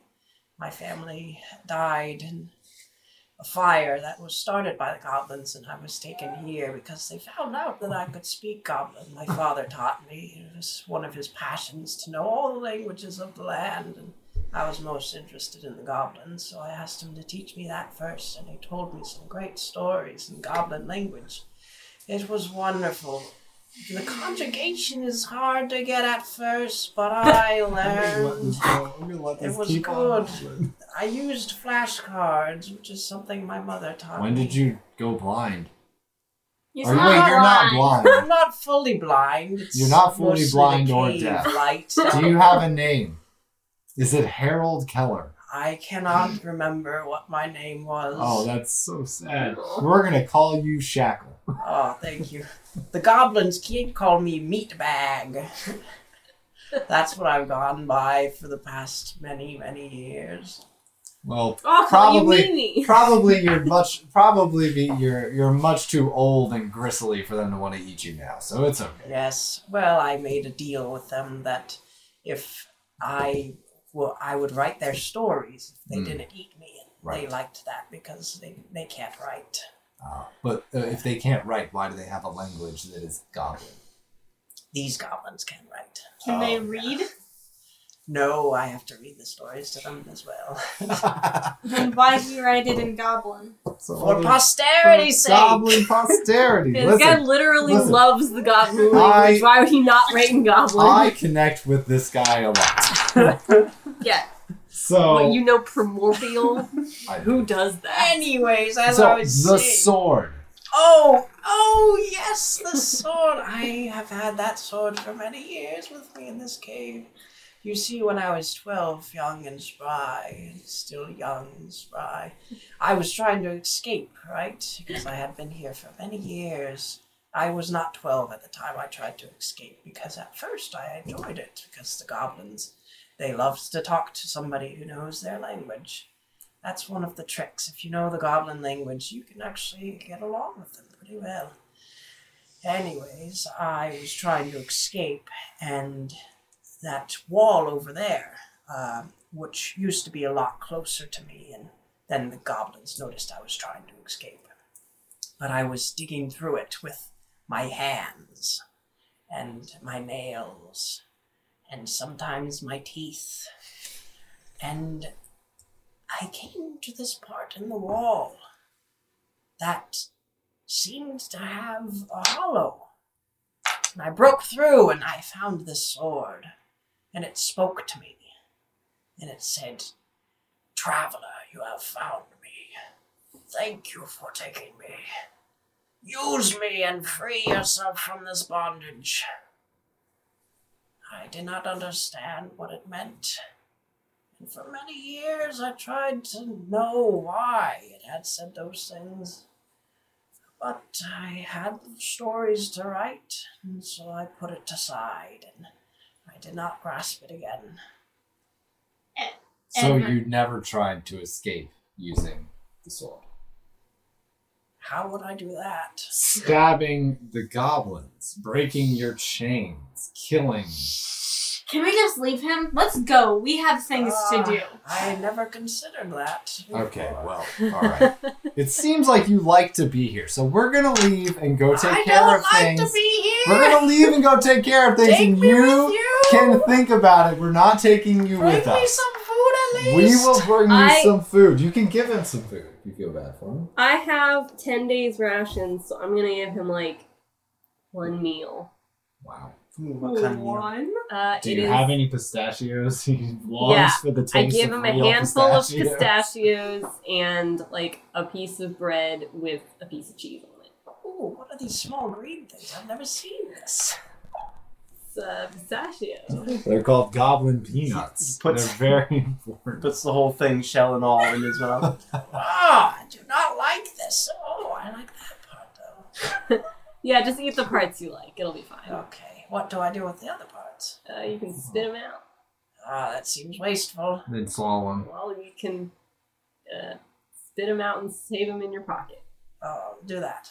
Speaker 2: my family died in a fire that was started by the goblins, and I was taken here because they found out that I could speak goblin. My father taught me. It was one of his passions to know all the languages of the land, and I was most interested in the goblins, so I asked him to teach me that first, and he told me some great stories in goblin language. It was wonderful. The conjugation is hard to get at first, but I learned. It was good. I used flashcards, which is something my mother taught
Speaker 1: When
Speaker 2: me.
Speaker 1: did you go blind?
Speaker 3: He's
Speaker 1: Are you, wait, you're not blind.
Speaker 2: I'm not fully blind. It's
Speaker 1: You're not fully
Speaker 2: mostly
Speaker 1: blind
Speaker 2: the
Speaker 1: or
Speaker 2: cave
Speaker 1: deaf.
Speaker 2: Light.
Speaker 1: Do you have a name? Is it Harold Keller?
Speaker 6: I cannot remember what my name was.
Speaker 1: Oh, that's so sad. We're gonna call you Shackle.
Speaker 6: Oh, thank you. The goblins keep calling me meatbag. That's what I've gone by for the past many, many years.
Speaker 1: Well,
Speaker 4: Oh,
Speaker 1: Probably.
Speaker 4: you meanie.
Speaker 1: probably you're much probably be, you're you're much too old and gristly for them to want to eat you now. So it's okay.
Speaker 6: Yes. Well, I made a deal with them that if I well, I would write their stories if they
Speaker 1: Mm.
Speaker 6: didn't eat me. And They
Speaker 1: Right.
Speaker 6: liked that because they, they can't write.
Speaker 1: Uh, but uh, if they can't write, why do they have a language that is goblin?
Speaker 6: These goblins can write.
Speaker 3: Can they
Speaker 1: Oh.
Speaker 3: read?
Speaker 6: No, I have to read the stories to them as well.
Speaker 3: Then why do you write it in Goblin?
Speaker 1: so
Speaker 6: For
Speaker 1: all the-
Speaker 6: posterity's
Speaker 1: for
Speaker 6: sake.
Speaker 1: Goblin posterity.
Speaker 4: This guy
Speaker 1: Listen,
Speaker 4: literally
Speaker 1: listen.
Speaker 4: loves the goblin
Speaker 1: I-
Speaker 4: language. Why would he not write in goblin?
Speaker 1: I connect with this guy a lot.
Speaker 4: yeah.
Speaker 1: So
Speaker 4: Well, you know primordial.
Speaker 1: I-
Speaker 4: Who does that?
Speaker 6: Anyways, as I
Speaker 1: so
Speaker 6: was
Speaker 1: the
Speaker 6: saying-
Speaker 1: sword.
Speaker 6: Oh, oh yes, the sword. I have had that sword for many years with me in this cave. You see, when I was twelve, young and spry, still young and spry, I was trying to escape, right? Because I had been here for many years. I was not twelve at the time I tried to escape because at first I enjoyed it because the goblins, they loved to talk to somebody who knows their language that's one of the tricks. If you know the goblin language, you can actually get along with them pretty well. Anyways, I was trying to escape, and that wall over there, uh, which used to be a lot closer to me, and then the goblins noticed I was trying to escape. But I was digging through it with my hands and my nails and sometimes my teeth. And I came to this part in the wall that seemed to have a hollow. And I broke through and I found this sword, and it spoke to me. And it said, Traveler, you have found me. Thank you for taking me. Use me and free yourself from this bondage. I did not understand what it meant. And for many years, I tried to know why it had said those things. But I had stories to write, and so I put it aside, and I did not grasp it again.
Speaker 1: So
Speaker 3: Ever.
Speaker 1: you never tried to escape using the sword.
Speaker 6: How would I do that?
Speaker 1: Stabbing the goblins, breaking your chains, killing.
Speaker 3: Can we just leave him? Let's go. We have things
Speaker 6: Ah,
Speaker 3: to do.
Speaker 6: I had never considered that.
Speaker 1: Okay,
Speaker 6: before.
Speaker 1: well, all right. It seems like you like to be here, so we're gonna leave and go take
Speaker 6: I
Speaker 1: care
Speaker 6: don't
Speaker 1: of
Speaker 6: like
Speaker 1: things.
Speaker 6: to be here.
Speaker 1: We're gonna leave and go take care of things,
Speaker 6: Take
Speaker 1: and
Speaker 6: me
Speaker 1: you,
Speaker 6: with you.
Speaker 1: can think about it. We're not taking you
Speaker 6: Bring
Speaker 1: with
Speaker 6: me
Speaker 1: us.
Speaker 6: some food at
Speaker 1: We
Speaker 6: least.
Speaker 1: will bring you
Speaker 4: I-
Speaker 1: some food. You can give him some food if you feel bad for him.
Speaker 4: I have ten days rations, so I'm gonna give him like one meal.
Speaker 1: Wow.
Speaker 6: Ooh,
Speaker 2: Hmm,
Speaker 6: what kind of meal?
Speaker 3: One.
Speaker 4: Uh,
Speaker 1: Do
Speaker 4: it
Speaker 1: you
Speaker 4: is-
Speaker 1: have any pistachios? He longs
Speaker 4: Yeah,
Speaker 1: for the taste
Speaker 4: I give
Speaker 1: of
Speaker 4: him a
Speaker 1: real
Speaker 4: handful
Speaker 1: pistachio.
Speaker 4: of pistachios and like a piece of bread with a piece of cheese on it.
Speaker 6: Ooh, what are these small green things? I've never seen this.
Speaker 4: It's uh, pistachio.
Speaker 1: They're called goblin peanuts.
Speaker 6: He puts-
Speaker 1: They're very important.
Speaker 6: puts the whole thing, shell and all, in his mouth. ah, I do not like this. Oh, I like that part though.
Speaker 4: yeah, just eat the parts you like. It'll be fine.
Speaker 6: Okay, what do I do with the other parts?
Speaker 4: Uh, you
Speaker 1: Uh-huh.
Speaker 4: can spit them out.
Speaker 6: Ah, that seems wasteful.
Speaker 1: Then swallow them.
Speaker 4: Well, you can uh, spit them out and save them in your pocket.
Speaker 6: Oh, do that.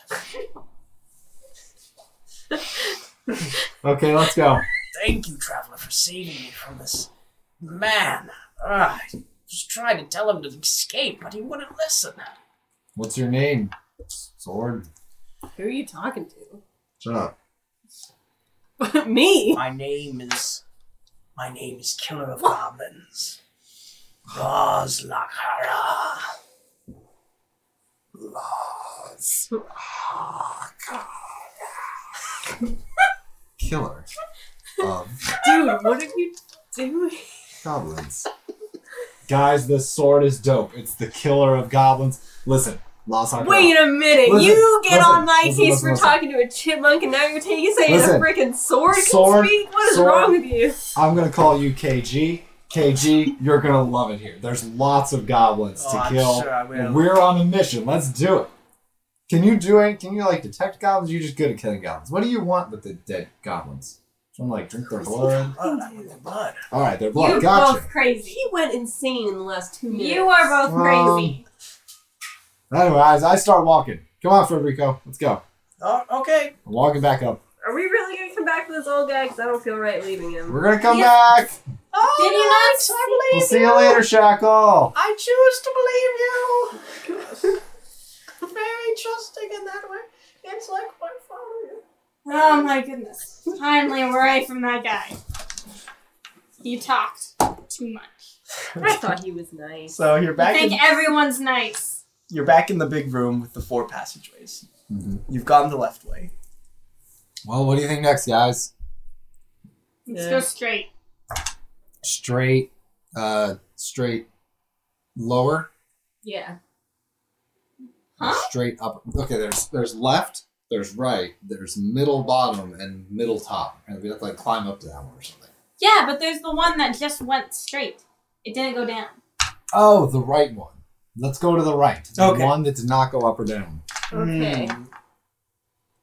Speaker 1: Okay, let's go.
Speaker 6: Thank you, traveler, for saving me from this man. Ah, I was trying to tell him to escape, but he wouldn't listen.
Speaker 1: What's your name? Sword.
Speaker 4: Who are you talking
Speaker 1: Shut up.
Speaker 4: to? Me?
Speaker 6: My name is. My name is Killer of Goblins. Roz Lakara.
Speaker 1: Killer of
Speaker 4: Dude, what are you doing?
Speaker 1: goblins. Guys, this sword is dope. It's the killer of goblins. Listen, Los Hakara.
Speaker 4: Wait a minute.
Speaker 1: Listen,
Speaker 4: you get
Speaker 1: listen,
Speaker 4: on my
Speaker 1: listen,
Speaker 4: case
Speaker 1: listen,
Speaker 4: for
Speaker 1: listen.
Speaker 4: talking to a chipmunk, and now you're taking saying
Speaker 1: Listen.
Speaker 4: a freaking sword,
Speaker 1: Sword,
Speaker 4: can speak? What is
Speaker 1: sword.
Speaker 4: wrong with you?
Speaker 1: I'm gonna call you KG. KG, you're gonna love it here. There's lots of goblins
Speaker 2: Oh,
Speaker 1: to
Speaker 2: I'm
Speaker 1: kill.
Speaker 2: sure I will.
Speaker 1: We're on a mission. Let's do it. Can you do it? Can you like detect goblins? You're just good at killing goblins. What do you want with the dead goblins? Someone like drink their blood.
Speaker 2: Blood, I want the blood.
Speaker 1: All right, their
Speaker 3: You're
Speaker 1: blood. Gotcha.
Speaker 3: both crazy.
Speaker 4: He went insane in the last two minutes.
Speaker 3: You are both
Speaker 1: Um,
Speaker 3: crazy.
Speaker 1: Anyways, I start walking. Come on, Federico. Let's go.
Speaker 2: Oh, okay.
Speaker 1: I'm walking back up.
Speaker 4: Are we really gonna come back to this old guy? Because I don't feel right leaving him.
Speaker 1: We're gonna come
Speaker 2: Yeah.
Speaker 1: back.
Speaker 2: Oh,
Speaker 3: Did you not
Speaker 2: nice. I believe
Speaker 1: We'll see you
Speaker 2: you
Speaker 1: later, Shackle.
Speaker 2: I choose to believe you. Very trusting in that way. It's like my father.
Speaker 3: Oh my goodness. Finally away from that guy. You talked too much.
Speaker 4: I thought he was nice.
Speaker 2: So you're
Speaker 3: I
Speaker 2: back.
Speaker 3: think
Speaker 2: In,
Speaker 3: everyone's nice.
Speaker 2: you're back in the big room with the four passageways.
Speaker 1: Mhm.
Speaker 2: You've gone the left way.
Speaker 1: Well, what do you think next, guys?
Speaker 3: Let's
Speaker 4: Yeah.
Speaker 3: go straight.
Speaker 1: Straight, uh, straight lower,
Speaker 4: Yeah.
Speaker 1: or
Speaker 3: Huh?
Speaker 1: straight up. Okay, there's there's left, there's right, there's middle bottom, and middle top. And we have to like climb up to that one or something.
Speaker 3: Yeah, but there's the one that just went straight. It didn't go down.
Speaker 1: Oh, the right one. Let's go to the right. The
Speaker 2: Okay.
Speaker 1: one that did not go up or down.
Speaker 4: Okay.
Speaker 1: Hmm.
Speaker 2: Mm,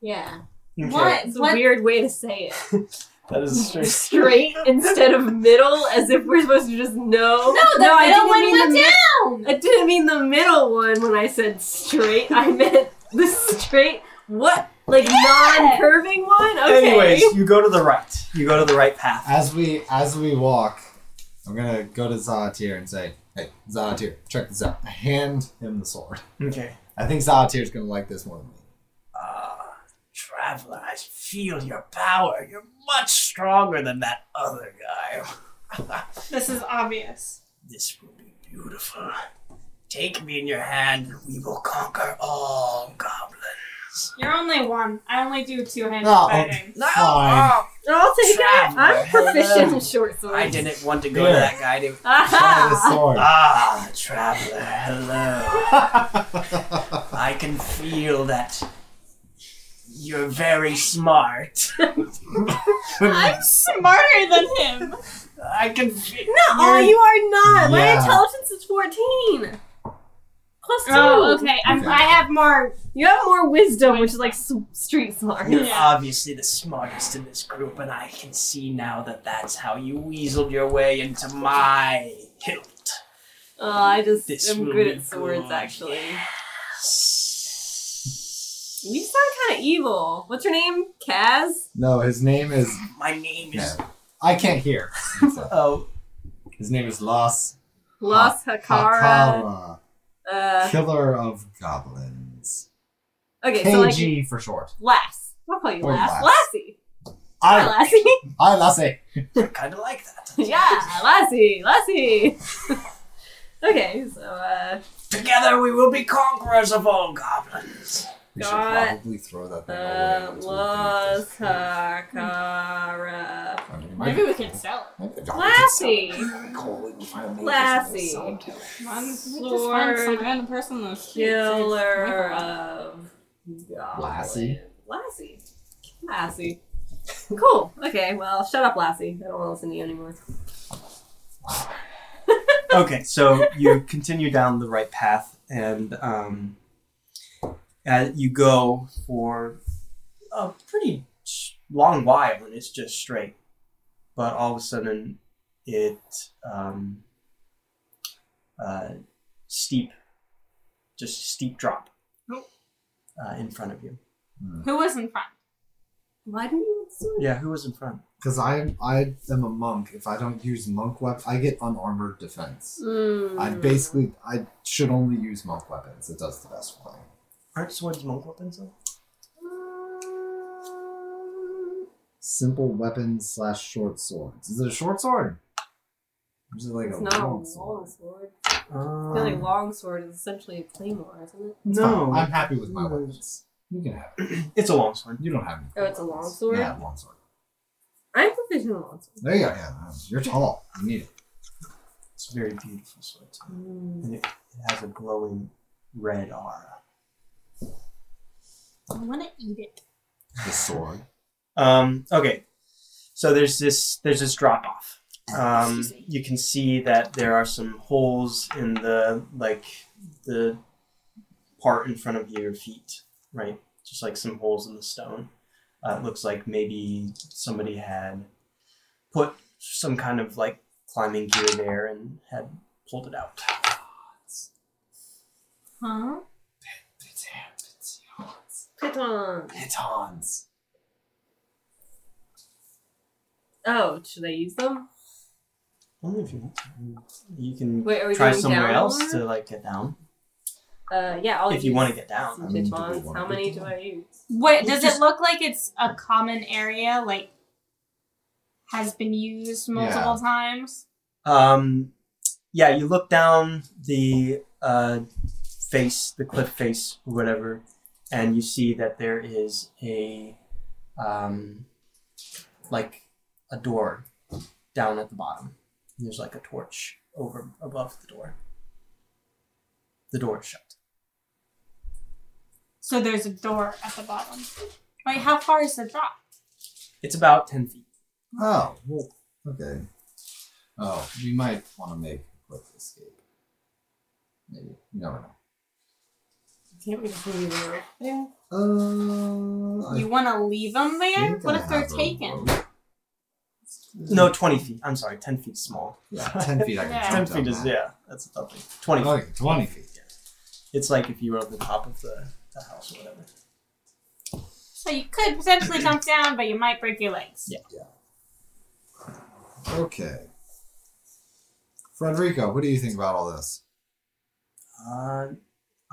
Speaker 4: Yeah.
Speaker 2: okay.
Speaker 3: What?
Speaker 4: It's a
Speaker 3: what?
Speaker 4: weird way to say it.
Speaker 2: That is straight.
Speaker 4: Straight instead of middle, as if we're supposed to just know.
Speaker 3: No, the middle one went
Speaker 4: the,
Speaker 3: down.
Speaker 4: I didn't mean the middle one when I said straight. I meant the straight, what? Like non-curving one? Okay.
Speaker 2: Anyways, you go to the right. You go to the right path.
Speaker 1: As we as we walk, I'm gonna go to Zanatir and say, "Hey, Zanatir, check this out." I hand him the sword.
Speaker 2: Okay.
Speaker 1: I think Zanatir's gonna like this more than me.
Speaker 2: Ah, traveler, I feel your power. You're much stronger than that other guy.
Speaker 3: This is obvious.
Speaker 2: This will be beautiful. Take me in your hand, and we will conquer all goblins.
Speaker 3: You're only one. I only do two handed
Speaker 1: No.
Speaker 3: fighting.
Speaker 2: No,
Speaker 1: Fine.
Speaker 2: uh,
Speaker 4: I'll take it. I'm
Speaker 2: Traveler.
Speaker 4: proficient in short swords.
Speaker 2: uh, I didn't want to go
Speaker 1: Here.
Speaker 2: to that guy. To...
Speaker 1: Try the
Speaker 4: Aha!
Speaker 1: sword.
Speaker 2: Ah, traveler, hello.
Speaker 1: I
Speaker 2: I can feel that you're very smart.
Speaker 3: I'm smarter than him.
Speaker 2: I can feel.
Speaker 4: No, you are not. My
Speaker 1: Yeah.
Speaker 4: intelligence is 14. Plus two.
Speaker 3: Oh, okay. I'm,
Speaker 1: Okay.
Speaker 3: I have more.
Speaker 4: You have more wisdom, which is like s- street smart.
Speaker 2: You're
Speaker 3: Yeah.
Speaker 2: obviously the smartest in this group, and I can see now that that's how you weaseled your way into my hilt.
Speaker 4: Oh, I just
Speaker 2: This
Speaker 4: am
Speaker 2: will
Speaker 4: good
Speaker 2: be
Speaker 4: at swords,
Speaker 2: good.
Speaker 4: actually. You sound kind of evil. What's your name? Kaz?
Speaker 1: no, his name is.
Speaker 2: My name is.
Speaker 1: I can't hear.
Speaker 2: Oh,
Speaker 1: His name is Las
Speaker 4: Los
Speaker 1: Hakara,
Speaker 4: Hakara. Uh,
Speaker 1: killer of goblins.
Speaker 4: okay, so like
Speaker 1: KG for short.
Speaker 4: Lass. I'll call you
Speaker 1: Or
Speaker 4: Lass.
Speaker 1: Lass.
Speaker 4: Oh. Lassie. Hi,
Speaker 1: I,
Speaker 4: Lassie.
Speaker 1: I Lassie.
Speaker 2: I kind of like that.
Speaker 4: yeah, Lassie. Lassie. okay, so uh,
Speaker 2: Together we will be conquerors of all goblins.
Speaker 1: We should
Speaker 4: Got-
Speaker 1: probably throw that thing
Speaker 4: uh
Speaker 1: over.
Speaker 4: Los uh, Hakara.
Speaker 3: Maybe we can sell
Speaker 4: Lassie. Lassie.
Speaker 1: Lassie.
Speaker 3: it. One
Speaker 4: just find some
Speaker 3: sword. random person the
Speaker 4: Killer of goblins.
Speaker 1: Lassie.
Speaker 4: Lassie. Lassie. Cool. Okay, well, shut up, Lassie. I don't want to listen to you anymore.
Speaker 2: okay, so you continue down the right path, and um, uh, you go for a pretty s- long while, and it's just straight. But all of a sudden, it um, uh, steep, just a steep drop
Speaker 1: Oh.
Speaker 2: uh, in front of you.
Speaker 3: Who was in front?
Speaker 4: Why do you want
Speaker 2: Yeah, who was in front?
Speaker 1: Because I I am a monk. If I don't use monk weapon, I get unarmored defense.
Speaker 4: to? Mm.
Speaker 1: I basically I should only use monk weapons. It does the best for me.
Speaker 2: Aren't swords monk weapons though?
Speaker 1: Simple weapons slash short swords. Is it a short sword? Or is it like
Speaker 4: It's
Speaker 1: a
Speaker 4: not a
Speaker 1: long
Speaker 4: long
Speaker 1: sword?
Speaker 4: sword. I
Speaker 2: Um,
Speaker 4: feel like long sword is essentially a claymore, isn't it?
Speaker 1: It's
Speaker 2: no,
Speaker 1: fine. I'm happy with my
Speaker 2: No.
Speaker 1: weapons. You can have it.
Speaker 2: it's a long sword.
Speaker 1: You don't have any.
Speaker 4: Oh, it's a long
Speaker 1: weapons.
Speaker 4: sword?
Speaker 1: Yeah, long sword.
Speaker 4: I'm proficient in long sword.
Speaker 1: There you go. Yeah, um, you're tall. You need it.
Speaker 2: It's a very beautiful sword. Too.
Speaker 4: Mm.
Speaker 2: and it, it has a glowing red aura.
Speaker 3: I want to eat it.
Speaker 1: The sword.
Speaker 2: Um, okay, so there's this there's this drop off, Um, you can see that there are some holes in the like the part in front of your feet, right? Just like some holes in the stone. Uh, it looks like maybe somebody had put some kind of like climbing gear there and had pulled it out.
Speaker 3: Huh?
Speaker 4: Pitons.
Speaker 1: Pitons.
Speaker 4: Oh, should I use them?
Speaker 2: Only if you want to. You can
Speaker 4: Wait, are we
Speaker 2: try
Speaker 4: going
Speaker 2: somewhere
Speaker 4: down
Speaker 2: else
Speaker 4: more?
Speaker 2: to like get down.
Speaker 4: Uh, yeah, I'll
Speaker 2: if you
Speaker 4: use
Speaker 2: want to get down.
Speaker 4: some
Speaker 1: I mean, do we
Speaker 4: pitons.
Speaker 1: wanna
Speaker 4: How
Speaker 1: get
Speaker 4: many do
Speaker 1: down?
Speaker 4: I use?
Speaker 3: What
Speaker 2: You
Speaker 3: does
Speaker 2: just-
Speaker 3: it look like? It's a common area, like has been used multiple times.
Speaker 2: Um, yeah, you look down the uh, face, the cliff face, or whatever, and you see that there is a um, like a door down at the bottom. And there's like a torch over above the door. The door is shut.
Speaker 3: So there's a door at the bottom. Wait, how far is the drop?
Speaker 2: It's about ten feet.
Speaker 1: Oh, well, okay. Oh, we might want to make a quick escape. Maybe. You never know.
Speaker 4: Can't we just leave them out there?
Speaker 1: Uh, I
Speaker 3: You want to leave them there?
Speaker 1: think
Speaker 3: What
Speaker 1: I
Speaker 3: if they're
Speaker 1: have a
Speaker 3: taken?
Speaker 1: rope.
Speaker 2: No, twenty feet. I'm sorry, ten feet small.
Speaker 1: Yeah, 10 feet I can
Speaker 3: Yeah.
Speaker 1: jump
Speaker 2: ten feet
Speaker 1: down
Speaker 2: is
Speaker 1: that.
Speaker 2: yeah. That's a thing. Twenty. feet.
Speaker 1: Okay, 20 feet.
Speaker 2: It's like if you were up the top of the, the house or whatever.
Speaker 3: So you could potentially jump down, but you might break your legs.
Speaker 2: Yeah.
Speaker 1: Okay. Frederico, what do you think about all this?
Speaker 2: Uh,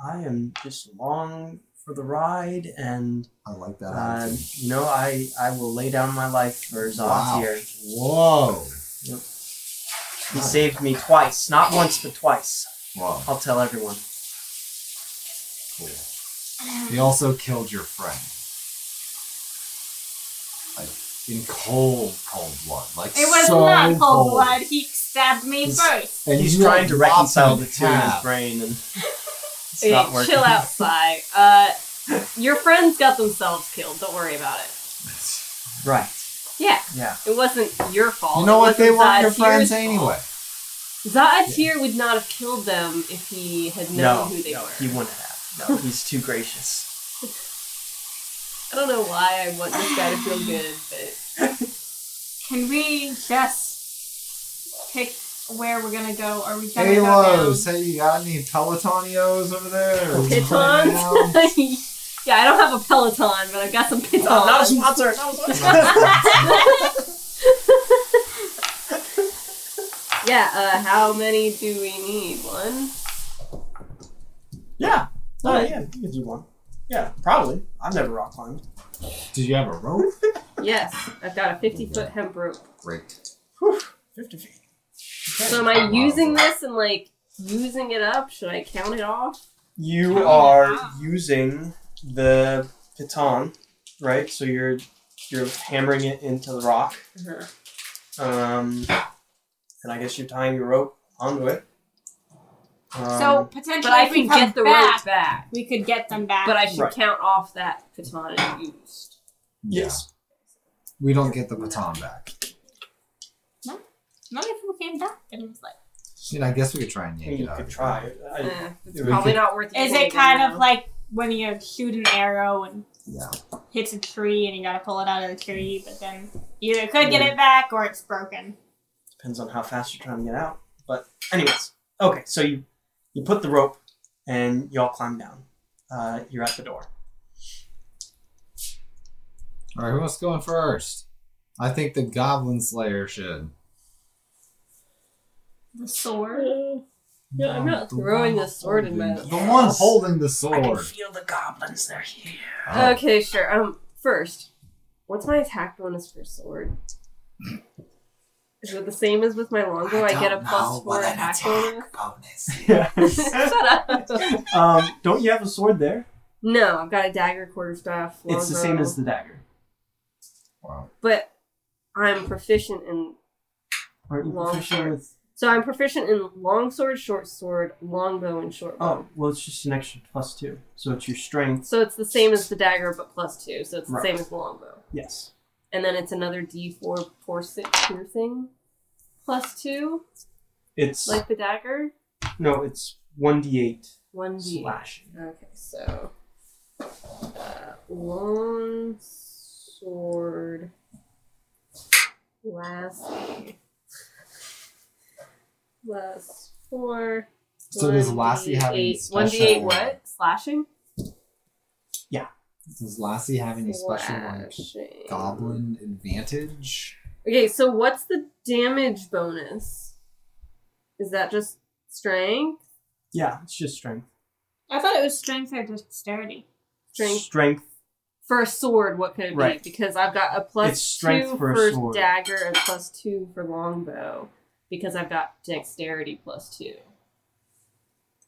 Speaker 2: I am just along for the ride, and
Speaker 1: I like that
Speaker 2: uh,
Speaker 1: attitude.
Speaker 2: you know, I I will lay down my life for Zoth
Speaker 1: Wow.
Speaker 2: here.
Speaker 1: Whoa.
Speaker 2: He saved me twice, not once but twice.
Speaker 1: Whoa.
Speaker 2: I'll tell everyone.
Speaker 1: Cool. He also killed your friend. Like, in cold, cold blood. Like,
Speaker 3: It was
Speaker 1: so
Speaker 3: not cold, blood. He stabbed me
Speaker 2: He's-
Speaker 3: first.
Speaker 1: And
Speaker 2: He's
Speaker 1: you,
Speaker 2: trying to
Speaker 1: like, lopped
Speaker 2: reconcile
Speaker 1: him
Speaker 2: the
Speaker 1: in
Speaker 2: two in his
Speaker 1: half.
Speaker 2: brain, and it's
Speaker 4: Hey,
Speaker 2: not working.
Speaker 4: chill out, Sai. Uh, your friends got themselves killed. Don't worry about it.
Speaker 2: Right.
Speaker 4: Yeah,
Speaker 2: Yeah.
Speaker 4: it wasn't your fault.
Speaker 1: You know
Speaker 4: It
Speaker 1: what? They
Speaker 4: wasn't
Speaker 1: weren't your friends
Speaker 4: Zaatir's fault.
Speaker 1: anyway.
Speaker 4: Zaatir would not have killed them if he had
Speaker 2: No,
Speaker 4: known who they
Speaker 2: no,
Speaker 4: were.
Speaker 2: he wouldn't have. No, he's too gracious.
Speaker 4: I don't know why I want this guy to feel good, but
Speaker 3: Can we just pick where we're gonna go? Are we gonna go
Speaker 1: Halos,
Speaker 3: down?
Speaker 1: hey, you got any Pelotonios over there? Or something else?
Speaker 4: pitons. yeah, I don't have a Peloton, but I've got some pitons.
Speaker 2: Oh, not a sponsor. Not a sponsor.
Speaker 4: yeah, uh, how many do we need? One.
Speaker 2: yeah. Oh, yeah. You can do one. Yeah, probably. I've never rock climbed.
Speaker 1: Did you have a rope?
Speaker 4: Yes, I've got a fifty-foot hemp rope.
Speaker 1: Great.
Speaker 2: Fifty feet.
Speaker 4: So am I using this and like using it up? Should I count it off?
Speaker 2: You are using the piton, right? So you're you're hammering it into the rock,
Speaker 4: Uh-huh.
Speaker 2: um, and I guess you're tying your rope onto it. Um,
Speaker 3: So potentially,
Speaker 4: But I
Speaker 3: if we
Speaker 4: can
Speaker 3: come
Speaker 4: get the
Speaker 3: back,
Speaker 4: rope back.
Speaker 3: We could get them back.
Speaker 4: But I should
Speaker 2: Right.
Speaker 4: count off that baton I used.
Speaker 1: Yeah,
Speaker 2: yes,
Speaker 1: we don't get the baton back.
Speaker 3: Not if we came back. And it was like,
Speaker 1: Shit, I guess we could try and yank
Speaker 2: you
Speaker 1: it out.
Speaker 2: could
Speaker 1: of
Speaker 2: try. I,
Speaker 4: Eh, it's
Speaker 2: we
Speaker 4: probably
Speaker 1: could-
Speaker 4: not worth it.
Speaker 3: is it kind of like when you shoot an arrow and
Speaker 1: here. Yeah.
Speaker 3: hits a tree and you gotta pull it out of the tree, but then you either could get it back or it's broken.
Speaker 2: depends on how fast you're trying to get out. But anyways, okay. So you you put the rope, and y'all climb down. Uh, you're at the door.
Speaker 1: All right, who wants to go in first? I think the Goblin Slayer should.
Speaker 3: The sword.
Speaker 4: Yeah, I'm not
Speaker 1: The
Speaker 4: throwing
Speaker 1: one
Speaker 4: the sword in my.
Speaker 1: holding- The one holding the sword.
Speaker 2: feel the goblins. They're here.
Speaker 1: Oh,
Speaker 4: Okay, sure. Um, first, what's my attack bonus for sword? Is it the same as with my longbow? I, get a plus four attack bonus.
Speaker 1: bonus.
Speaker 2: Yes.
Speaker 4: Shut up.
Speaker 2: um, don't you have a sword there?
Speaker 4: No, I've got a dagger, quarterstaff.
Speaker 2: It's the same
Speaker 4: longbow,
Speaker 2: as the dagger.
Speaker 1: Wow.
Speaker 4: But I'm proficient in.
Speaker 2: Aren't you
Speaker 4: Long
Speaker 2: proficient
Speaker 4: sword.
Speaker 2: with?
Speaker 4: So I'm proficient in longsword, short sword, longbow, and short bow.
Speaker 2: Oh, well, it's just an extra plus two. So it's your strength.
Speaker 4: So it's the same as the dagger, but plus two. So it's the
Speaker 2: Oh. Right.
Speaker 4: same as the longbow.
Speaker 2: Yes.
Speaker 4: And then it's another D4 four six piercing. plus two,
Speaker 2: It's
Speaker 4: like the dagger.
Speaker 2: no, it's one d eight
Speaker 4: One d.
Speaker 2: slash.
Speaker 4: Okay, so uh, long sword, last, last four.
Speaker 1: So does Lassie have any
Speaker 4: one d eight?
Speaker 1: special-
Speaker 4: What slashing?
Speaker 1: Does Lassie have any special like
Speaker 4: Slashing.
Speaker 1: goblin advantage?
Speaker 4: Okay, so what's the damage bonus? Is that just strength?
Speaker 2: Yeah, it's just strength.
Speaker 3: I thought it was strength or dexterity.
Speaker 4: Strength
Speaker 2: Strength.
Speaker 4: for a sword, what could it
Speaker 2: Right.
Speaker 4: be? Because I've got a plus
Speaker 2: It's strength
Speaker 4: two
Speaker 2: for
Speaker 4: for,
Speaker 2: a sword.
Speaker 4: dagger and plus two for longbow. Because I've got dexterity plus two.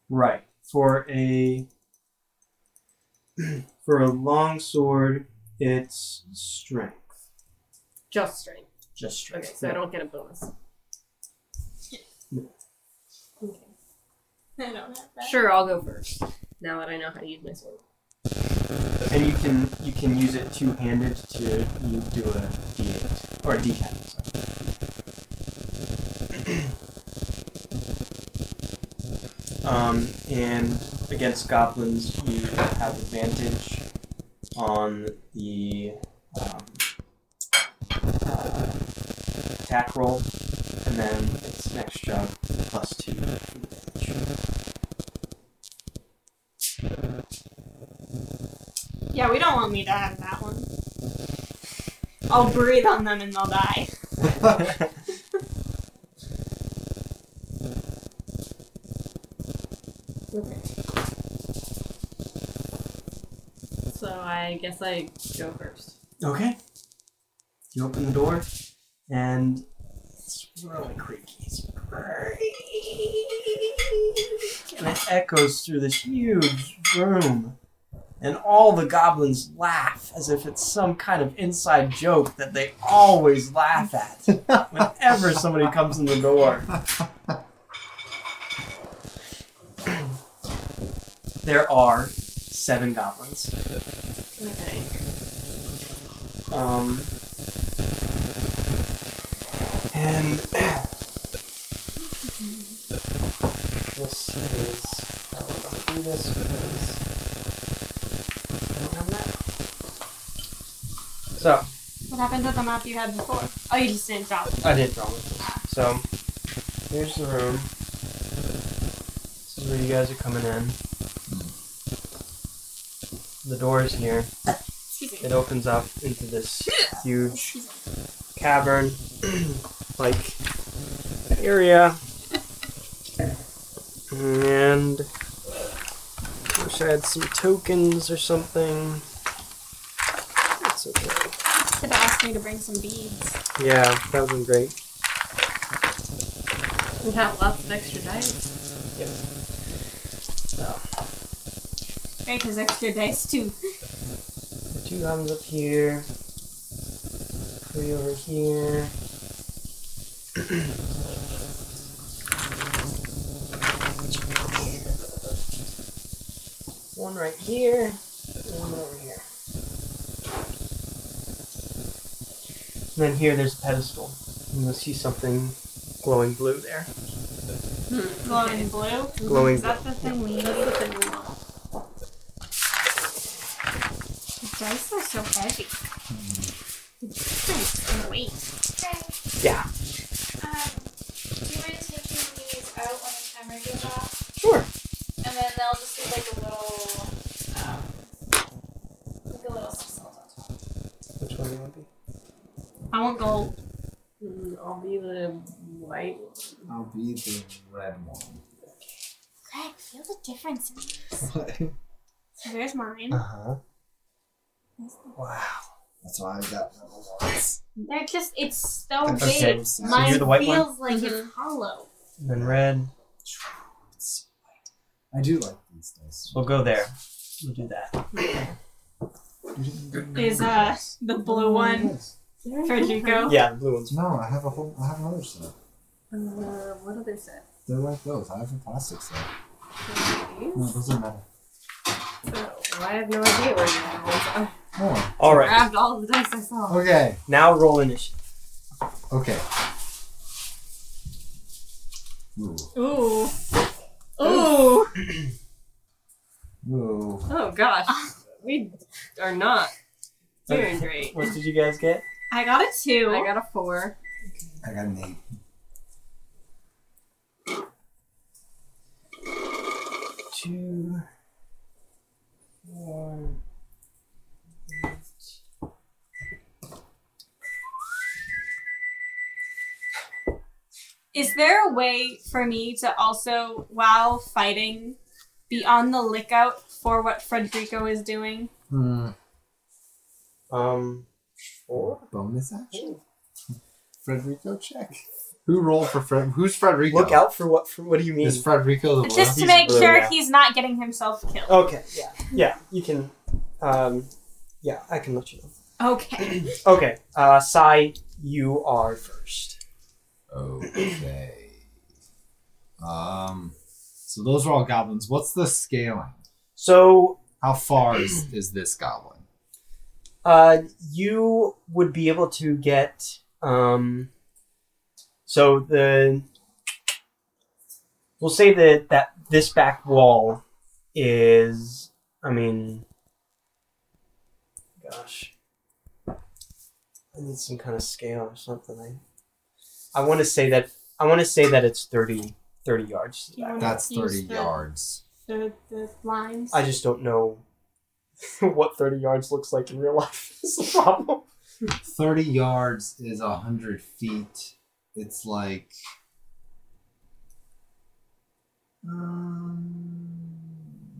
Speaker 2: Right. For a for a long sword, it's strength.
Speaker 4: Just strength.
Speaker 2: Just
Speaker 4: Okay,
Speaker 2: strength.
Speaker 4: so I don't get a bonus. Okay.
Speaker 3: I don't have that.
Speaker 4: Sure, I'll go first. Now that I know how to use my sword.
Speaker 2: And you can you can use it two handed to you do a D eight or a D ten. um, and against goblins, you have advantage on the um, uh, attack roll, and then it's next job plus two for the damage.
Speaker 3: Yeah, we don't want me to have that one. I'll breathe on them and they'll die.
Speaker 4: Okay. So I guess I go first.
Speaker 2: Okay. You open the door, and it's really creaky. It's creaky. and it echoes through this huge room. And all the goblins laugh as if it's some kind of inside joke that they always laugh at whenever somebody comes in the door. there are seven goblins.
Speaker 4: Okay.
Speaker 2: Um, and this is how we're gonna do this because I don't have that. So
Speaker 3: What happened to the map you had before? Oh, you just didn't drop it.
Speaker 2: I did draw with this. So here's the room. This is where you guys are coming in. The door is here.
Speaker 3: Excuse me.
Speaker 2: It opens up into this huge cavern like area. And wish I had some tokens or something. It's okay.
Speaker 3: Could have asked me to bring some beads.
Speaker 2: Yeah, that would have been great.
Speaker 4: We have lots of extra dice.
Speaker 3: Great, his extra dice too.
Speaker 2: Two guns up here. Three over here. One right here. One over here. And then here there's a pedestal. And you'll see something glowing blue there.
Speaker 3: Glowing blue.
Speaker 2: Glowing
Speaker 3: Is that the thing we need?
Speaker 4: That's the thing we want.
Speaker 3: The dice are so heavy. Dice and weight.
Speaker 5: Okay.
Speaker 2: Yeah.
Speaker 5: Um, do you mind taking these out when the camera goes off?
Speaker 2: Sure.
Speaker 5: And then they'll just be like a little, um, like a little sizzle on top.
Speaker 2: Which one do you want to be?
Speaker 3: I want gold.
Speaker 4: Mm, I'll be the white.
Speaker 1: I'll be the red one.
Speaker 3: Greg, feel the difference. in these. So there's mine.
Speaker 2: Uh-huh. Wow.
Speaker 1: That's why I got number ones.
Speaker 3: They're just, it's so big.
Speaker 2: Okay, so
Speaker 3: Mine
Speaker 2: you're the white one?
Speaker 3: feels like
Speaker 5: Mm-hmm.
Speaker 3: it's hollow.
Speaker 2: And then red.
Speaker 1: It's so light. I do like these dice.
Speaker 2: We'll go there. We'll do that.
Speaker 3: Is uh the blue one
Speaker 1: Yes.
Speaker 3: for Juco?
Speaker 2: Yeah, the blue one's
Speaker 1: No, I have a whole. I have another set.
Speaker 4: Uh, what other set?
Speaker 1: They're like those. I have a plastic set. No,
Speaker 4: These?
Speaker 1: it doesn't matter.
Speaker 4: Oh, I have no idea where you have ones. I
Speaker 1: Oh,
Speaker 2: All right.
Speaker 4: grabbed all the dice I saw.
Speaker 1: okay.
Speaker 2: Now roll initiative.
Speaker 1: Okay. Ooh.
Speaker 3: Ooh. Ooh.
Speaker 1: Ooh.
Speaker 4: Oh gosh, we are not doing great.
Speaker 2: What did you guys get?
Speaker 3: I got a two.
Speaker 4: I got a four.
Speaker 1: I got an eight.
Speaker 2: Two. One.
Speaker 3: Is there a way for me to also, while fighting, be on the lookout for what Frederico is doing?
Speaker 1: Hmm.
Speaker 2: Um, four.
Speaker 1: Bonus action. Frederico check. Who rolled for Fred? Who's Frederico?
Speaker 2: Look out for what? For what do you mean?
Speaker 1: Is Frederico the
Speaker 3: Just
Speaker 1: one?
Speaker 3: to
Speaker 2: he's
Speaker 3: make
Speaker 2: blue
Speaker 3: sure
Speaker 2: now.
Speaker 3: he's not getting himself killed.
Speaker 2: Okay. Yeah. Yeah. You can. Um. Yeah, I can let you know.
Speaker 3: Okay.
Speaker 2: Okay. Uh, Sai, you are first.
Speaker 1: Okay. Um. So those are all goblins. What's the scaling?
Speaker 2: So
Speaker 1: How far is, is this goblin?
Speaker 2: Uh, you would be able to get um so the we'll say that that this back wall is I mean gosh I need some kind of scale or something I I want to say that I want to say that it's 30 30 yards to the back.
Speaker 1: That's
Speaker 3: Use
Speaker 1: thirty
Speaker 3: the-
Speaker 1: yards.
Speaker 3: The, the lines.
Speaker 2: I just don't know what 30 yards looks like in real life is the problem
Speaker 1: Thirty yards is a hundred feet. It's like. Um,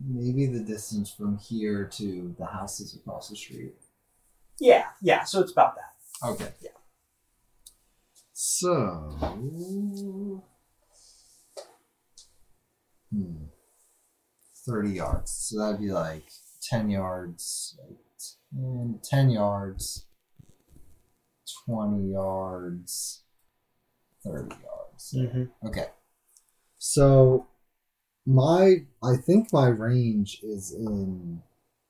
Speaker 1: maybe the distance from here to the houses across the street.
Speaker 2: yeah yeah so it's about that
Speaker 1: Okay.
Speaker 2: Yeah.
Speaker 1: So. Hmm. 30 yards. So that'd be like 10 yards, and 10 yards, 20 yards, 30 yards.
Speaker 2: Mm-hmm.
Speaker 1: Okay. So my I think my range is in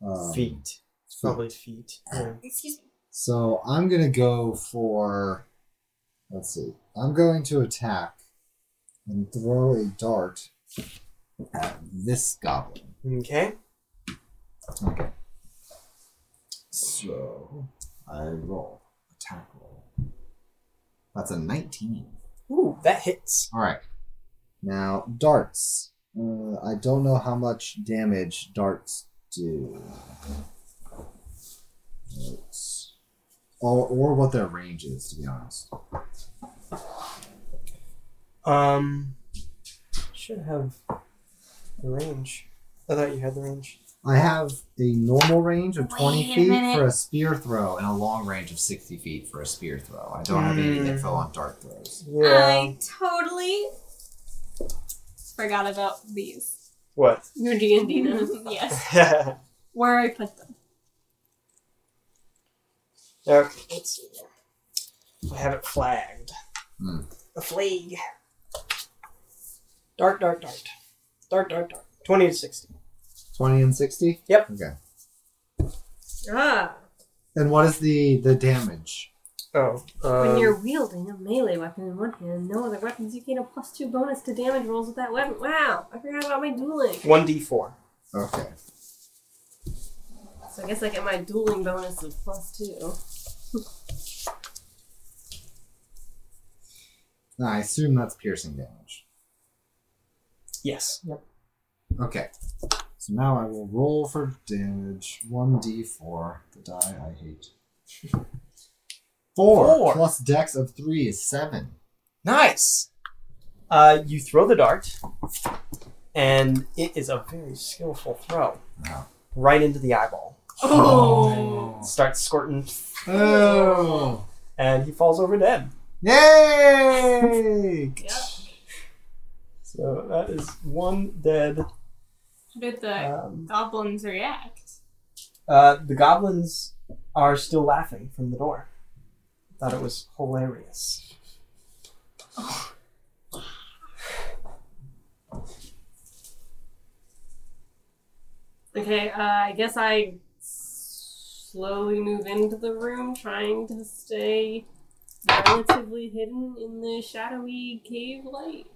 Speaker 1: um,
Speaker 2: feet,
Speaker 1: feet.
Speaker 2: probably feet. Mm. Yeah.
Speaker 3: Excuse me.
Speaker 1: So I'm gonna go for. Let's see. I'm going to attack and throw a dart at this goblin.
Speaker 2: Okay.
Speaker 1: Okay. So I roll attack roll. That's a 19.
Speaker 2: Ooh, that hits.
Speaker 1: All right. Now darts. Uh, I don't know how much damage darts do. Darts. Or, or what their range is, to be honest.
Speaker 2: Um, should have the range. I thought you had the range.
Speaker 1: I have a normal range of 20
Speaker 3: Wait a
Speaker 1: feet
Speaker 3: minute.
Speaker 1: for a spear throw and a long range of 60 feet for a spear throw. I don't have any
Speaker 2: Hmm.
Speaker 1: info on dart throws.
Speaker 2: Yeah.
Speaker 3: I totally forgot about these.
Speaker 2: What?
Speaker 4: Your D and D knows.
Speaker 3: yes.
Speaker 2: okay.
Speaker 3: Where I put them.
Speaker 2: Let's see. I have it flagged.
Speaker 1: Hmm.
Speaker 2: A flag. Dart, dart, dart. Dart, dart, dart. 20 to 60.
Speaker 1: 20 and 60?
Speaker 2: Yep.
Speaker 1: Okay.
Speaker 4: Ah,
Speaker 1: And what is the the damage?
Speaker 2: Oh. Um,
Speaker 4: when you're wielding a melee weapon in one hand, and no other weapons, you gain a plus two bonus to damage rolls with that weapon. Wow, I forgot about my
Speaker 2: um,
Speaker 4: dueling.
Speaker 2: 1d4.
Speaker 1: Okay.
Speaker 4: So I guess I get my dueling bonus of plus two.
Speaker 1: Now, I assume that's piercing damage.
Speaker 2: Yes. Yep.
Speaker 1: Okay. So now I will roll for damage 1d4. The die I hate. Four,
Speaker 2: Four.
Speaker 1: plus dex of three is seven.
Speaker 2: Nice. Uh, you throw the dart, and it is a very skillful throw.
Speaker 1: Wow.
Speaker 2: Right into the eyeball.
Speaker 3: Oh.
Speaker 2: Starts squirting,
Speaker 1: Oh.
Speaker 2: and he falls over dead.
Speaker 1: Yay!
Speaker 2: So that is one dead.
Speaker 3: How did the
Speaker 2: Um,
Speaker 3: goblins react?
Speaker 2: uh, the goblins are still laughing from the door. Thought it was hilarious.
Speaker 4: Okay, uh, I guess I slowly move into the room, trying to stay relatively hidden in the shadowy cave light.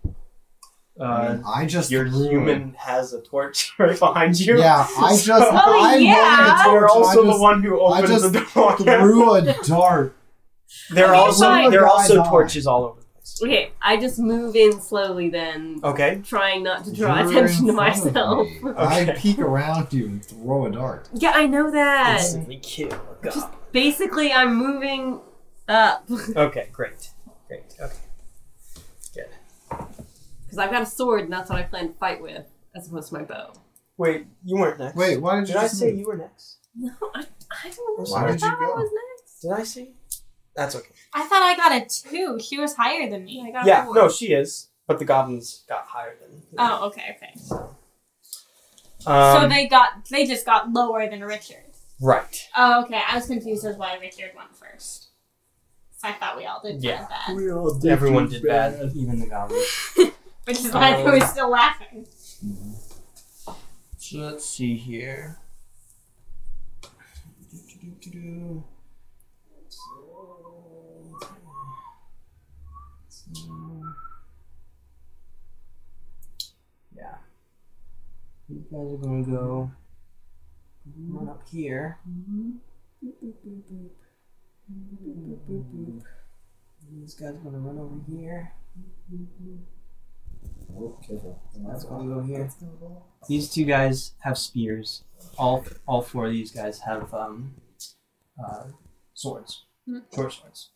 Speaker 1: I,
Speaker 2: uh,
Speaker 1: mean, I just
Speaker 2: your
Speaker 1: threw-
Speaker 2: human has a torch right behind you.
Speaker 1: Yeah, I just.
Speaker 2: So-
Speaker 4: Oh,
Speaker 1: I
Speaker 4: yeah.
Speaker 1: wanted
Speaker 2: You're
Speaker 1: to torch,
Speaker 2: also
Speaker 1: I
Speaker 2: the
Speaker 1: just
Speaker 2: one who opens
Speaker 1: just
Speaker 2: the door.
Speaker 1: threw a dart.
Speaker 2: There are
Speaker 4: Okay,
Speaker 2: also
Speaker 4: fine.
Speaker 2: there are also
Speaker 1: Guys,
Speaker 2: torches all over the place.
Speaker 4: Okay, I just move in slowly then,
Speaker 2: Okay.
Speaker 4: trying not to draw
Speaker 1: You're
Speaker 4: attention to
Speaker 1: in front of
Speaker 4: myself.
Speaker 1: me. I
Speaker 2: Okay.
Speaker 1: peek around you and throw a dart.
Speaker 4: Yeah, I know that.
Speaker 2: Instantly kill. God.
Speaker 4: Just- Basically, I'm moving up because
Speaker 2: Okay. Great. Great. Okay.
Speaker 4: I've got a sword, and that's what I plan to fight with, as opposed to my bow.
Speaker 2: Wait, you weren't next.
Speaker 1: Wait, why did
Speaker 2: Did
Speaker 1: you
Speaker 2: I
Speaker 1: just
Speaker 2: say
Speaker 1: move?
Speaker 2: you were next?
Speaker 4: No, I, I don't know.
Speaker 2: Why
Speaker 4: I
Speaker 1: did you
Speaker 4: thought I
Speaker 1: go?
Speaker 4: was next.
Speaker 2: Did I say? That's okay.
Speaker 3: I thought I got a two. She was higher than me. I got
Speaker 2: Yeah.
Speaker 3: a four.
Speaker 2: No, she is. But the goblins got higher than.
Speaker 3: Oh, okay, okay.
Speaker 2: Um,
Speaker 3: so they got they just got lower than Richard.
Speaker 2: Right.
Speaker 3: Oh, okay. I was confused as why Richard went first. So I thought we all did
Speaker 2: Yeah.
Speaker 3: yeah. bad,
Speaker 1: We all did
Speaker 2: Everyone
Speaker 1: do
Speaker 2: did bad. Even the goblins.
Speaker 3: which is why
Speaker 2: Um,
Speaker 3: they were still laughing.
Speaker 2: So let's see here. Yeah. You guys are gonna go run up here. These guys are gonna run over here.
Speaker 1: Oh, careful.
Speaker 2: That's gonna go here. These two guys have spears. All all four of these guys have um, uh, swords,
Speaker 3: Mm.
Speaker 2: short swords.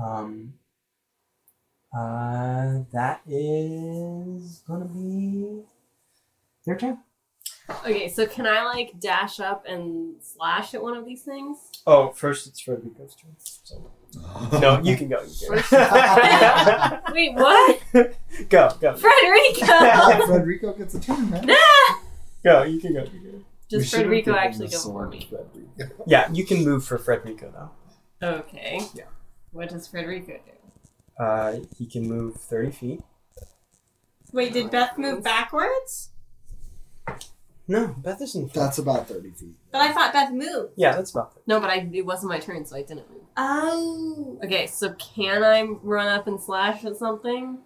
Speaker 2: Um, uh, that is gonna be their turn.
Speaker 4: Okay, so can I like dash up and slash at one of these things?
Speaker 2: Oh, first it's Frederico's turn. So. No, you can go. You can.
Speaker 4: Wait, what?
Speaker 2: go, go,
Speaker 4: Frederico!
Speaker 1: Frederico gets a turn, man.
Speaker 2: go. You can go. You can go.
Speaker 1: We
Speaker 4: Does
Speaker 1: should've
Speaker 4: Frederico
Speaker 1: given
Speaker 4: actually
Speaker 1: the
Speaker 4: go for
Speaker 1: sword
Speaker 4: me?
Speaker 1: to Frederico.
Speaker 2: Yeah, you can move for Frederico though.
Speaker 4: Okay.
Speaker 2: Yeah.
Speaker 4: What does Frederico do?
Speaker 2: Uh, he can move 30 feet.
Speaker 3: Wait, did Beth move backwards?
Speaker 2: No, Beth isn't.
Speaker 1: That's about 30 feet.
Speaker 3: But I thought Beth moved.
Speaker 2: Yeah, that's about it.
Speaker 4: No, but I, it wasn't my turn, so I didn't move.
Speaker 3: Oh.
Speaker 4: Okay, so can I run up and slash at something?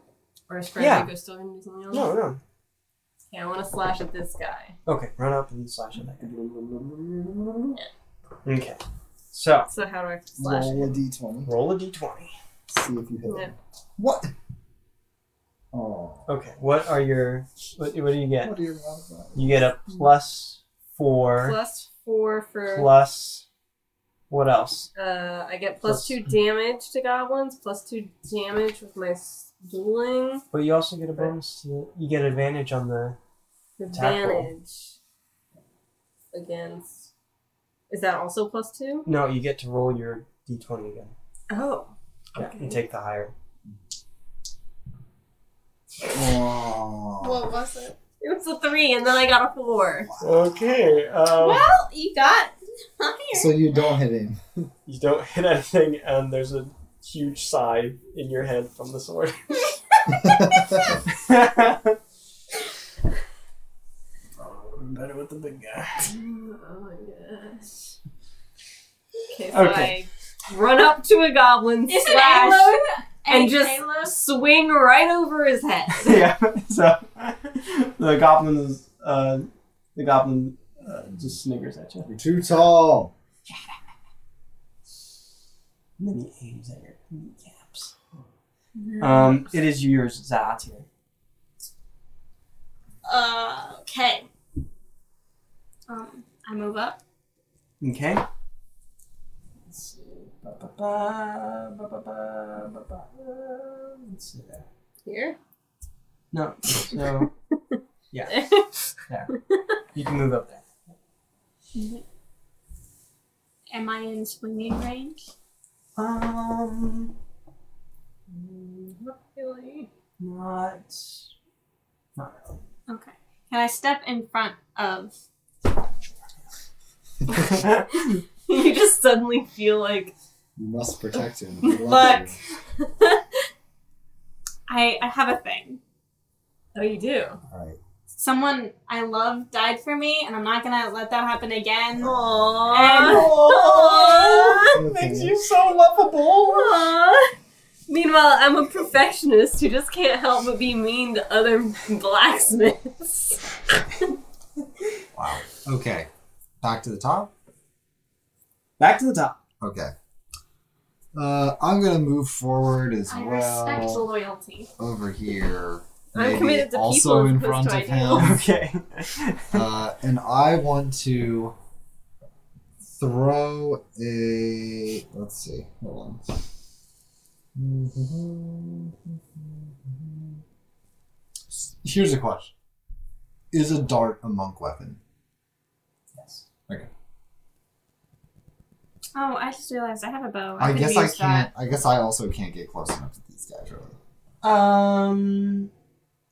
Speaker 4: Or is Frederico
Speaker 2: Yeah.
Speaker 4: still gonna do something else?
Speaker 2: No, no.
Speaker 4: Okay, I wanna slash at this guy.
Speaker 2: Okay, run up and slash it. Okay. So,
Speaker 4: So how do I slash?
Speaker 1: Roll a d20.
Speaker 2: roll a d20.
Speaker 1: See if you hit
Speaker 4: Yeah.
Speaker 1: it. What? Oh.
Speaker 2: Okay, what are your. What, what do you get?
Speaker 1: What are your modifiers?
Speaker 2: You get a plus four,
Speaker 4: Plus four for
Speaker 2: plus. What else?
Speaker 4: Uh, I get
Speaker 2: Plus-
Speaker 4: plus two damage to goblins, plus two damage with my dueling
Speaker 2: But you also get a bonus. to- You get advantage on the.
Speaker 4: advantage against. Is that also plus two?
Speaker 2: No, you get to roll your d20 again.
Speaker 4: Oh,
Speaker 2: Yeah,
Speaker 4: Okay.
Speaker 2: and take the higher.
Speaker 1: Oh.
Speaker 3: was it?
Speaker 4: it was a three, and then I got a four.
Speaker 2: Okay. Um,
Speaker 3: Well, you got higher.
Speaker 1: So you don't hit him.
Speaker 2: You don't hit anything, and there's a huge sigh in your head from the sword. better with the big guy.
Speaker 4: Oh my gosh. Okay, so
Speaker 2: Okay.
Speaker 4: I run up to a goblin,
Speaker 3: Is it
Speaker 4: slash,
Speaker 3: Aloe?
Speaker 4: and
Speaker 3: Hey,
Speaker 4: just
Speaker 3: Caleb?
Speaker 4: swing right over his head.
Speaker 2: yeah. So the goblin is uh, the goblin uh, just sniggers at you,
Speaker 1: You're too tall.
Speaker 2: and then he aims at your kneecaps. Um, it is yours, Zatir.
Speaker 3: Uh, okay. Um, I move up.
Speaker 2: Okay. Let's see. Ba-ba-ba, ba-ba-ba, ba-ba. Let's see there.
Speaker 4: Here.
Speaker 2: No. So you can move up there.
Speaker 3: Mm-hmm. Am I in swinging range?
Speaker 2: Um,
Speaker 4: Not really.
Speaker 2: not. Not
Speaker 3: Okay. Can I step in front of?
Speaker 2: really.
Speaker 4: you just suddenly feel like
Speaker 1: You must protect him. He loves
Speaker 3: Fuck.
Speaker 1: you.
Speaker 3: I I have a thing.
Speaker 4: oh, you do.
Speaker 1: Alright.
Speaker 3: Someone I love died for me, and I'm not gonna let that happen again.
Speaker 4: Aww.
Speaker 2: Oh, Aw. Makes you so lovable.
Speaker 4: Meanwhile, I'm a perfectionist who just can't help but be mean to other blacksmiths.
Speaker 1: Wow. Okay. Back to the top.
Speaker 2: Back to the top.
Speaker 1: Okay. Uh, I'm gonna move forward as
Speaker 5: I respect
Speaker 1: well
Speaker 5: loyalty.
Speaker 1: over here.
Speaker 4: I'm
Speaker 1: maybe
Speaker 4: committed to people
Speaker 1: also
Speaker 4: as
Speaker 1: in
Speaker 4: opposed
Speaker 1: front
Speaker 4: to
Speaker 1: of
Speaker 4: ideals.
Speaker 1: him.
Speaker 2: Okay.
Speaker 1: uh, and I want to throw a. Let's see. Hold on. Here's a question: Is a dart a monk weapon?
Speaker 2: yes.
Speaker 3: Oh, I just realized I have a bow.
Speaker 1: I,
Speaker 3: could
Speaker 1: guess I
Speaker 3: use
Speaker 1: can't.
Speaker 3: that.
Speaker 1: I guess I also can't get close enough to these guys, really.
Speaker 2: Um.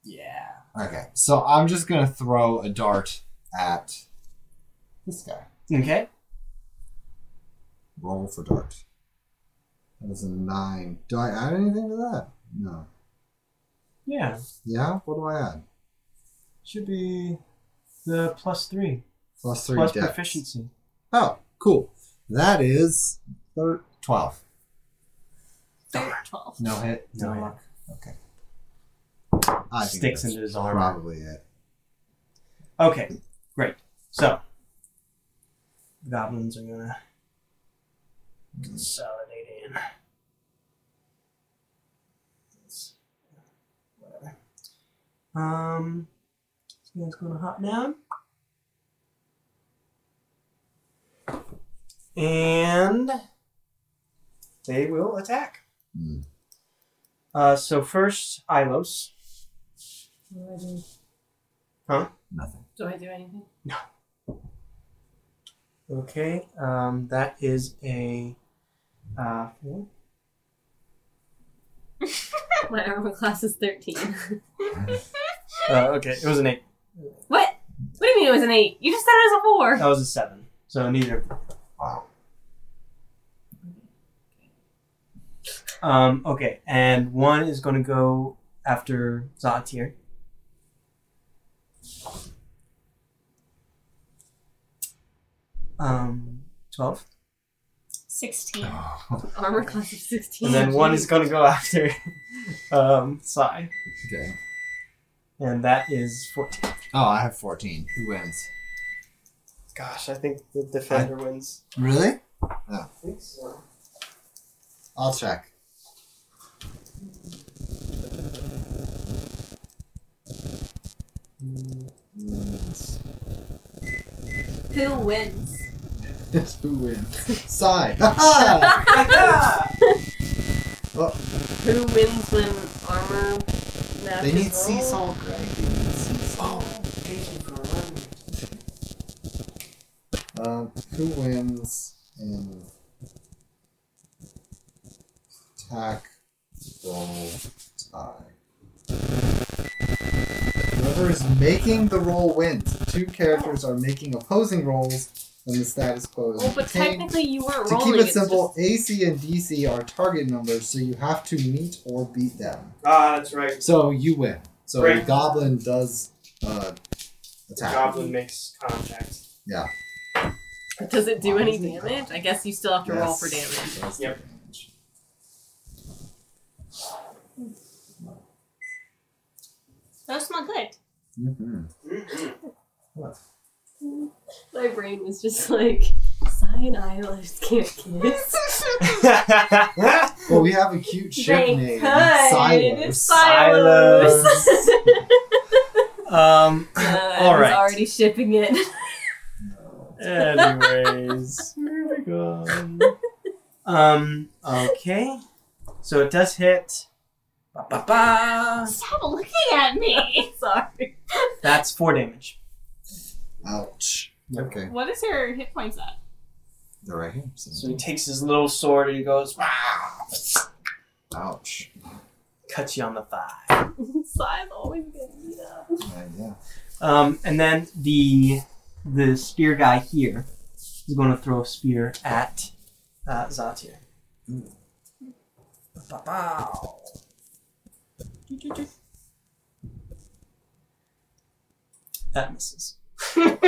Speaker 2: Yeah.
Speaker 1: Okay, so I'm just gonna throw a dart at this guy.
Speaker 2: Okay.
Speaker 1: Roll for dart. That is a nine. Do I add anything to that? No.
Speaker 2: Yeah.
Speaker 1: Yeah. What do I add?
Speaker 2: Should be the plus three.
Speaker 1: Plus three.
Speaker 2: plus
Speaker 1: dex.
Speaker 2: proficiency.
Speaker 1: Oh, cool. That is thir- twelve.
Speaker 4: They're 12.
Speaker 1: No hit. No,
Speaker 2: No
Speaker 1: luck. Okay. I think
Speaker 2: Sticks
Speaker 1: that's
Speaker 2: into his armor.
Speaker 1: probably it.
Speaker 2: Okay, great. So, goblins are gonna consolidate in. It's- Whatever. Um, this guy's gonna hop down. And they will attack.
Speaker 1: Hmm.
Speaker 2: Uh, so first, Ilos.
Speaker 1: Nothing.
Speaker 4: Do I do anything?
Speaker 2: Okay, um, that is a uh, four.
Speaker 4: My armor class is 13.
Speaker 2: Uh, okay, it was an eight.
Speaker 4: what? What do you mean it was an 8? You just said it was a 4.
Speaker 2: That was a seven. So neither.
Speaker 1: Wow.
Speaker 2: Um, okay, and one is going to go after Zatir. Um, twelve,
Speaker 3: Sixteen.
Speaker 1: Oh,
Speaker 4: Armor class of 16.
Speaker 2: and then one is going to go after um, Sai,
Speaker 1: okay.
Speaker 2: and that is fourteen.
Speaker 1: Oh, I have fourteen. Who wins?
Speaker 2: Gosh, I think the
Speaker 1: defender
Speaker 2: wins.
Speaker 1: Really?
Speaker 2: I think so.
Speaker 1: I'll check.
Speaker 4: Who wins?
Speaker 1: It's who wins. Sigh. Ha-ha!
Speaker 2: Ah,
Speaker 4: Who wins when armor matches
Speaker 1: they need sea
Speaker 4: roll?
Speaker 1: salt, Greg. They need sea salt.
Speaker 4: Oh.
Speaker 1: Um, who wins in attack roll tie? Whoever is making the roll wins. Two characters are making opposing rolls, and the status quo is
Speaker 4: Well, Oh, but
Speaker 1: maintained.
Speaker 4: technically you weren't
Speaker 1: To
Speaker 4: rolling.
Speaker 1: keep it
Speaker 4: it's
Speaker 1: simple, AC and DC are target numbers, so you have to meet or beat them.
Speaker 2: Ah, that's right.
Speaker 1: So you win. So the
Speaker 2: Great.
Speaker 1: goblin does uh, attack.
Speaker 2: makes contact.
Speaker 1: Yeah.
Speaker 4: just- does it do
Speaker 1: Why
Speaker 4: any
Speaker 1: is it-
Speaker 4: damage? I guess you still have to roll for
Speaker 1: Yes,
Speaker 4: damage.
Speaker 1: it does do
Speaker 2: Yep.
Speaker 1: damage.
Speaker 3: Those smell good.
Speaker 1: Mhm.
Speaker 4: My brain was just like, sign Islanders can't kiss.
Speaker 1: Well, we have a cute ship
Speaker 4: They
Speaker 1: named
Speaker 4: could. It's
Speaker 1: Silos.
Speaker 4: Silos.
Speaker 2: um.
Speaker 4: I
Speaker 2: All
Speaker 4: was
Speaker 2: right.
Speaker 4: already shipping it.
Speaker 2: Anyways, moving on. Um. Okay. So it does hit. Ba, ba, ba.
Speaker 3: Stop looking at me.
Speaker 4: Sorry.
Speaker 2: That's four damage.
Speaker 1: Ouch. Okay.
Speaker 3: What is her hit points at?
Speaker 1: They're right here.
Speaker 2: So he takes his little sword and he goes, "Wow!"
Speaker 1: Ouch.
Speaker 2: cuts you on the thigh.
Speaker 4: Size always gets me up.
Speaker 1: Uh, yeah.
Speaker 2: Um. And then the the spear guy here is going to throw a spear at uh, Zatir.
Speaker 1: Ooh.
Speaker 2: Ba, ba, ba. That misses. um, and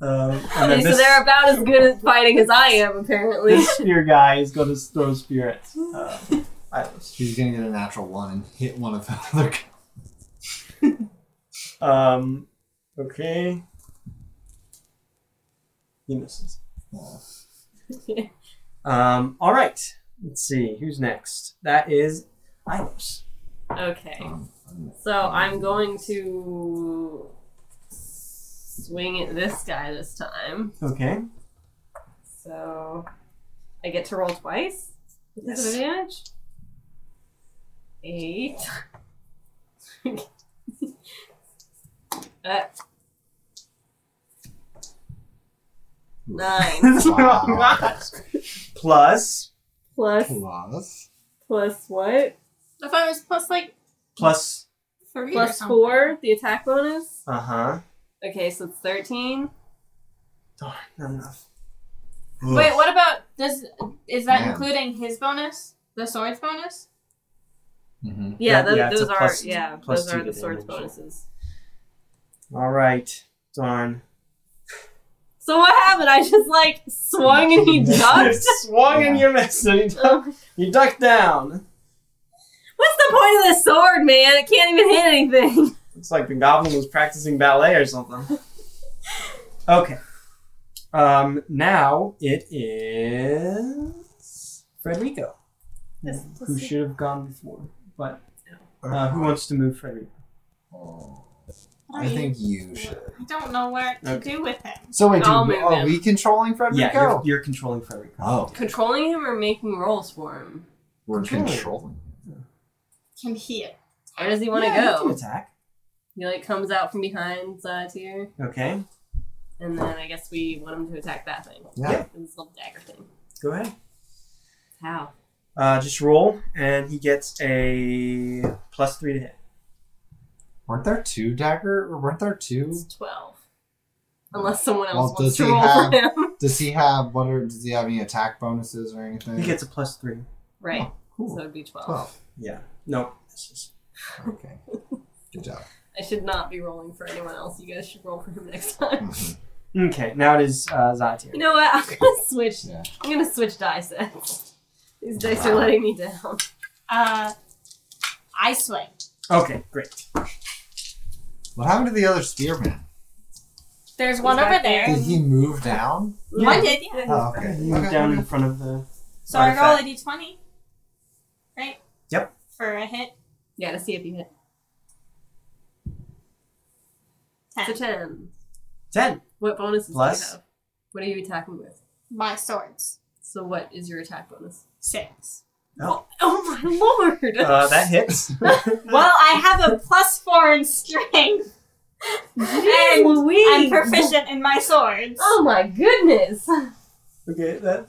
Speaker 2: then
Speaker 4: Okay, so
Speaker 2: this,
Speaker 4: they're about as good at fighting as I am, apparently.
Speaker 2: this spear guy is going to throw a spear at uh, Eyeless.
Speaker 1: He's gonna get a natural one and hit one of the other. guy.
Speaker 2: Um, okay. He misses.
Speaker 1: Oh.
Speaker 2: Um, all right. Let's see who's next. That is Ilos.
Speaker 4: Okay.
Speaker 1: Um, I'm-
Speaker 4: Oh, So I'm going to swing at this guy this time.
Speaker 2: Okay.
Speaker 4: So I get to roll twice with
Speaker 2: Yes.
Speaker 4: disadvantage. Eight. uh, nine
Speaker 1: Wow.
Speaker 2: plus
Speaker 4: plus
Speaker 1: Plus.
Speaker 4: plus what?
Speaker 3: I thought it was plus like
Speaker 2: plus.
Speaker 3: three or
Speaker 4: Plus
Speaker 3: something.
Speaker 4: four, the attack bonus.
Speaker 2: Uh huh.
Speaker 4: Okay, so it's thirteen.
Speaker 2: Darn, not enough.
Speaker 3: Wait, what about does is that
Speaker 1: Man.
Speaker 3: including his bonus? The sword's bonus?
Speaker 1: Mhm.
Speaker 4: Yeah,
Speaker 2: That-
Speaker 4: tho-
Speaker 2: yeah, it's a
Speaker 4: those are
Speaker 2: plus-
Speaker 4: yeah,
Speaker 2: plus
Speaker 4: those
Speaker 2: two
Speaker 4: are
Speaker 2: to
Speaker 4: the swords
Speaker 2: damage.
Speaker 4: bonuses.
Speaker 2: All right. Darn.
Speaker 4: So what happened? I just like swung and he ducked.
Speaker 2: swung and you missed. And you, ducked,
Speaker 4: What's
Speaker 2: you ducked down.
Speaker 4: the point of this sword, man? It can't even hit anything.
Speaker 2: Looks like the goblin was practicing ballet or something. Okay. Um. Now it is Frederico,
Speaker 3: Yes,
Speaker 2: who
Speaker 3: let's see.
Speaker 2: should have gone before, but uh, who wants to move Frederico?
Speaker 1: Oh.
Speaker 3: What
Speaker 1: I
Speaker 3: are you-
Speaker 1: think you should.
Speaker 3: I don't know what to
Speaker 2: Okay.
Speaker 3: do with him.
Speaker 1: So wait, do,
Speaker 4: I'll move
Speaker 1: are
Speaker 4: him.
Speaker 1: we controlling Frederico?
Speaker 2: Yeah, you're, you're controlling Frederico.
Speaker 1: Oh,
Speaker 4: Controlling him or making rolls for him?
Speaker 1: we're
Speaker 2: Controlling.
Speaker 1: controlling.
Speaker 3: Can he
Speaker 4: Where does he want to
Speaker 2: Yeah, you can
Speaker 4: go?
Speaker 2: attack.
Speaker 4: He like comes out from behind uh, Tyr,
Speaker 2: Okay.
Speaker 4: and then I guess we want him to attack that thing.
Speaker 1: Yeah.
Speaker 2: Yeah.
Speaker 4: This little dagger thing.
Speaker 2: Go ahead.
Speaker 4: How?
Speaker 2: Uh, just roll, and he gets a plus three to hit.
Speaker 1: Weren't there two dagger? Or weren't there two?
Speaker 4: It's twelve. Unless someone
Speaker 1: Well,
Speaker 4: else
Speaker 1: does
Speaker 4: wants to
Speaker 1: he
Speaker 4: roll
Speaker 1: have-
Speaker 4: for him.
Speaker 1: Does he have what? Are, does he have any attack bonuses or anything?
Speaker 2: He gets a plus three.
Speaker 4: Right. So
Speaker 1: cool.
Speaker 4: it'd be 12.
Speaker 1: Oh, Twelve.
Speaker 2: Yeah. No. This is
Speaker 1: Okay. Good job.
Speaker 4: I should not be rolling for anyone else. You guys should roll for him next time.
Speaker 1: Mhm.
Speaker 2: okay. Now it is uh, Zatir.
Speaker 4: You know what? I'm gonna switch.
Speaker 1: Yeah.
Speaker 4: I'm gonna switch die sets. These dice are letting me down.
Speaker 3: uh I swing.
Speaker 2: Okay. Great.
Speaker 1: What happened to the other spearman?
Speaker 3: There's one
Speaker 4: Is that
Speaker 3: over there.
Speaker 1: Did he move down?
Speaker 3: One did, yeah.
Speaker 1: Oh, okay.
Speaker 2: You move
Speaker 1: Okay,
Speaker 2: down
Speaker 1: okay.
Speaker 2: in front of the.
Speaker 3: So I roll a
Speaker 2: Artifact.
Speaker 3: D twenty. Right?
Speaker 2: Yep.
Speaker 3: For a hit.
Speaker 4: Yeah, to see if you hit.
Speaker 3: Ten.
Speaker 4: It's a ten.
Speaker 2: Ten.
Speaker 4: What bonuses do
Speaker 2: Plus?
Speaker 4: you have? What are you attacking with?
Speaker 3: My swords.
Speaker 4: So what is your attack bonus?
Speaker 3: Six.
Speaker 2: No.
Speaker 4: Oh my lord!
Speaker 2: Uh, that hits.
Speaker 3: Well, I have a plus four in strength.
Speaker 4: Jeez
Speaker 3: and
Speaker 4: Louise!
Speaker 3: I'm proficient in my swords.
Speaker 4: Oh my goodness!
Speaker 2: okay. That.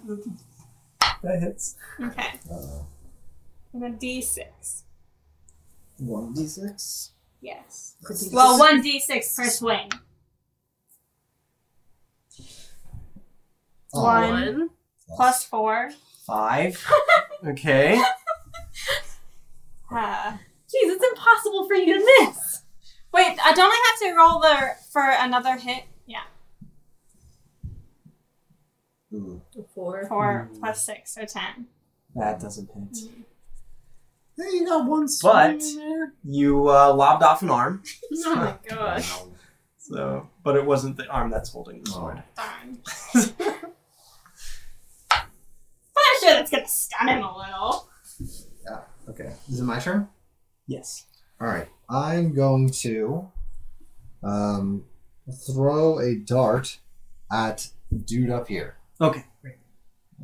Speaker 2: That hits.
Speaker 3: Okay.
Speaker 1: Uh,
Speaker 3: And a D six.
Speaker 2: One d six.
Speaker 3: Yes.
Speaker 4: It's a D6.
Speaker 3: Well, one D six per swing.
Speaker 1: oh,
Speaker 3: One.
Speaker 4: One.
Speaker 3: Plus four.
Speaker 2: Five. Okay.
Speaker 3: Uh,
Speaker 4: Jeez, it's impossible for you to miss.
Speaker 3: wait, uh, don't I have to roll the for another hit? Yeah.
Speaker 1: ooh.
Speaker 4: Four.
Speaker 3: Four
Speaker 2: Hmm.
Speaker 3: plus six, so ten.
Speaker 2: That doesn't hit.
Speaker 1: Hey, you got one.
Speaker 2: But-
Speaker 1: swing in there.
Speaker 2: You uh, lobbed off an arm.
Speaker 3: Oh my gosh.
Speaker 1: Wow.
Speaker 2: So, but it wasn't the arm that's holding the sword.
Speaker 3: Darn. But I'm sure that's gonna stun him a little.
Speaker 1: Okay. Is it my turn?
Speaker 2: yes.
Speaker 1: All right, I'm going to um, throw a dart at dude up here.
Speaker 2: Okay. Great.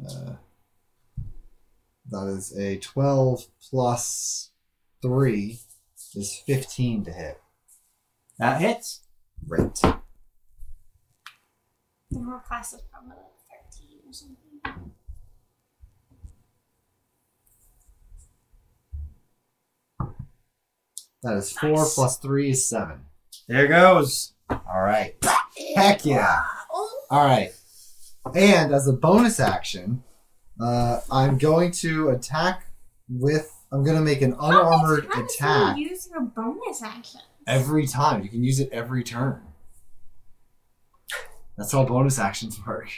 Speaker 1: Uh, that is a 12 plus 3 is 15 to hit.
Speaker 2: That hits.
Speaker 1: Great.
Speaker 3: The whole class is probably like thirteen or something.
Speaker 1: That is 4
Speaker 3: Nice.
Speaker 1: plus 3 is 7.
Speaker 2: There goes.
Speaker 1: All right. Heck yeah. All right. And as a bonus action, uh, I'm going to attack with. I'm going to make an unarmored attack.
Speaker 3: use your bonus action.
Speaker 1: Every time. You can use it every turn. That's how bonus actions work.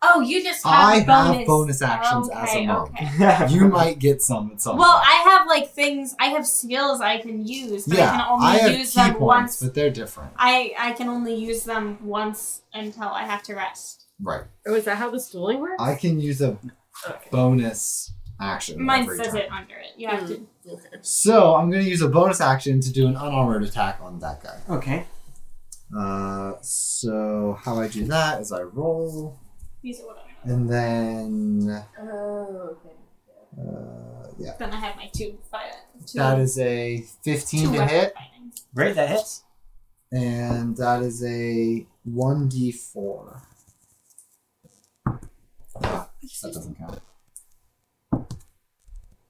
Speaker 3: Oh, you just have
Speaker 1: I
Speaker 3: bonus.
Speaker 1: have bonus actions as a
Speaker 3: Okay,
Speaker 1: monk.
Speaker 3: okay.
Speaker 1: You might get some at some
Speaker 3: Well,
Speaker 1: point.
Speaker 3: I have like things. I have skills I can use, but I
Speaker 1: yeah,
Speaker 3: can only
Speaker 1: have
Speaker 3: use
Speaker 1: key
Speaker 3: them
Speaker 1: points,
Speaker 3: once.
Speaker 1: but they're different.
Speaker 3: I I can only use them once until I have to rest.
Speaker 1: Right.
Speaker 4: Oh, is that how the dueling works?
Speaker 1: I can use a
Speaker 4: Okay.
Speaker 1: bonus action.
Speaker 3: Mine
Speaker 1: every
Speaker 3: says
Speaker 1: turn.
Speaker 3: it under it. You have
Speaker 4: Hmm.
Speaker 3: to.
Speaker 1: So I'm going to use a bonus action to do an unarmored attack on that guy.
Speaker 2: Okay.
Speaker 1: Uh, so how I do that is I roll,
Speaker 3: Use it whatever.
Speaker 1: and then
Speaker 4: Oh, okay.
Speaker 1: uh, yeah,
Speaker 3: Then I have my two fire. Two,
Speaker 1: that is a
Speaker 3: two
Speaker 1: 15 to
Speaker 3: weapon
Speaker 1: hit,
Speaker 3: fighting.
Speaker 2: Great, that hits.
Speaker 1: and that is a 1d4. Ah, that doesn't count.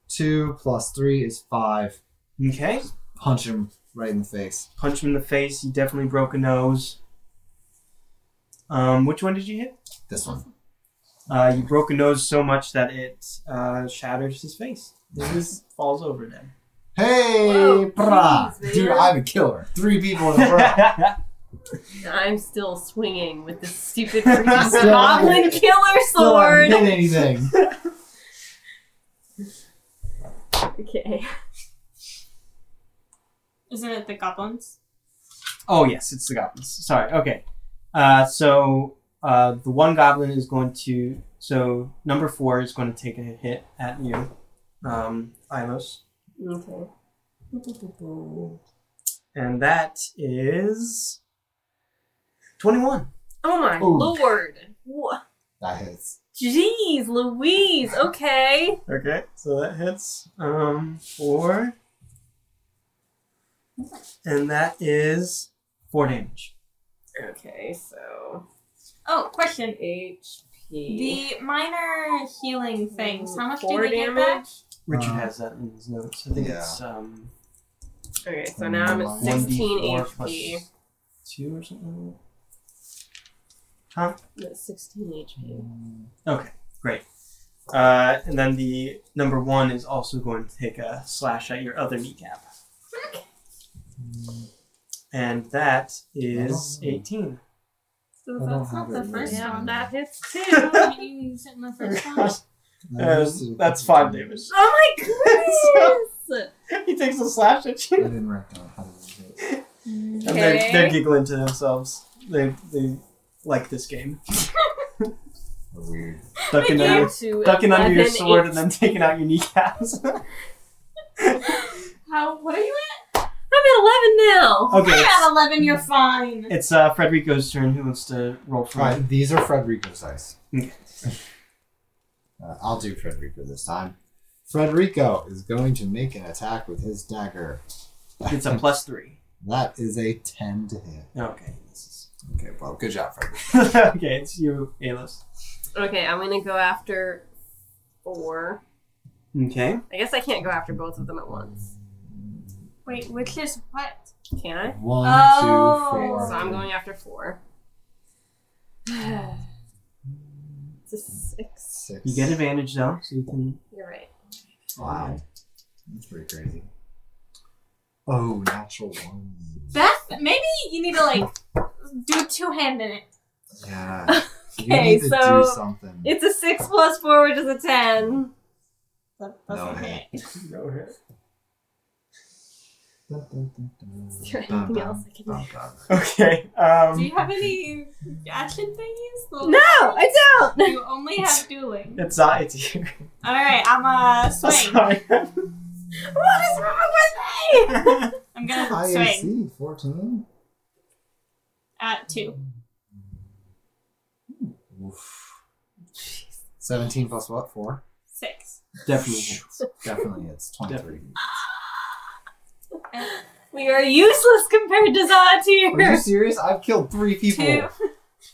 Speaker 1: Two plus three is five.
Speaker 2: Okay.
Speaker 1: Punch him right in the face.
Speaker 2: Punch him in the face. He definitely broke a nose. Um, which one did you hit?
Speaker 1: This one.
Speaker 2: Uh, you broke a nose so much that it uh, shatters his face. He just falls over then.
Speaker 1: Hey,
Speaker 4: Whoa,
Speaker 1: brah!
Speaker 4: jeez,
Speaker 1: Dude,
Speaker 4: man.
Speaker 1: I'm a killer. Three people in a row.
Speaker 4: I'm still swinging with this stupid freaking
Speaker 1: Still
Speaker 4: goblin killer
Speaker 1: Still haven't
Speaker 4: sword.
Speaker 1: hit anything.
Speaker 4: Okay.
Speaker 3: Isn't it the goblins?
Speaker 2: oh yes, it's the goblins. Sorry. Okay. Uh, so uh, the one goblin is going to. So number four is going to take a hit at you, um, Ilos,
Speaker 4: Okay.
Speaker 2: and that is twenty-one.
Speaker 4: Oh my
Speaker 1: Ooh.
Speaker 4: lord. Wha-
Speaker 1: That hits.
Speaker 4: Jeez, Louise. Okay.
Speaker 2: Okay, so that hits um four, and that is four damage.
Speaker 4: Okay, so
Speaker 3: Oh, question.
Speaker 4: HP.
Speaker 3: The minor healing things. How much
Speaker 4: Four
Speaker 3: do they get back?
Speaker 4: damage?
Speaker 2: Richard
Speaker 1: Uh,
Speaker 2: has that in his notes. I think
Speaker 1: yeah.
Speaker 2: it's um
Speaker 4: Okay, so now
Speaker 2: Mm,
Speaker 4: I'm at
Speaker 1: One
Speaker 4: 16
Speaker 2: 1d4
Speaker 4: HP.
Speaker 2: plus two or something.
Speaker 4: I'm at 16 HP.
Speaker 2: Okay, great. Uh, and then the number one is also going to take a slash at your other kneecap, and that is
Speaker 1: I don't know.
Speaker 2: eighteen.
Speaker 3: So
Speaker 1: I don't
Speaker 3: that's not
Speaker 1: have
Speaker 3: the
Speaker 1: it
Speaker 3: first
Speaker 1: written.
Speaker 3: one.
Speaker 4: Yeah, that hits too.
Speaker 3: Why didn't you use it in the first one?
Speaker 2: Uh, that's five damage.
Speaker 4: Oh my goodness!
Speaker 2: he takes a slash at
Speaker 1: I
Speaker 2: you.
Speaker 1: didn't write down how to do it.
Speaker 2: And they're, they're
Speaker 4: Okay.
Speaker 2: giggling to themselves. They they like this game.
Speaker 1: Weird.
Speaker 2: Ducking
Speaker 4: Down
Speaker 2: under,
Speaker 4: to
Speaker 2: ducking under your
Speaker 4: 11
Speaker 2: sword and then taking out your kneecaps.
Speaker 3: Oh, How? What are you
Speaker 4: I'm at 11 now.
Speaker 3: at?
Speaker 2: okay,
Speaker 3: You're at eleven. You're fine.
Speaker 2: it's uh, Frederico's turn. Who wants to roll for
Speaker 1: Right,
Speaker 2: it?
Speaker 1: these are Frederico's dice.
Speaker 2: Okay.
Speaker 1: Uh, I'll do Frederico this time. Frederico is going to make an attack with his dagger.
Speaker 2: It's a plus three.
Speaker 1: That is a 10 to hit.
Speaker 2: Okay. this
Speaker 1: Okay, well, good job, Frederico.
Speaker 2: is- okay, it's you, Aelis.
Speaker 4: Okay, I'm gonna go after four.
Speaker 2: Okay.
Speaker 4: I guess I can't go after both of them at once.
Speaker 3: Wait, which is what?
Speaker 4: Can I?
Speaker 1: One,
Speaker 3: Oh.
Speaker 1: two, four.
Speaker 4: So I'm going after four. it's a six.
Speaker 1: Six.
Speaker 2: You get advantage though, so you can.
Speaker 4: You're right.
Speaker 1: Wow. That's pretty crazy. Oh, natural one.
Speaker 3: Beth, maybe you need to like do two hand in it.
Speaker 1: Yeah. You
Speaker 4: Okay,
Speaker 1: need to
Speaker 4: so
Speaker 1: do something.
Speaker 4: It's a six plus four, which is a ten.
Speaker 3: That
Speaker 1: No
Speaker 3: doesn't
Speaker 1: hand.
Speaker 3: hit.
Speaker 2: Go ahead.
Speaker 1: Dun, dun, dun, dun.
Speaker 4: Is there
Speaker 1: Dun,
Speaker 4: anything
Speaker 1: dun,
Speaker 4: else I can
Speaker 1: dun, dun.
Speaker 2: Okay.
Speaker 3: Do you
Speaker 2: Um,
Speaker 3: have any action thingies? The-
Speaker 4: No, I don't.
Speaker 3: You only have dueling.
Speaker 2: it's uh, it's you.
Speaker 3: All right, I'm a swing.
Speaker 2: Sorry.
Speaker 4: What is wrong with me?
Speaker 3: I'm gonna Uh, swing
Speaker 1: IAC 14.
Speaker 3: at two.
Speaker 1: Oof. 17 plus what? 4?
Speaker 3: Six.
Speaker 2: Definitely.
Speaker 1: Definitely it's 23.
Speaker 4: We are useless compared to
Speaker 1: Are you
Speaker 4: Zatir.
Speaker 1: serious? I've killed three people.
Speaker 3: Two. Two
Speaker 1: You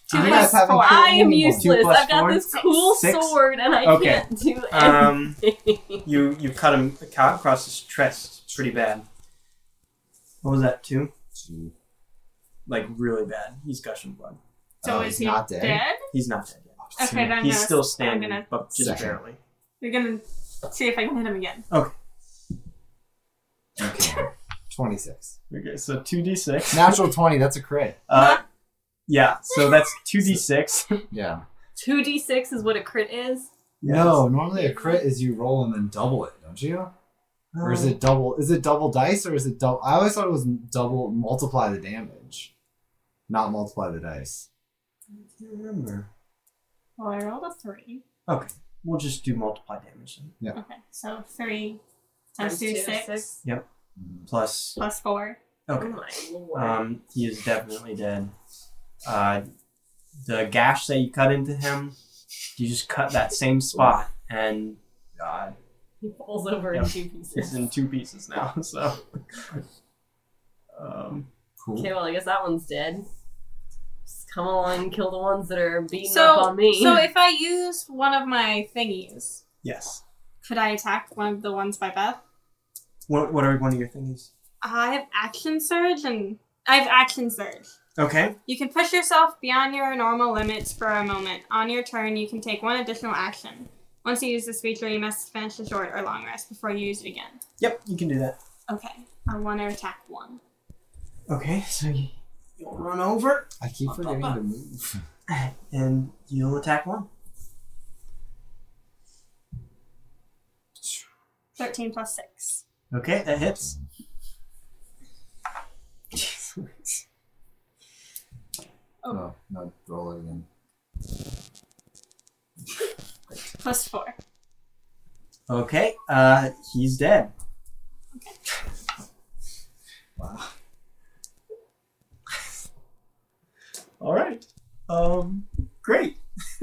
Speaker 3: plus
Speaker 1: guys haven't
Speaker 3: four.
Speaker 1: killed
Speaker 4: I am
Speaker 1: anyone.
Speaker 4: useless.
Speaker 2: plus
Speaker 4: I've got
Speaker 2: four?
Speaker 4: this
Speaker 3: Six.
Speaker 4: cool
Speaker 2: Six?
Speaker 4: sword and I
Speaker 2: Okay.
Speaker 4: can't do anything.
Speaker 2: Um. You you cut him ac- across his chest pretty bad. What was that? Two?
Speaker 1: Two.
Speaker 2: Like really bad. He's gushing blood.
Speaker 3: So
Speaker 1: Oh,
Speaker 3: is
Speaker 1: he's
Speaker 3: he
Speaker 1: not
Speaker 3: dead?
Speaker 1: dead?
Speaker 2: He's not dead yet.
Speaker 3: Okay, then I'm
Speaker 2: he's
Speaker 3: gonna-
Speaker 2: still standing,
Speaker 3: gonna-
Speaker 2: but just
Speaker 1: Second.
Speaker 2: barely.
Speaker 3: We're gonna see if I can hit him again.
Speaker 1: Okay. 26.
Speaker 2: Okay, so two d six.
Speaker 1: Natural 20, that's a crit.
Speaker 2: Uh, yeah. So that's two d six.
Speaker 1: Yeah.
Speaker 4: 2d6 is what a crit is.
Speaker 1: No, normally a crit is you roll and then double it, don't you?
Speaker 2: Uh,
Speaker 1: Or is it double? Is it double dice or is it double? I always thought it was double multiply the damage, not multiply the dice.
Speaker 2: I can't remember.
Speaker 3: Well, I rolled a three.
Speaker 2: We'll just do multiply damage then.
Speaker 3: Okay, so three times
Speaker 4: Times
Speaker 3: two,
Speaker 4: two,
Speaker 3: six,
Speaker 4: six.
Speaker 2: Plus,
Speaker 3: plus four.
Speaker 4: Oh
Speaker 2: okay.
Speaker 4: my lord.
Speaker 2: Um, he is definitely dead. Uh, the gash that you cut into him, you just cut that same spot, and uh,
Speaker 4: he falls over
Speaker 2: yeah.
Speaker 4: in two
Speaker 2: it's
Speaker 4: pieces.
Speaker 2: in two pieces now. So, um,
Speaker 1: Cool.
Speaker 4: Okay, well, I guess that one's dead. Just come along and kill the ones that are beating up
Speaker 3: So,
Speaker 4: on me.
Speaker 3: so if I used one of my thingies,
Speaker 2: yes.
Speaker 3: could I attack one of the ones by Beth?
Speaker 2: What what are one of your thingies?
Speaker 3: I have action surge and I have action surge.
Speaker 2: Okay.
Speaker 3: You can push yourself beyond your normal limits for a moment. On your turn, you can take one additional action. Once you use this feature, you must finish a short or long rest before you use it again.
Speaker 2: Yep, you can do that.
Speaker 3: Okay, I want to attack one.
Speaker 2: Okay, so you, you'll run over
Speaker 1: I keep forgetting to move.
Speaker 2: and you'll attack one.
Speaker 3: 13 plus 6.
Speaker 2: Okay, that hits.
Speaker 1: Oh, no, roll it again.
Speaker 3: Plus 4.
Speaker 2: Okay, uh, he's dead.
Speaker 1: Wow.
Speaker 2: All right. Um, great.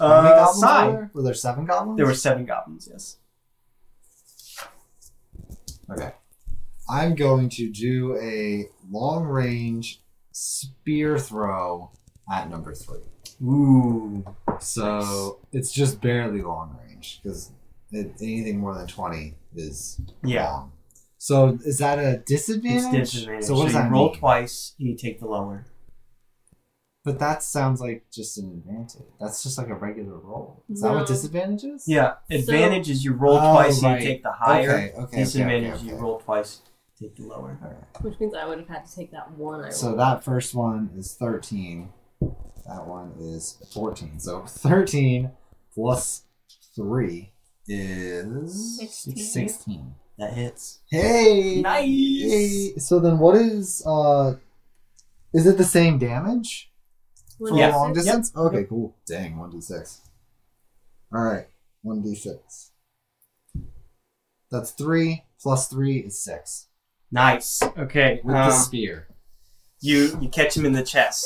Speaker 1: How many
Speaker 2: uh,
Speaker 1: goblins
Speaker 2: Sai.
Speaker 1: were there? Were there seven goblins?
Speaker 2: There were seven goblins. Yes.
Speaker 1: Okay. I'm going to do a long range spear throw at number three.
Speaker 2: Ooh.
Speaker 1: So it's just barely long range because anything more than 20 is
Speaker 2: Yeah.
Speaker 1: long. So is that a disadvantage?
Speaker 2: It's disadvantage.
Speaker 1: So what does
Speaker 2: you
Speaker 1: that
Speaker 2: roll
Speaker 1: mean?
Speaker 2: twice and you take the lower.
Speaker 1: But that sounds like just an advantage. That's just like a regular roll. Is that
Speaker 4: No.
Speaker 1: what disadvantage is?
Speaker 2: Yeah. Advantage is you roll
Speaker 1: Oh,
Speaker 2: twice and
Speaker 1: right.
Speaker 2: you take the higher.
Speaker 1: Okay, okay.
Speaker 2: Disadvantage
Speaker 1: okay, okay,
Speaker 2: you
Speaker 1: okay.
Speaker 2: roll twice, take the lower.
Speaker 1: All right.
Speaker 4: Which means I would have had to take that one. I
Speaker 1: So
Speaker 4: rolled.
Speaker 1: that first one is 13. That one is 14. So 13 plus 3 is
Speaker 3: Sixteen.
Speaker 1: 16.
Speaker 2: That hits.
Speaker 1: Hey!
Speaker 2: Nice.
Speaker 1: Yay. So then what is uh is it the same damage
Speaker 4: One
Speaker 1: for
Speaker 2: Yeah.
Speaker 1: long
Speaker 4: distance?
Speaker 1: distance? Okay, cool. Dang, 1d6. All right, 1d6. That's 3 plus 3 is 6
Speaker 2: Nice. Okay.
Speaker 1: with
Speaker 2: um,
Speaker 1: the spear.
Speaker 2: you you catch him in the chest,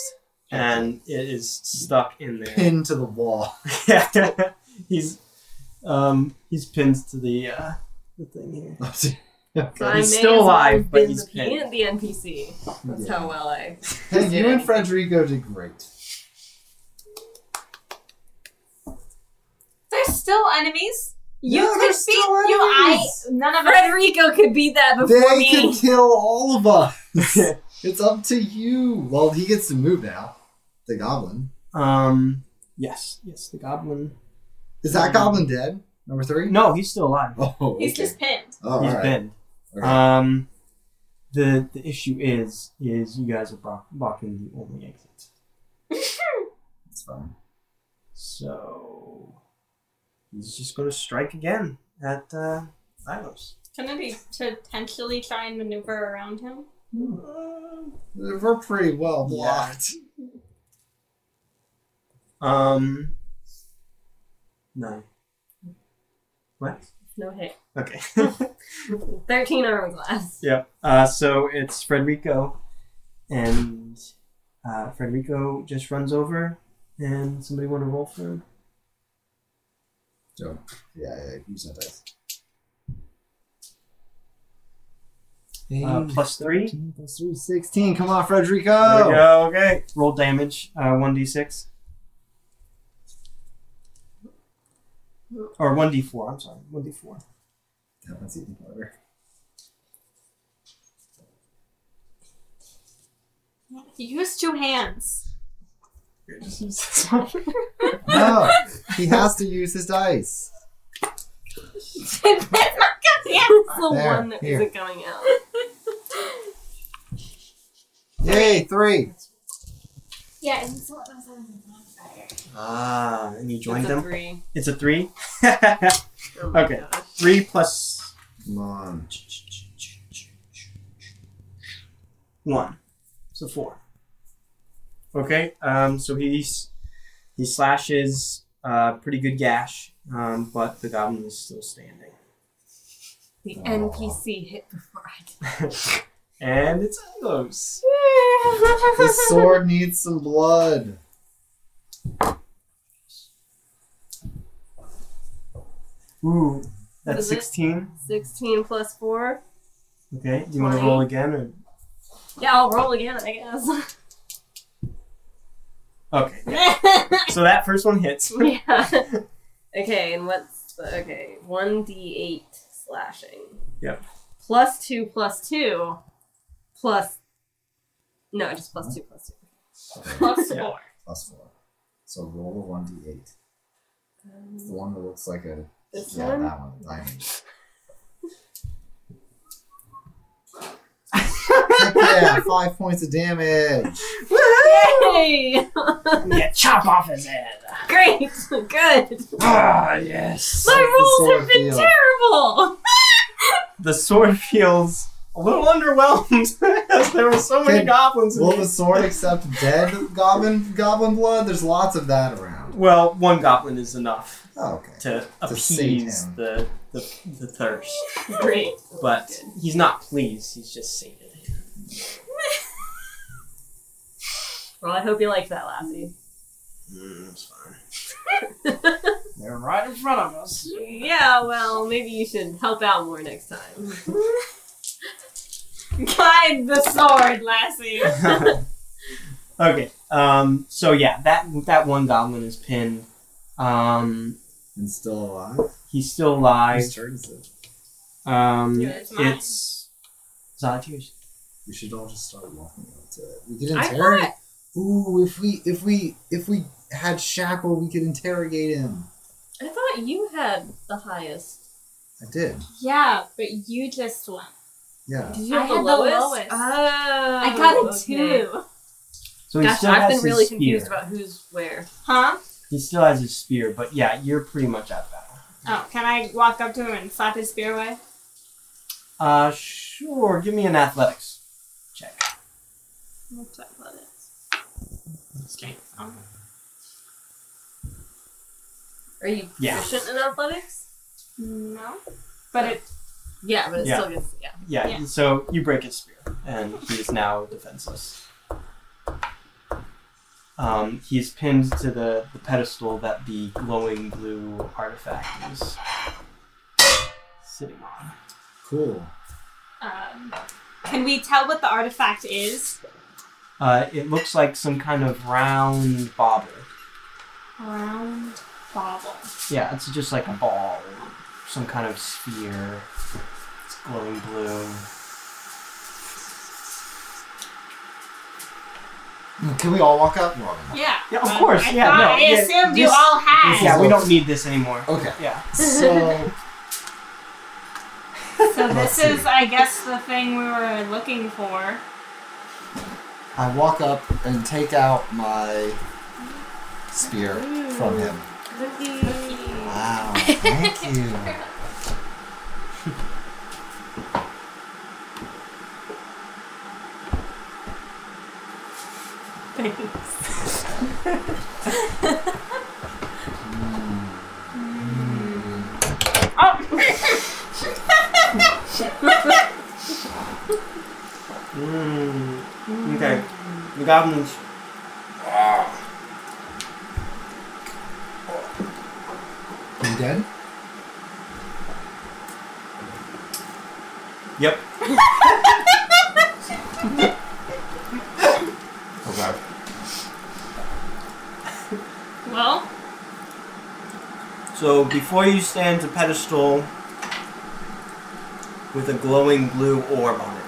Speaker 2: and it is stuck in there.
Speaker 1: Pinned to the wall.
Speaker 2: Yeah, he's um he's pinned to the uh the thing here.
Speaker 4: So I
Speaker 2: He's
Speaker 4: may
Speaker 2: still
Speaker 4: as well
Speaker 2: alive,
Speaker 4: have
Speaker 2: but
Speaker 4: been
Speaker 2: he's
Speaker 4: the,
Speaker 2: pinned.
Speaker 4: the NPC. That's
Speaker 1: Yeah.
Speaker 4: how well I.
Speaker 1: Hey, you and Frederico did great.
Speaker 3: There's still enemies. You
Speaker 1: Yeah,
Speaker 3: could
Speaker 1: there's
Speaker 3: beat
Speaker 1: still
Speaker 3: you. I
Speaker 1: enemies.
Speaker 3: none of us.
Speaker 4: Frederico could beat that before
Speaker 1: They
Speaker 4: me.
Speaker 1: can kill all of us. it's up to you. Well, he gets to move now. The goblin.
Speaker 2: Um yes, yes, the goblin.
Speaker 1: Is that
Speaker 2: Mhm.
Speaker 1: goblin dead? Number three?
Speaker 2: No, he's still alive.
Speaker 1: Oh, okay.
Speaker 3: He's just pinned.
Speaker 1: oh,
Speaker 2: He's
Speaker 1: alright.
Speaker 2: pinned.
Speaker 1: Alright.
Speaker 2: Um the the issue is is you guys are block- blocking the only exit.
Speaker 1: That's fine.
Speaker 2: So he's just gonna strike again at uh Silos.
Speaker 3: Couldn't we potentially try and maneuver around him?
Speaker 1: We're pretty well
Speaker 2: Yeah.
Speaker 1: blocked.
Speaker 2: Um No. What?
Speaker 4: No hit.
Speaker 2: Okay.
Speaker 4: 13 armor class.
Speaker 2: Yep. Uh, so it's Frederico, and uh, Frederico just runs over, and somebody want to roll for him?
Speaker 1: So, yeah, yeah, use that dice.
Speaker 2: Uh, plus three. There
Speaker 1: Eighteen plus three, 16. Come on, Frederico.
Speaker 2: we go. Okay. Roll damage. uh, One d six. Or one d four. I'm sorry. One d four.
Speaker 1: That one's even harder.
Speaker 3: Use two hands.
Speaker 1: No, he has to use his dice.
Speaker 4: Yeah, it's the
Speaker 1: There,
Speaker 4: one that
Speaker 1: here.
Speaker 4: not going out.
Speaker 1: Yay, three.
Speaker 5: Yeah, and so what was on the bonfire?
Speaker 2: Ah, and you joined
Speaker 4: It's a
Speaker 2: them?
Speaker 4: Three.
Speaker 2: It's a three?
Speaker 4: Oh my
Speaker 2: Okay.
Speaker 4: gosh.
Speaker 2: three plus
Speaker 1: Come on.
Speaker 2: one. So four. Okay, um, so he's he slashes uh, pretty good gash, um, but the goblin is still standing.
Speaker 4: The
Speaker 1: Aw.
Speaker 4: NPC hit before I did.
Speaker 2: and it's Alos.
Speaker 1: The sword needs some blood.
Speaker 2: Ooh,
Speaker 4: What
Speaker 2: that's
Speaker 4: is it?
Speaker 2: 16.
Speaker 4: 16 plus 4.
Speaker 2: Okay, do you want to
Speaker 4: Twenty.
Speaker 2: roll again?
Speaker 4: Yeah, I'll roll again, I guess.
Speaker 2: Or... Okay, so that first one hits.
Speaker 4: yeah. Okay, and what's. The, okay, 1d8 slashing.
Speaker 2: Yep.
Speaker 4: Plus 2 plus 2 plus. No, just plus 2 plus 2. Plus
Speaker 2: Yeah.
Speaker 4: 4.
Speaker 1: Plus four. So roll a 1d8. It's the one that looks like a.
Speaker 4: This
Speaker 1: yeah,
Speaker 4: one?
Speaker 1: that one. the Diamond. Heck yeah, five points of damage.
Speaker 4: Yay!
Speaker 2: yeah, chop off his head.
Speaker 4: Great! Good!
Speaker 2: Ah, yes.
Speaker 1: How's the
Speaker 4: My rolls have
Speaker 1: sword
Speaker 4: been
Speaker 1: feel?
Speaker 4: terrible!
Speaker 2: The sword feels a little underwhelmed as there were so many
Speaker 1: Okay,
Speaker 2: goblins. In
Speaker 1: Will the
Speaker 2: the...
Speaker 1: sword accept dead goblin goblin blood? There's lots of that around.
Speaker 2: Well, one goblin is enough
Speaker 1: Oh, okay.
Speaker 2: to
Speaker 1: sate
Speaker 2: appease
Speaker 1: him.
Speaker 2: the, the the thirst,
Speaker 4: Great.
Speaker 2: but he's not pleased. He's just sated.
Speaker 4: Well, I hope you liked that, Lassie.
Speaker 2: Mm, that's fine.
Speaker 1: They're right in front of us.
Speaker 4: Yeah, well, maybe you should help out more next time.
Speaker 3: Guide the sword, Lassie.
Speaker 2: okay. Um. So yeah, that that one goblin is pinned. Um.
Speaker 1: And still alive.
Speaker 2: He's still alive.
Speaker 1: Whose turn is it?
Speaker 2: Um.
Speaker 3: Yeah, it's mine.
Speaker 2: It's Zolatiers.
Speaker 1: We should all just start walking up to it. We could
Speaker 4: I
Speaker 1: interrogate. Ooh, if we if we if we had Shackle, we could interrogate him.
Speaker 4: I thought you had the highest.
Speaker 1: I did.
Speaker 3: yeah, but you just won.
Speaker 1: Yeah.
Speaker 4: Did
Speaker 3: you have the lowest? Ah,
Speaker 4: Oh,
Speaker 3: I got a
Speaker 4: okay.
Speaker 3: two.
Speaker 2: So he
Speaker 4: Gosh,
Speaker 2: still
Speaker 4: I've
Speaker 2: has
Speaker 4: been
Speaker 2: his
Speaker 4: really
Speaker 2: spear.
Speaker 4: confused about who's where.
Speaker 3: Huh?
Speaker 2: He still has his spear, but yeah, you're pretty much out of battle.
Speaker 3: Oh, can I walk up to him and slap his spear away?
Speaker 2: Uh, sure. Give me an athletics check.
Speaker 3: What's that about it? Strength. Oh.
Speaker 4: Are you
Speaker 2: Yeah.
Speaker 4: proficient in athletics?
Speaker 3: No. But it
Speaker 4: Yeah, but it
Speaker 2: Yeah.
Speaker 4: still gets yeah.
Speaker 2: Yeah,
Speaker 3: Yeah.
Speaker 2: So you break his spear, and he is now defenseless. Um, he is pinned to the, the pedestal that the glowing blue artifact is sitting on.
Speaker 1: Cool.
Speaker 3: um, can we tell what the artifact is?
Speaker 2: Uh, it looks like some kind of round bobble.
Speaker 3: Round bobble.
Speaker 2: Yeah, it's just like a ball, some kind of sphere. It's glowing blue.
Speaker 1: Hmm, Can we all walk up? Well, no.
Speaker 3: Yeah.
Speaker 2: Yeah, of
Speaker 3: but
Speaker 2: course,
Speaker 3: I
Speaker 2: yeah,
Speaker 3: thought-
Speaker 2: no,
Speaker 3: I
Speaker 2: yeah,
Speaker 3: assumed you
Speaker 2: this-
Speaker 3: all had.
Speaker 2: Yeah, we don't need this anymore.
Speaker 1: Okay.
Speaker 2: Yeah.
Speaker 1: So
Speaker 3: So
Speaker 1: Let's
Speaker 3: this
Speaker 1: see.
Speaker 3: is, I guess, the thing we were looking for.
Speaker 1: I walk up and take out my spear from him. Wow. Thank you.
Speaker 3: Oh.
Speaker 2: Mm. Okay. The goblins.
Speaker 1: You dead?
Speaker 2: Yep.
Speaker 1: Okay.
Speaker 3: Well,
Speaker 2: So before you stand a pedestal with a glowing blue orb on it,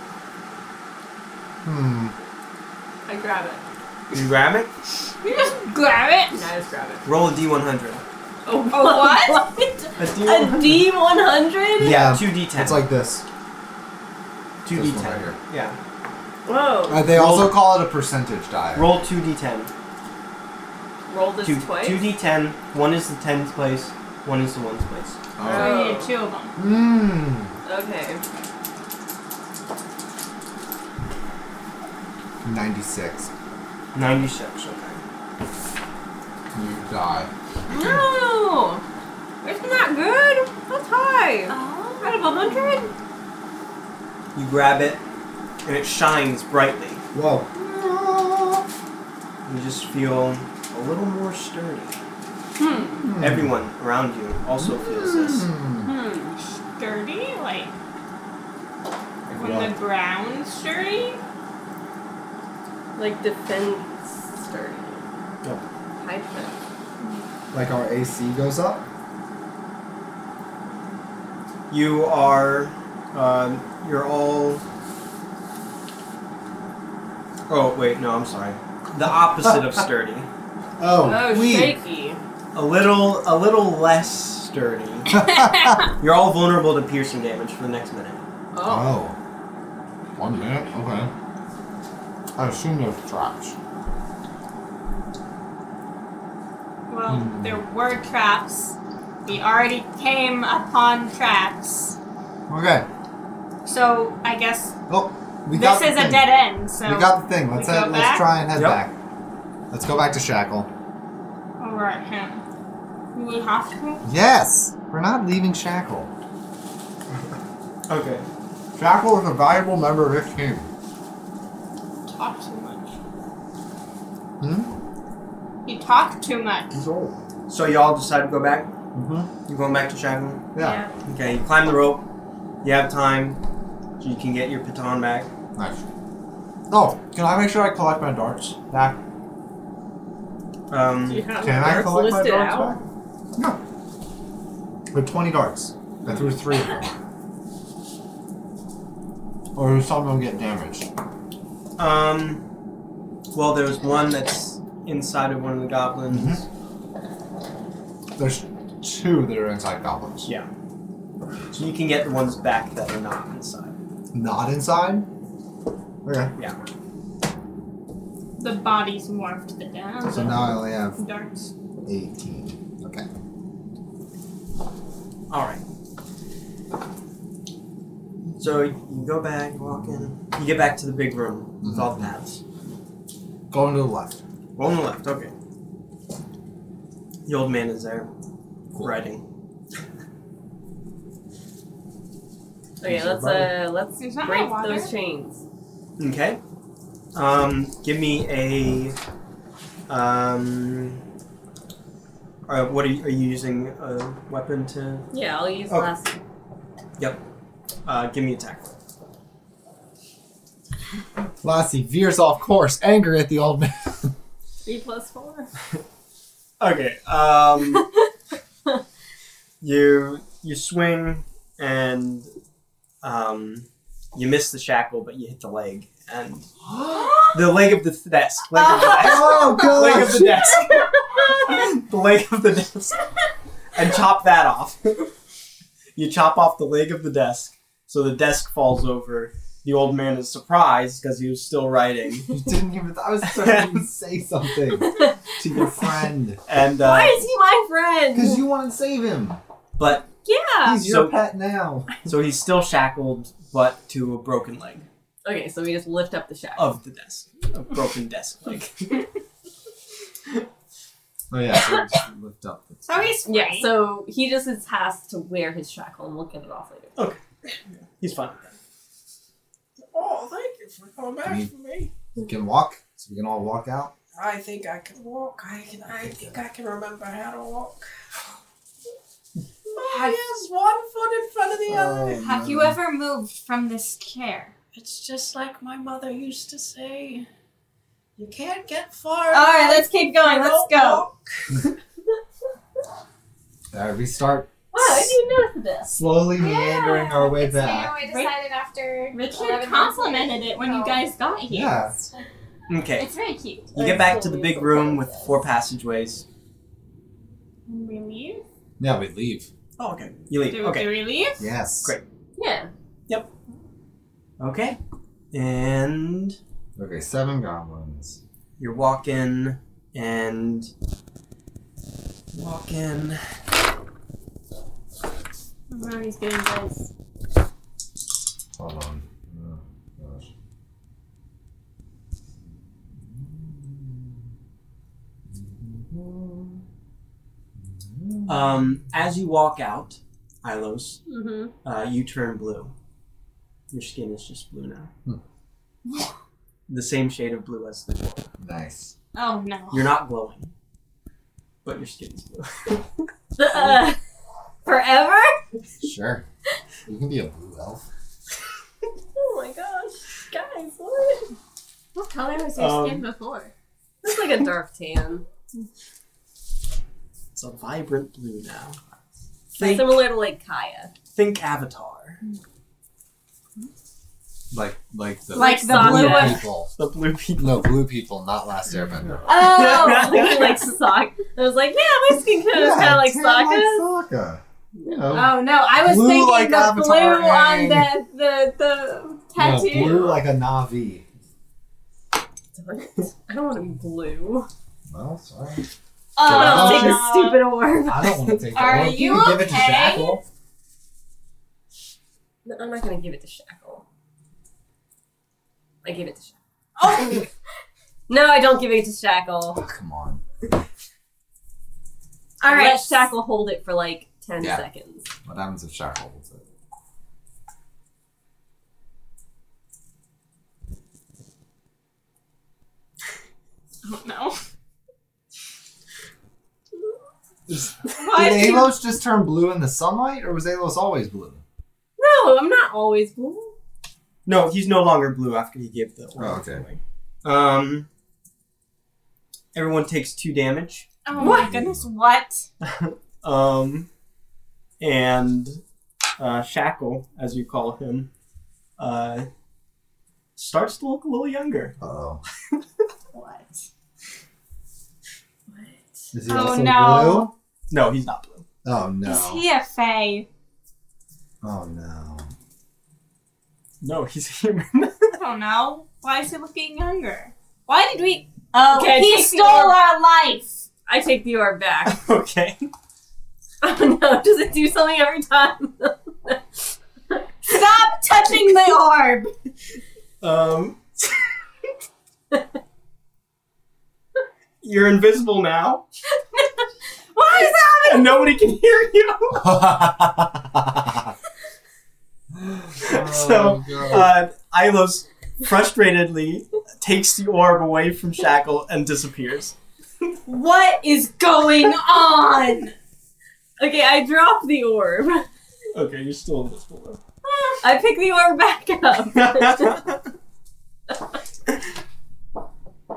Speaker 1: Hmm.
Speaker 4: I grab it.
Speaker 2: you grab it.
Speaker 3: you just grab it.
Speaker 4: Yeah, I just grab it.
Speaker 2: Roll a d100.
Speaker 4: Oh,
Speaker 3: what?
Speaker 4: what?
Speaker 2: A
Speaker 4: A D one hundred?
Speaker 2: Yeah,
Speaker 1: Yeah,
Speaker 2: two d10.
Speaker 1: Uh, It's like this.
Speaker 2: two
Speaker 1: this one
Speaker 2: d10.
Speaker 1: right here.
Speaker 2: yeah.
Speaker 4: Whoa.
Speaker 1: Uh, they
Speaker 2: Roll-
Speaker 1: also call it a percentage die.
Speaker 2: Roll two d10.
Speaker 4: roll this
Speaker 2: Two,
Speaker 4: twice?
Speaker 2: two d10. One is the tens place. One is the ones place.
Speaker 1: Oh.
Speaker 3: So we need two of them.
Speaker 1: Mmm.
Speaker 4: okay.
Speaker 1: 96.
Speaker 2: Ninety-six. Okay.
Speaker 1: You die.
Speaker 4: No! Isn't that good? That's high.
Speaker 3: Oh.
Speaker 4: Out of a hundred?
Speaker 2: You grab it, and it shines brightly.
Speaker 1: Whoa.
Speaker 2: You just feel a little more sturdy.
Speaker 4: Hmm.
Speaker 2: Everyone around you also feels this.
Speaker 1: Mm.
Speaker 4: Hmm.
Speaker 3: Sturdy? Like, when
Speaker 1: Well,
Speaker 3: the ground's sturdy?
Speaker 4: Like defense sturdy.
Speaker 2: Yep.
Speaker 4: High defense.
Speaker 1: like our AC goes up?
Speaker 2: You are, um, you're all. Oh wait, no, I'm sorry. The opposite of sturdy.
Speaker 1: Oh,
Speaker 4: Oh,
Speaker 1: we.
Speaker 4: shaky.
Speaker 2: A little, a little less sturdy. You're all vulnerable to piercing damage for the next minute.
Speaker 4: Oh.
Speaker 1: oh. One minute? Okay. I assume there's traps.
Speaker 3: Well,
Speaker 1: Hmm.
Speaker 3: there were traps. We already came upon traps.
Speaker 1: Okay.
Speaker 3: So I guess
Speaker 1: We
Speaker 3: this
Speaker 1: got the
Speaker 3: is a
Speaker 1: thing.
Speaker 3: dead end. So
Speaker 1: We got the thing. Let's
Speaker 3: we
Speaker 1: head,
Speaker 3: go
Speaker 1: let's
Speaker 3: back?
Speaker 1: try and head
Speaker 2: Yep.
Speaker 1: back. Let's go back to Shackle.
Speaker 3: all right, him. We have to.
Speaker 1: Yes! We're not leaving Shackle.
Speaker 2: Okay.
Speaker 1: Shackle is a valuable member of this team.
Speaker 3: Talk too much.
Speaker 1: Hmm?
Speaker 3: You talk too much.
Speaker 1: He's old.
Speaker 2: So y'all decide to go back.
Speaker 1: Mm-hmm.
Speaker 2: You going back to Shagun?
Speaker 1: Yeah.
Speaker 2: Okay. You climb the rope. You have time, so you can get your baton back.
Speaker 1: Nice. Oh, can I make sure I collect my darts back?
Speaker 2: Um,
Speaker 4: Do you have
Speaker 1: Can I
Speaker 4: darts
Speaker 1: collect my
Speaker 4: listed
Speaker 1: darts
Speaker 4: out?
Speaker 1: back? No. With 20 darts. I threw three of them. or some of them get damaged.
Speaker 2: Um, well, there's one that's inside of one of the goblins.
Speaker 1: There's two that are inside goblins.
Speaker 2: Yeah. So you can get the ones back that are not inside.
Speaker 1: Not inside? Okay.
Speaker 3: The body's morphed the down.
Speaker 1: So now I only have
Speaker 3: darts.
Speaker 1: 18. Okay.
Speaker 2: All right. So you go back, walk in. You get back to the big room with all the paths.
Speaker 1: Going to the left.
Speaker 2: Roll on the left. Okay. The old man is there, writing.
Speaker 4: Okay, let's uh let's
Speaker 3: There's not
Speaker 4: break
Speaker 3: no water.
Speaker 4: those chains.
Speaker 2: Okay. Um, give me a. Um. Uh, what are you, are you using a weapon to?
Speaker 4: Yeah, I'll use
Speaker 1: Oh.
Speaker 2: Okay.
Speaker 4: last
Speaker 2: Uh, give me attack.
Speaker 1: Lassie veers off course, angry at the old man.
Speaker 4: three plus four.
Speaker 2: Okay. Um, you you swing and um, you miss the shackle, but you hit the leg and the leg of the th- desk. Leg of the desk.
Speaker 1: oh,
Speaker 2: leg of
Speaker 1: gosh!
Speaker 2: the desk. the leg of the desk. And chop that off. you chop off the leg of the desk, so the desk falls over. The old man is surprised because he was still writing.
Speaker 1: You didn't even. I was trying to say something to your friend.
Speaker 2: And uh,
Speaker 4: Why is he my friend?
Speaker 1: Because you want to save him.
Speaker 2: but
Speaker 4: yeah.
Speaker 1: He's your
Speaker 2: So-
Speaker 1: pet now.
Speaker 2: so he's still shackled, but to a broken leg.
Speaker 4: Okay, so we just lift up the shack.
Speaker 2: of the desk, a broken desk. Like
Speaker 1: Oh, yeah. So just lift up.
Speaker 3: So he's free.
Speaker 4: Yeah, so he just is tasked to wear his shackle, and we'll get it off later.
Speaker 2: he's fine. Oh, thank you for coming
Speaker 1: I mean-
Speaker 2: for me.
Speaker 1: We can walk, so we can all walk out.
Speaker 2: I think I can walk. I can. I think I can remember how to walk. I has one foot in front of the other.
Speaker 1: Um,
Speaker 3: Have you ever moved from this chair?
Speaker 6: It's just like my mother used to say. You can't get far.
Speaker 3: All right, let's keep going. Let's go.
Speaker 1: Uh, we start
Speaker 4: Wow, I didn't notice this.
Speaker 1: slowly meandering our way
Speaker 5: It's me,
Speaker 1: back.
Speaker 5: I decided after.
Speaker 3: Richard
Speaker 5: 11 months later.
Speaker 3: complimented it when you
Speaker 5: No.
Speaker 3: guys got here.
Speaker 1: Yeah.
Speaker 2: Okay,
Speaker 3: It's very cute.
Speaker 2: you get back to the big room with four passageways.
Speaker 3: We leave?
Speaker 1: Yeah, we leave.
Speaker 2: Oh, okay. You leave.
Speaker 3: Do,
Speaker 2: Okay.
Speaker 3: do we leave?
Speaker 1: Yes.
Speaker 2: Great.
Speaker 4: Yeah.
Speaker 2: Okay. And
Speaker 1: Okay, seven goblins.
Speaker 2: you're walking and walk in.
Speaker 4: Oh, he's getting dice.
Speaker 1: Hold on. Oh, gosh.
Speaker 2: Um, as you walk out, Ilos,
Speaker 4: Mm-hmm.
Speaker 2: uh, you turn blue. Your skin is just blue now. the same shade of blue as the door.
Speaker 1: Nice.
Speaker 3: Oh no.
Speaker 2: You're not glowing, but your skin's blue.
Speaker 4: The, uh, forever?
Speaker 1: Sure. You can be a blue elf.
Speaker 4: Oh my gosh, guys, what?
Speaker 3: What color was
Speaker 2: your Um, skin
Speaker 3: before?
Speaker 4: It's like a dark tan,
Speaker 2: It's a vibrant blue now. Think,
Speaker 4: similar to like Kaya.
Speaker 2: think Avatar.
Speaker 1: Like like the
Speaker 3: Like the
Speaker 4: Like
Speaker 3: blue
Speaker 4: Sonya.
Speaker 3: one.
Speaker 1: people.
Speaker 2: The blue people.
Speaker 1: No, blue people, not Last Airbender.
Speaker 4: Oh, I was thinking like sock. I was like, yeah, my skin color is kind of like Sokka's.
Speaker 1: Like Sokka. You know.
Speaker 3: Oh no, I was
Speaker 1: Blue
Speaker 3: thinking
Speaker 1: like
Speaker 3: the
Speaker 1: Avatar
Speaker 3: blue on
Speaker 1: and-
Speaker 3: the the, the
Speaker 1: No,
Speaker 3: tattoo.
Speaker 1: blue like a Navi.
Speaker 4: I don't want to be blue.
Speaker 1: Well, sorry.
Speaker 4: I
Speaker 2: Oh,
Speaker 3: Oh,
Speaker 1: I'll
Speaker 4: don't
Speaker 1: take
Speaker 4: this stupid orb.
Speaker 1: I don't want to take that.
Speaker 3: Are
Speaker 1: one.
Speaker 3: you
Speaker 1: can give it to
Speaker 3: okay?
Speaker 1: Jackal.
Speaker 4: No, I'm not gonna give it to Shackle. I give it to Shackle.
Speaker 3: Oh,
Speaker 4: No, I don't give it to Shackle.
Speaker 1: Oh, come on.
Speaker 3: all right.
Speaker 4: Let Shackle hold it for like ten
Speaker 1: Yeah.
Speaker 4: seconds.
Speaker 1: What happens if Shackle holds it?
Speaker 3: Oh, no. Why
Speaker 1: Did
Speaker 3: do you-
Speaker 1: Alos just turn blue in the sunlight, or was Alos always blue?
Speaker 4: No, I'm not always blue.
Speaker 2: No, he's no longer blue after he gave the.
Speaker 1: Oh, okay.
Speaker 2: away. Um. Everyone takes two damage.
Speaker 3: Oh my goodness, what?
Speaker 2: Um, and uh, Shackle, as you call him, uh, starts to look a little younger.
Speaker 1: Uh-oh.
Speaker 3: What?
Speaker 1: Is he
Speaker 3: Oh,
Speaker 1: also
Speaker 3: no.
Speaker 2: No, he's not blue.
Speaker 1: blue? Oh
Speaker 3: Is
Speaker 1: no.
Speaker 3: he a fae?
Speaker 1: Oh no.
Speaker 2: No, he's a human.
Speaker 3: I don't know. Why is he looking younger? Why did we? Oh,
Speaker 4: Okay,
Speaker 3: he
Speaker 4: take the
Speaker 3: stole
Speaker 4: orb.
Speaker 3: our life.
Speaker 4: I take the orb back.
Speaker 2: okay.
Speaker 4: Oh no, does it do something every time?
Speaker 3: Stop touching the orb.
Speaker 2: Um, you're invisible now,
Speaker 3: Why is that?
Speaker 2: and nobody can hear you.
Speaker 1: Oh,
Speaker 2: So, Uh, Ilos frustratedly takes the orb away from Shackle and disappears.
Speaker 3: What is going on?
Speaker 4: Okay, I drop the orb.
Speaker 2: Okay, you're still invisible.
Speaker 4: I pick the orb back up.
Speaker 2: though.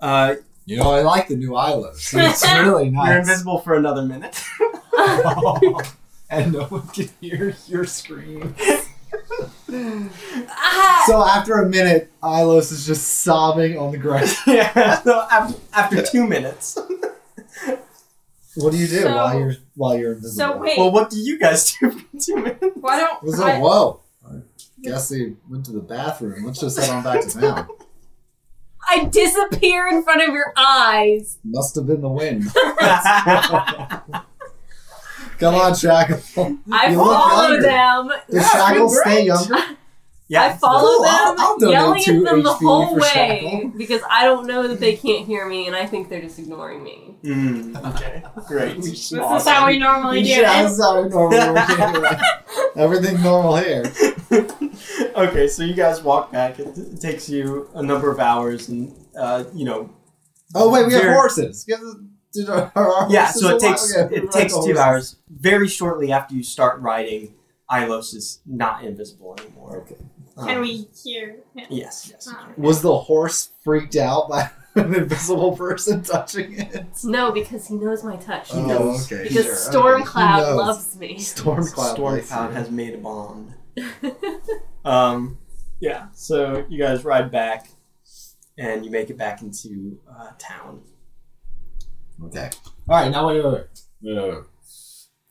Speaker 2: uh,
Speaker 1: you know, I like the new Ilos. It's really
Speaker 2: You're
Speaker 1: nice.
Speaker 2: invisible for another minute.
Speaker 1: and no one can hear your scream.
Speaker 3: Ah,
Speaker 1: So after a minute, Ilos is just sobbing on the ground.
Speaker 2: yeah. So after, after two minutes.
Speaker 1: What do you do
Speaker 3: So-
Speaker 1: while you're while you're invisible?
Speaker 3: so wait,
Speaker 2: Well, what do you guys do for two minutes?
Speaker 3: why don't
Speaker 1: It was like,
Speaker 3: I,
Speaker 1: whoa. I guess they went to the bathroom. Let's just head on back to town.
Speaker 4: I disappear in front of your eyes.
Speaker 1: Must have been the wind. Come on, Shackle.
Speaker 4: I
Speaker 1: You look
Speaker 4: follow
Speaker 1: younger.
Speaker 4: them.
Speaker 1: Does Shackle stay younger?
Speaker 4: I
Speaker 2: yeah.
Speaker 4: follow
Speaker 1: Cool, I'll-
Speaker 4: them,
Speaker 1: I'll donate
Speaker 4: yelling
Speaker 1: two
Speaker 4: at them the
Speaker 1: HP
Speaker 4: whole
Speaker 1: for
Speaker 4: way
Speaker 1: Shackle.
Speaker 4: because I don't know that they can't hear me, and I think they're just ignoring me.
Speaker 2: Mm, okay. Great.
Speaker 3: this is how we normally do
Speaker 1: Yeah,
Speaker 3: it.
Speaker 1: that's how we normally do it. Everything normal here.
Speaker 2: okay, so you guys walk back. It, it takes you a number of hours, and uh, you know,
Speaker 1: Oh wait, we have
Speaker 2: Very-
Speaker 1: horses. Give us- did our- are our
Speaker 2: yeah.
Speaker 1: horses
Speaker 2: So it
Speaker 1: alive?
Speaker 2: takes
Speaker 1: Okay, we
Speaker 2: it
Speaker 1: ride
Speaker 2: takes
Speaker 1: the
Speaker 2: two
Speaker 1: horses.
Speaker 2: hours. Very shortly after you start riding, Ilos is not invisible anymore. Um,
Speaker 1: Okay.
Speaker 3: Can we hear? him?
Speaker 2: Yes. Yes. you
Speaker 3: Oh.
Speaker 2: can.
Speaker 1: Was the horse freaked out by an invisible person touching it?
Speaker 4: No, because he knows my touch.
Speaker 2: He
Speaker 1: Oh,
Speaker 2: knows.
Speaker 1: okay.
Speaker 4: because
Speaker 1: sure, okay. He
Speaker 4: Stormcloud
Speaker 1: knows.
Speaker 4: loves me.
Speaker 1: Stormcloud.
Speaker 2: Storm
Speaker 1: likes you.
Speaker 2: Cloud has made a bond. Um, yeah, so you guys ride back, and you make it back into uh, town.
Speaker 1: Okay. All right. Now wait, wait, wait. Wait, wait, wait.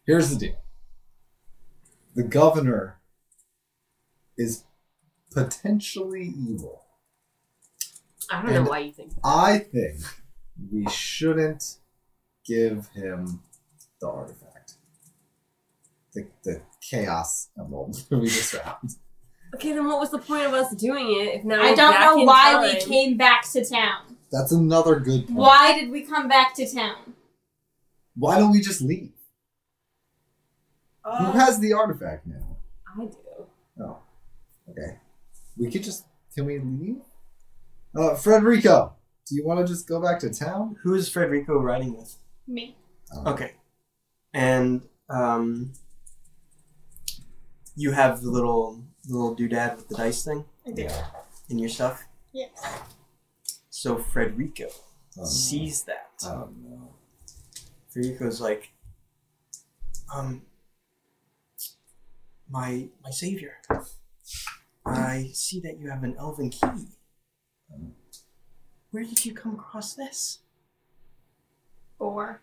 Speaker 1: Here's the deal. The governor is potentially evil.
Speaker 4: I don't know
Speaker 1: And-
Speaker 4: why you think.
Speaker 1: I think we shouldn't give him the artifact. The, the chaos emerald we just found.
Speaker 4: Okay, then what was the point of us doing it if now
Speaker 3: I
Speaker 4: we're
Speaker 3: don't
Speaker 4: back
Speaker 3: know
Speaker 4: in
Speaker 3: why we
Speaker 4: time?
Speaker 3: came back to town.
Speaker 1: That's another good point.
Speaker 3: Why did we come back to town?
Speaker 1: Why don't we just leave? Who
Speaker 6: Uh,
Speaker 1: has the artifact now?
Speaker 4: I do.
Speaker 1: Oh, okay. We could just. Can we leave? Uh, Frederico, do you want to just go back to town?
Speaker 2: Who is Federico riding with?
Speaker 3: Me.
Speaker 1: Uh,
Speaker 2: Okay. And um, you have the little the little doodad with the dice thing
Speaker 6: I do.
Speaker 2: in your stuff.
Speaker 3: Yes.
Speaker 2: So Frederico
Speaker 1: um,
Speaker 2: sees that.
Speaker 1: I don't know.
Speaker 2: Federico's like, um, my my savior. I see that you have an elven key. Where did you come across this?
Speaker 3: Boar.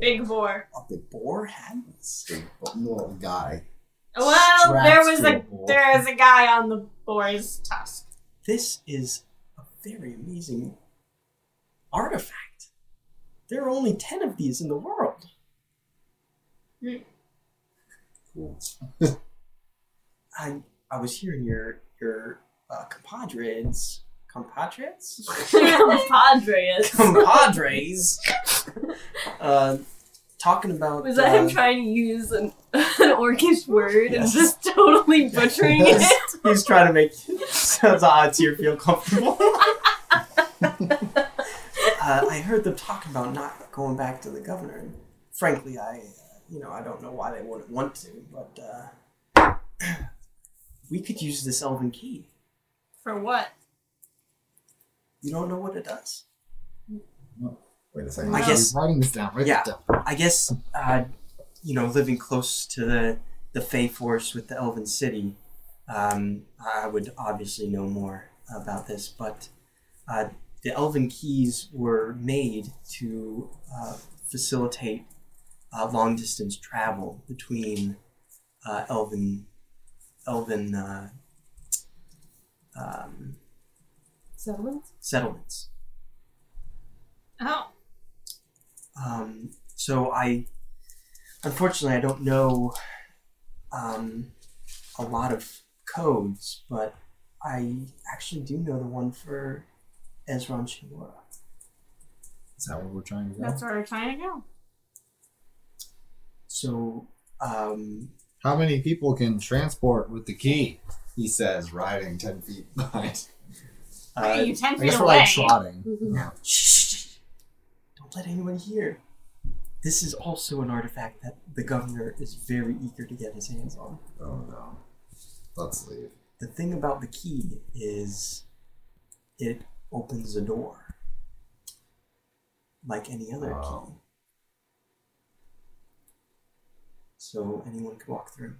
Speaker 3: Big boar.
Speaker 2: A big boar had this.
Speaker 1: Big oh, little guy.
Speaker 3: Well,
Speaker 1: strapped
Speaker 3: there was
Speaker 1: to
Speaker 3: a
Speaker 1: boar.
Speaker 3: there was a guy on the boar's tusk.
Speaker 2: This is a very amazing artifact. There are only 10 of these in the world.
Speaker 1: Cool.
Speaker 2: I I was hearing your your uh, compadres, compadres,
Speaker 4: Compadres.
Speaker 2: compadres, uh, talking about
Speaker 4: Was that him
Speaker 2: uh,
Speaker 4: trying to use an, an orcish word
Speaker 2: Yes.
Speaker 4: and just totally butchering
Speaker 2: Yes.
Speaker 4: it?
Speaker 2: He's trying to make sounds odd to you feel comfortable. uh, I heard them talking about not going back to the governor. and Frankly, I, uh, you know, I don't know why they wouldn't want to, but uh, we could use this elven key.
Speaker 3: For what?
Speaker 2: You don't know what it does.
Speaker 1: Wait a second.
Speaker 2: I
Speaker 1: I'm
Speaker 2: guess-
Speaker 1: writing this down. Write
Speaker 2: Yeah.
Speaker 1: this down.
Speaker 2: I guess, uh, you know, living close to the the Fey Force with the Elven City, um, I would obviously know more about this. But uh, the Elven keys were made to uh, facilitate uh, long distance travel between uh, Elven Elven uh, um,
Speaker 4: Settlements?
Speaker 2: settlements.
Speaker 3: Oh.
Speaker 2: Um, so I, unfortunately, I don't know um, a lot of codes, but I actually do know the one for Ezra and Shimura.
Speaker 1: Is that where we're trying to go?
Speaker 3: That's where we're trying to go.
Speaker 2: So um,
Speaker 1: How many people can transport with the key? He says, riding 10 feet behind.
Speaker 3: Why are
Speaker 2: uh,
Speaker 3: you ten
Speaker 1: I
Speaker 3: feet
Speaker 1: guess we're
Speaker 3: away?
Speaker 1: like trotting.
Speaker 3: Mm-hmm.
Speaker 2: shh, shh, shh. don't let anyone hear. This is also an artifact that the governor is very eager to get his hands on.
Speaker 1: Oh no. Let's leave.
Speaker 2: The thing about the key is it opens a door like any other key.
Speaker 1: Wow.
Speaker 2: So anyone can walk through.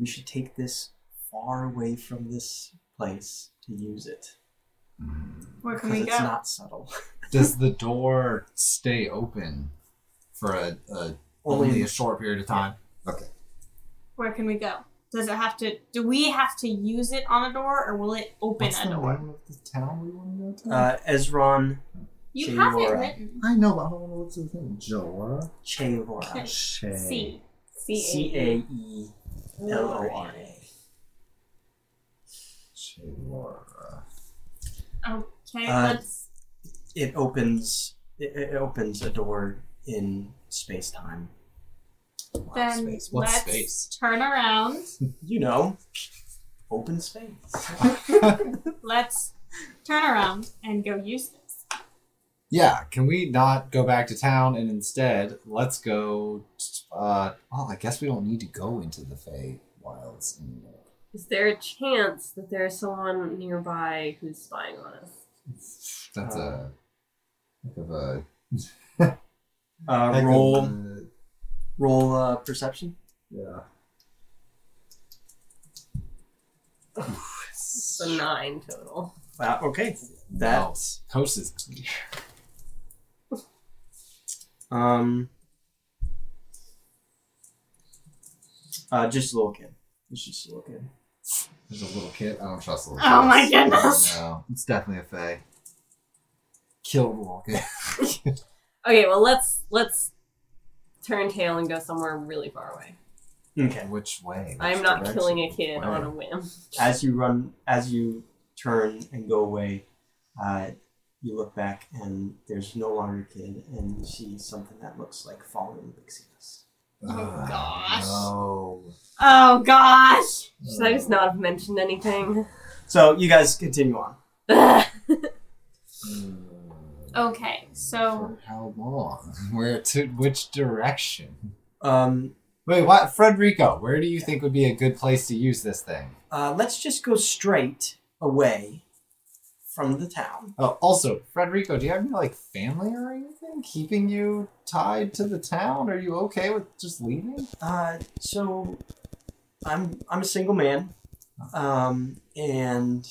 Speaker 2: We should take this far away from this place to use it.
Speaker 3: Where can
Speaker 2: Because
Speaker 3: we
Speaker 2: it's
Speaker 3: go?
Speaker 2: not subtle.
Speaker 1: Does the door stay open for a, a only
Speaker 2: Only
Speaker 1: a short period of time? Okay.
Speaker 3: Where can we go? Does it have to? Do we have to use it on a door, or will it open
Speaker 1: What's
Speaker 3: a
Speaker 1: the
Speaker 3: door?
Speaker 1: name of the town we want to go to?
Speaker 2: uh Ezron
Speaker 3: You
Speaker 2: So
Speaker 3: have
Speaker 2: you're,
Speaker 3: it
Speaker 2: uh,
Speaker 3: written.
Speaker 1: I know, but I don't want to look to the thing. Jora?
Speaker 2: Cheora.
Speaker 1: Shay.
Speaker 3: C.
Speaker 2: C
Speaker 4: C-A.
Speaker 2: A E L O R A.
Speaker 3: E.
Speaker 1: Jora.
Speaker 3: Okay,
Speaker 2: Uh,
Speaker 3: let's.
Speaker 2: it opens it, it opens a door in space time.
Speaker 3: Then
Speaker 1: What
Speaker 3: let's
Speaker 1: space?
Speaker 3: turn around.
Speaker 2: you know, open space.
Speaker 3: let's turn around and go use this.
Speaker 1: Yeah, can we not go back to town and instead let's go? Uh, well, I guess we don't need to go into the Fey Wilds anymore.
Speaker 4: Is there a chance that there's someone nearby who's spying on us?
Speaker 1: That's a like of a
Speaker 2: Uh,
Speaker 1: heck
Speaker 2: roll
Speaker 1: of a-
Speaker 2: roll uh, perception.
Speaker 1: yeah.
Speaker 4: It's a nine total.
Speaker 2: Wow. Okay.
Speaker 1: Wow.
Speaker 2: That
Speaker 1: Coast is
Speaker 2: um. Uh, just a little kid. It's just a little kid.
Speaker 1: There's a little kid. I don't trust little kids.
Speaker 6: Oh my goodness.
Speaker 1: No, it's definitely a fae. Kill Walker.
Speaker 4: Okay, well let's let's turn tail and go somewhere really far away.
Speaker 2: Okay.
Speaker 1: Which way?
Speaker 4: I am
Speaker 1: Which
Speaker 4: not
Speaker 1: direction?
Speaker 4: killing a kid on a
Speaker 1: Wow.
Speaker 4: whim.
Speaker 2: As you run, as you turn and go away, uh, you look back and there's no longer a kid, and you see something that looks like falling pixie dust.
Speaker 4: oh
Speaker 1: Ah,
Speaker 6: gosh.
Speaker 1: No.
Speaker 3: Oh gosh.
Speaker 4: Should I just not have mentioned anything?
Speaker 2: So you guys continue on.
Speaker 1: Mm.
Speaker 3: Okay, so
Speaker 1: For how long? Where to? Which direction?
Speaker 2: Um,
Speaker 1: Wait, what? Frederico, where do you think would be a good place to use this thing?
Speaker 2: uh, let's just go straight away from the town.
Speaker 1: Oh, also, Frederico, do you have any like family or anything keeping you tied to the town? Are you okay with just leaving?
Speaker 2: Uh, so I'm I'm a single man, um, and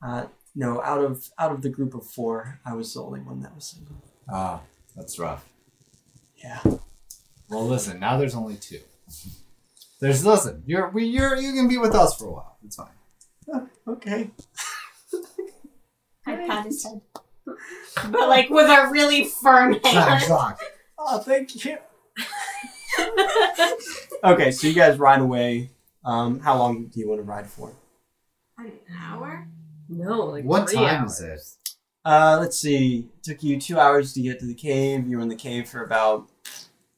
Speaker 2: uh, no, out of out of the group of four, I was the only one that was single.
Speaker 1: Ah, that's rough.
Speaker 2: Yeah.
Speaker 1: Well, listen, now there's only two. There's listen, you're we you're you can be with us for a while. It's fine.
Speaker 2: Okay.
Speaker 3: I pat his head. But like with a really firm
Speaker 1: Knock,
Speaker 3: hand.
Speaker 1: knock.
Speaker 2: Oh, thank you. okay, so you guys ride away. Um, how long do you want to ride for?
Speaker 5: An hour?
Speaker 4: No, like
Speaker 1: What
Speaker 4: three
Speaker 1: time
Speaker 4: hours.
Speaker 1: is it?
Speaker 2: Uh, let's see. took you two hours to get to the cave. You were in the cave for about,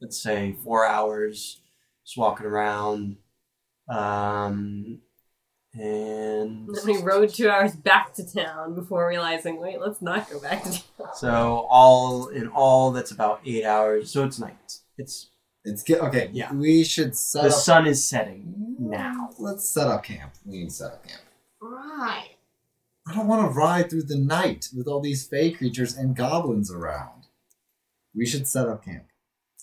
Speaker 2: let's say, four hours, just walking around. Um, and
Speaker 4: Then we rode two hours back to town before realizing, wait, let's not go back to town.
Speaker 2: so all in all, that's about eight hours. So it's night. It's
Speaker 1: It's good. Okay,
Speaker 2: Yeah.
Speaker 1: We should set
Speaker 2: the
Speaker 1: up
Speaker 2: sun is setting now.
Speaker 1: Let's set up camp. We need to set up camp.
Speaker 5: Right.
Speaker 1: I don't want to ride through the night with all these fey creatures and goblins around. We should set up camp.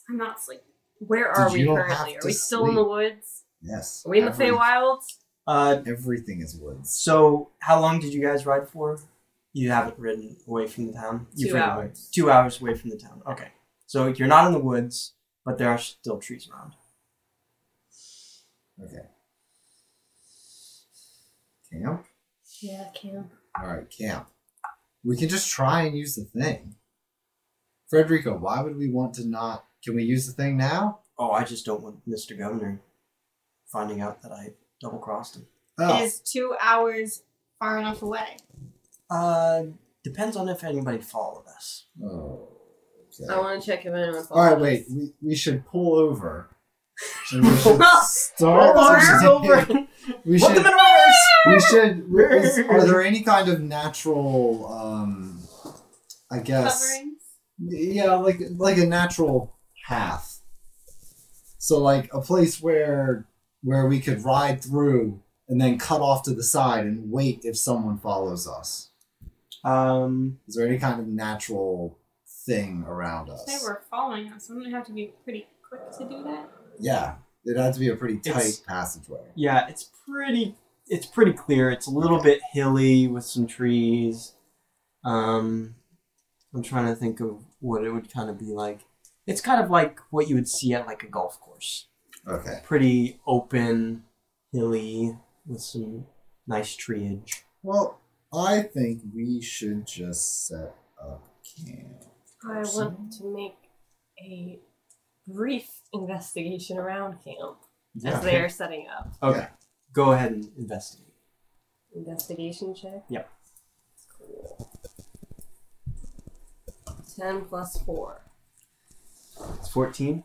Speaker 5: I'm not sleeping.
Speaker 4: Where
Speaker 1: Dude,
Speaker 4: are
Speaker 1: you
Speaker 4: we
Speaker 1: don't
Speaker 4: currently?
Speaker 1: have
Speaker 4: Are
Speaker 1: to
Speaker 4: we still in the
Speaker 1: sleep.
Speaker 4: woods?
Speaker 1: Yes.
Speaker 4: Are we in the
Speaker 1: Every-
Speaker 4: Feywilds?
Speaker 2: Uh,
Speaker 1: Everything is woods.
Speaker 2: So, how long did you guys ride for? You haven't ridden away from the town. You've
Speaker 4: Two
Speaker 2: ridden
Speaker 4: hours.
Speaker 2: away- Two hours away from the town. Okay. So you're not in the woods, but there are still trees around.
Speaker 1: Okay. Camp?
Speaker 4: Yeah, camp.
Speaker 1: Alright, camp. We can just try and use the thing. Frederico, why would we want to not? Can we use the thing now?
Speaker 2: Oh, I just don't want Mr. Governor finding out that I double crossed him.
Speaker 1: Oh,
Speaker 3: Is two hours far enough away?
Speaker 2: Uh, depends on if anybody followed us.
Speaker 1: oh
Speaker 4: I
Speaker 1: okay.
Speaker 4: want to check if anyone.
Speaker 1: Alright,
Speaker 4: follows
Speaker 1: wait.
Speaker 4: us.
Speaker 1: We, we should pull over. And we should start.
Speaker 2: Arms over.
Speaker 1: We
Speaker 2: Put
Speaker 1: should
Speaker 2: them in reverse.
Speaker 1: we should. is- are there any kind of natural, um, I guess,
Speaker 3: Coverings?
Speaker 1: yeah, like like a natural path. So like a place where where we could ride through and then cut off to the side and wait if someone follows us.
Speaker 2: Um,
Speaker 1: Is there any kind of natural thing around us?
Speaker 3: They were following us. Wouldn't it have to be pretty quick to do that?
Speaker 1: Yeah, it had to be a pretty tight
Speaker 2: It's-
Speaker 1: passageway.
Speaker 2: yeah, it's pretty. It's pretty clear. It's a little bit hilly with some trees. Um, I'm trying to think of what it would kind of be like. It's kind of like what you would see at like a golf course.
Speaker 1: Okay.
Speaker 2: Pretty open, hilly, with some nice treeage.
Speaker 1: Well, I think we should just set up camp.
Speaker 4: I want to make a brief investigation around camp
Speaker 1: Yeah.
Speaker 4: as they are setting up.
Speaker 2: Okay,
Speaker 1: Yeah.
Speaker 2: go ahead and investigate.
Speaker 4: Investigation check?
Speaker 2: Yep.
Speaker 4: Cool. 10 plus Uh-huh. 4.
Speaker 2: It's 14.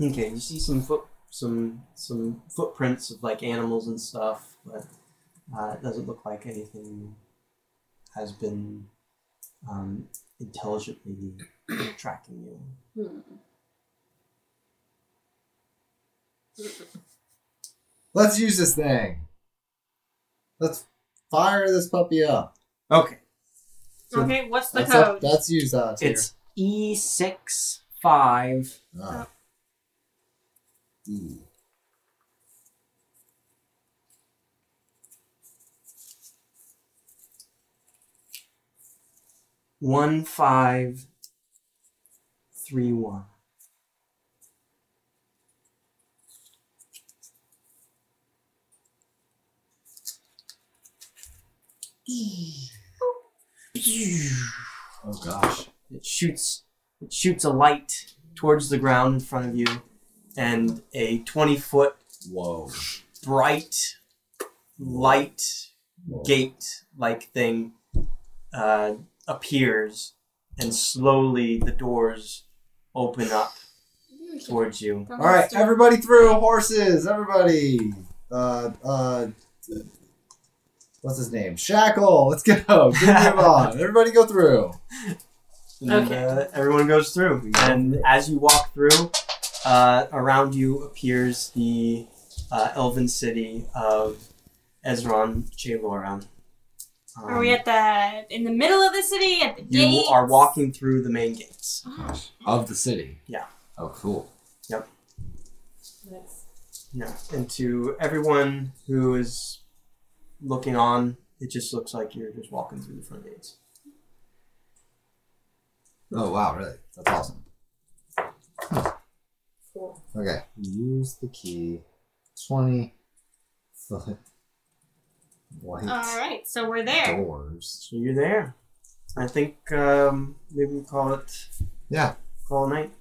Speaker 2: Okay, you see some foot, some some footprints of like animals and stuff, but uh, it doesn't look like anything has been um, intelligently tracking you.
Speaker 4: Hmm.
Speaker 1: Let's use this thing. Let's fire this puppy up.
Speaker 2: Okay. So-
Speaker 3: Okay, what's the
Speaker 1: That's, up,
Speaker 3: code?
Speaker 1: that's used out here.
Speaker 2: It's E six five
Speaker 1: Ah. E.
Speaker 2: one five three one.
Speaker 1: Oh gosh.
Speaker 2: It shoots it shoots a light towards the ground in front of you, and a twenty foot
Speaker 1: Whoa.
Speaker 2: bright light
Speaker 1: Whoa.
Speaker 2: gate like thing uh, appears, and slowly the doors open up towards you.
Speaker 1: All right, everybody through horses. Everybody. Uh, uh, what's his name? Shackle. Let's go. Good move on. Everybody go through.
Speaker 2: And,
Speaker 4: Okay.
Speaker 2: uh, everyone goes through, and as you walk through, uh, around you appears the uh, elven city of Ezron Chaloran. Um,
Speaker 3: Are we at the in the middle of the city at the
Speaker 2: you
Speaker 3: gate?
Speaker 2: are walking through the main gates.
Speaker 1: Of the city.
Speaker 2: Yeah.
Speaker 1: Oh, cool.
Speaker 2: Yeah. And to everyone who is looking on, it just looks like you're just walking through the front gates.
Speaker 1: Oh wow, really? That's awesome.
Speaker 4: Cool.
Speaker 1: Okay. Use the key. Twenty foot white
Speaker 3: All right, so we're there.
Speaker 1: doors.
Speaker 2: So you're there. I think um, maybe we call it.
Speaker 1: Yeah.
Speaker 2: Call it night.